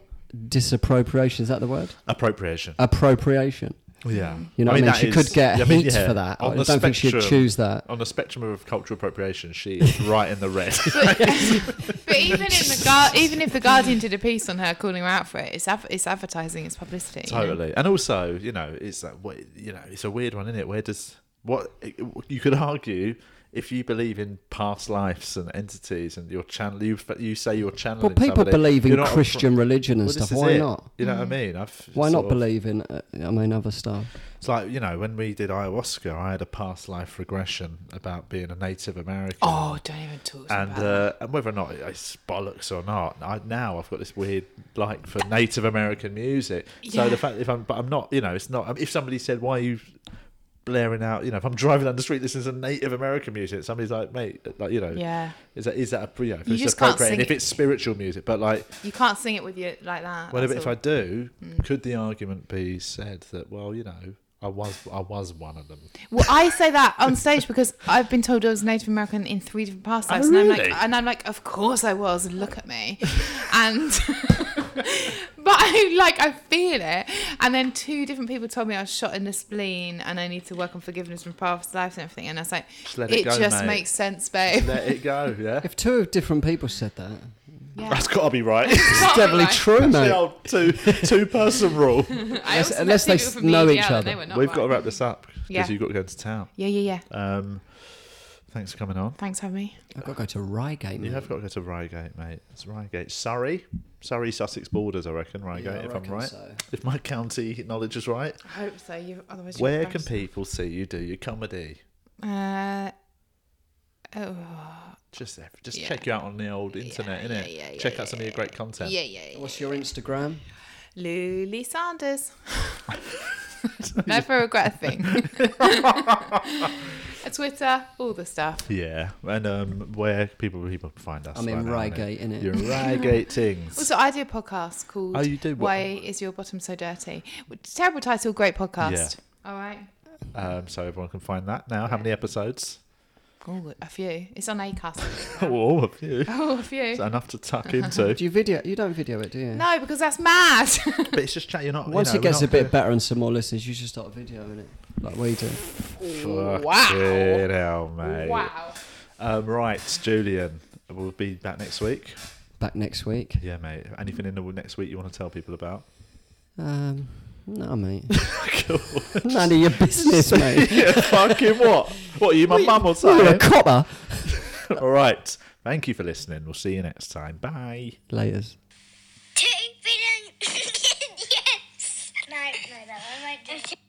[SPEAKER 4] disappropriation. Is that the word?
[SPEAKER 1] Appropriation.
[SPEAKER 4] Appropriation.
[SPEAKER 1] Yeah,
[SPEAKER 4] You know what I mean?
[SPEAKER 1] that
[SPEAKER 4] She could get heat for that.
[SPEAKER 1] On
[SPEAKER 4] I
[SPEAKER 1] the
[SPEAKER 4] don't think she'd
[SPEAKER 1] spectrum-
[SPEAKER 4] choose that.
[SPEAKER 1] On the spectrum of cultural appropriation, she is right in the red.
[SPEAKER 3] But even in the Guar- even if the Guardian did a piece on her calling her out for it, it's adv- it's advertising, it's publicity. you know?
[SPEAKER 1] totally. And also, you know, it's that what you know, it's a weird one, isn't it? Where does what you could argue if you believe in past lives and entities and your channel, you you say you're channeling.
[SPEAKER 4] Well, people
[SPEAKER 1] somebody,
[SPEAKER 4] believe in
[SPEAKER 1] you're not a pro-
[SPEAKER 4] Christian religion and
[SPEAKER 1] Well, this
[SPEAKER 4] stuff.
[SPEAKER 1] is
[SPEAKER 4] Why
[SPEAKER 1] it.
[SPEAKER 4] not?
[SPEAKER 1] You know
[SPEAKER 3] Mm.
[SPEAKER 1] what I mean? I've
[SPEAKER 4] Why
[SPEAKER 1] sort
[SPEAKER 4] not
[SPEAKER 1] of-
[SPEAKER 4] believe in? Uh, I mean, other stuff.
[SPEAKER 1] It's like you know when we did ayahuasca, I had a past life regression about being a Native American.
[SPEAKER 3] Oh, don't even talk to me
[SPEAKER 1] and
[SPEAKER 3] about that.
[SPEAKER 1] uh, and whether or not it's bollocks or not, I, now I've got this weird like for Native American music. So
[SPEAKER 3] Yeah.
[SPEAKER 1] the fact if I'm, but I'm not, you know, it's not. um, If somebody said, "Why are you blaring out?" You know, if I'm driving down the street, listening to Native American music, somebody's like, "Mate, uh, like you know,
[SPEAKER 3] Yeah.
[SPEAKER 1] is that is that a, you know, if
[SPEAKER 3] You
[SPEAKER 1] it's
[SPEAKER 3] just can't
[SPEAKER 1] appropriate,
[SPEAKER 3] sing
[SPEAKER 1] and if
[SPEAKER 3] it.
[SPEAKER 1] it's spiritual music, but like."
[SPEAKER 3] You can't sing it with you like that.
[SPEAKER 1] Well, if,
[SPEAKER 3] that's
[SPEAKER 1] if
[SPEAKER 3] all. Mm.
[SPEAKER 1] I do, could the argument be said that well, you know, I was I was one of them.
[SPEAKER 3] Well, I say that on stage because I've been told I was Native American in three different past lives, and I'm
[SPEAKER 1] Oh, really?
[SPEAKER 3] like, and I'm like, of course I was. and Look at me, and but I like I feel it. And then two different people told me I was shot in the spleen, and I need to work on forgiveness from past lives and everything. And I was like,
[SPEAKER 1] let
[SPEAKER 3] it,
[SPEAKER 1] it go,
[SPEAKER 3] just
[SPEAKER 1] mate."
[SPEAKER 3] makes sense, babe.
[SPEAKER 1] There it go. Yeah,
[SPEAKER 4] If two different people said that,
[SPEAKER 3] Yeah.
[SPEAKER 1] that's got to be right. It's
[SPEAKER 3] Can't be
[SPEAKER 4] definitely
[SPEAKER 3] right.
[SPEAKER 4] true, mate.
[SPEAKER 1] the old two two person rule.
[SPEAKER 3] I also
[SPEAKER 4] unless
[SPEAKER 3] met
[SPEAKER 4] they
[SPEAKER 3] two people
[SPEAKER 4] s-
[SPEAKER 3] from
[SPEAKER 4] know
[SPEAKER 3] the
[SPEAKER 4] each
[SPEAKER 3] EDL, and
[SPEAKER 4] other.
[SPEAKER 3] they were not
[SPEAKER 1] We've got to
[SPEAKER 3] right.
[SPEAKER 1] wrap this up because
[SPEAKER 3] Yeah.
[SPEAKER 1] you've got to go to town.
[SPEAKER 3] Yeah, yeah, yeah.
[SPEAKER 1] Um, thanks for coming on.
[SPEAKER 3] Thanks for having me.
[SPEAKER 4] I've got to go to Reigate.
[SPEAKER 1] You
[SPEAKER 4] mate.
[SPEAKER 1] have got to go to Reigate, mate. It's Reigate, Surrey, Surrey, Sussex borders. I reckon Reigate,
[SPEAKER 4] I
[SPEAKER 1] if
[SPEAKER 4] reckon
[SPEAKER 1] I'm right,
[SPEAKER 4] so.
[SPEAKER 1] if my county knowledge is right.
[SPEAKER 3] I hope so. You, otherwise,
[SPEAKER 1] Where can people see you do your comedy?
[SPEAKER 3] Uh, oh.
[SPEAKER 1] Just ev- just
[SPEAKER 3] Yeah.
[SPEAKER 1] check you out on the old internet,
[SPEAKER 3] yeah,
[SPEAKER 1] innit?
[SPEAKER 3] yeah, yeah,
[SPEAKER 1] check out some of your great content.
[SPEAKER 3] Yeah, yeah, yeah.
[SPEAKER 4] What's your Instagram?
[SPEAKER 3] Lily Sanders. Never regret a thing. a Twitter, all the stuff.
[SPEAKER 1] Yeah, and um, where people people can find us?
[SPEAKER 4] I'm in
[SPEAKER 1] right now,
[SPEAKER 4] Reigate, innit?
[SPEAKER 1] You're in Reigate things.
[SPEAKER 3] Also, I do a podcast called
[SPEAKER 1] Oh, you do? What-
[SPEAKER 3] Why Is Your Bottom So Dirty? Which- Terrible title, great podcast. All right.
[SPEAKER 1] Um, so everyone can find that now. How many episodes?
[SPEAKER 3] Oh, a few. It's on ACAST.
[SPEAKER 1] Oh, a few.
[SPEAKER 3] oh, a few.
[SPEAKER 1] It's enough to tuck into.
[SPEAKER 4] Do you video? You don't video it, do you?
[SPEAKER 3] No, because that's mad.
[SPEAKER 1] but it's just chat. You're not.
[SPEAKER 4] Once
[SPEAKER 1] you know,
[SPEAKER 4] it gets a
[SPEAKER 1] we're not
[SPEAKER 4] bit better and some more listeners, you should start videoing it like we do.
[SPEAKER 1] doing-
[SPEAKER 3] Wow.
[SPEAKER 1] Fucking hell, mate.
[SPEAKER 3] wow.
[SPEAKER 1] Um, right, Julian. We'll be back next week.
[SPEAKER 4] Back next week.
[SPEAKER 1] Yeah, mate. Anything in the next week you want to tell people about?
[SPEAKER 4] Um, no, mate. None of your business, mate.
[SPEAKER 1] yeah, fucking what? What are you, my mum or
[SPEAKER 4] You're a
[SPEAKER 1] something?
[SPEAKER 4] copper.
[SPEAKER 1] All right. Thank you for listening. We'll see you next time. Bye.
[SPEAKER 4] Laters.
[SPEAKER 2] Two billion idiots! No, no, no, I might do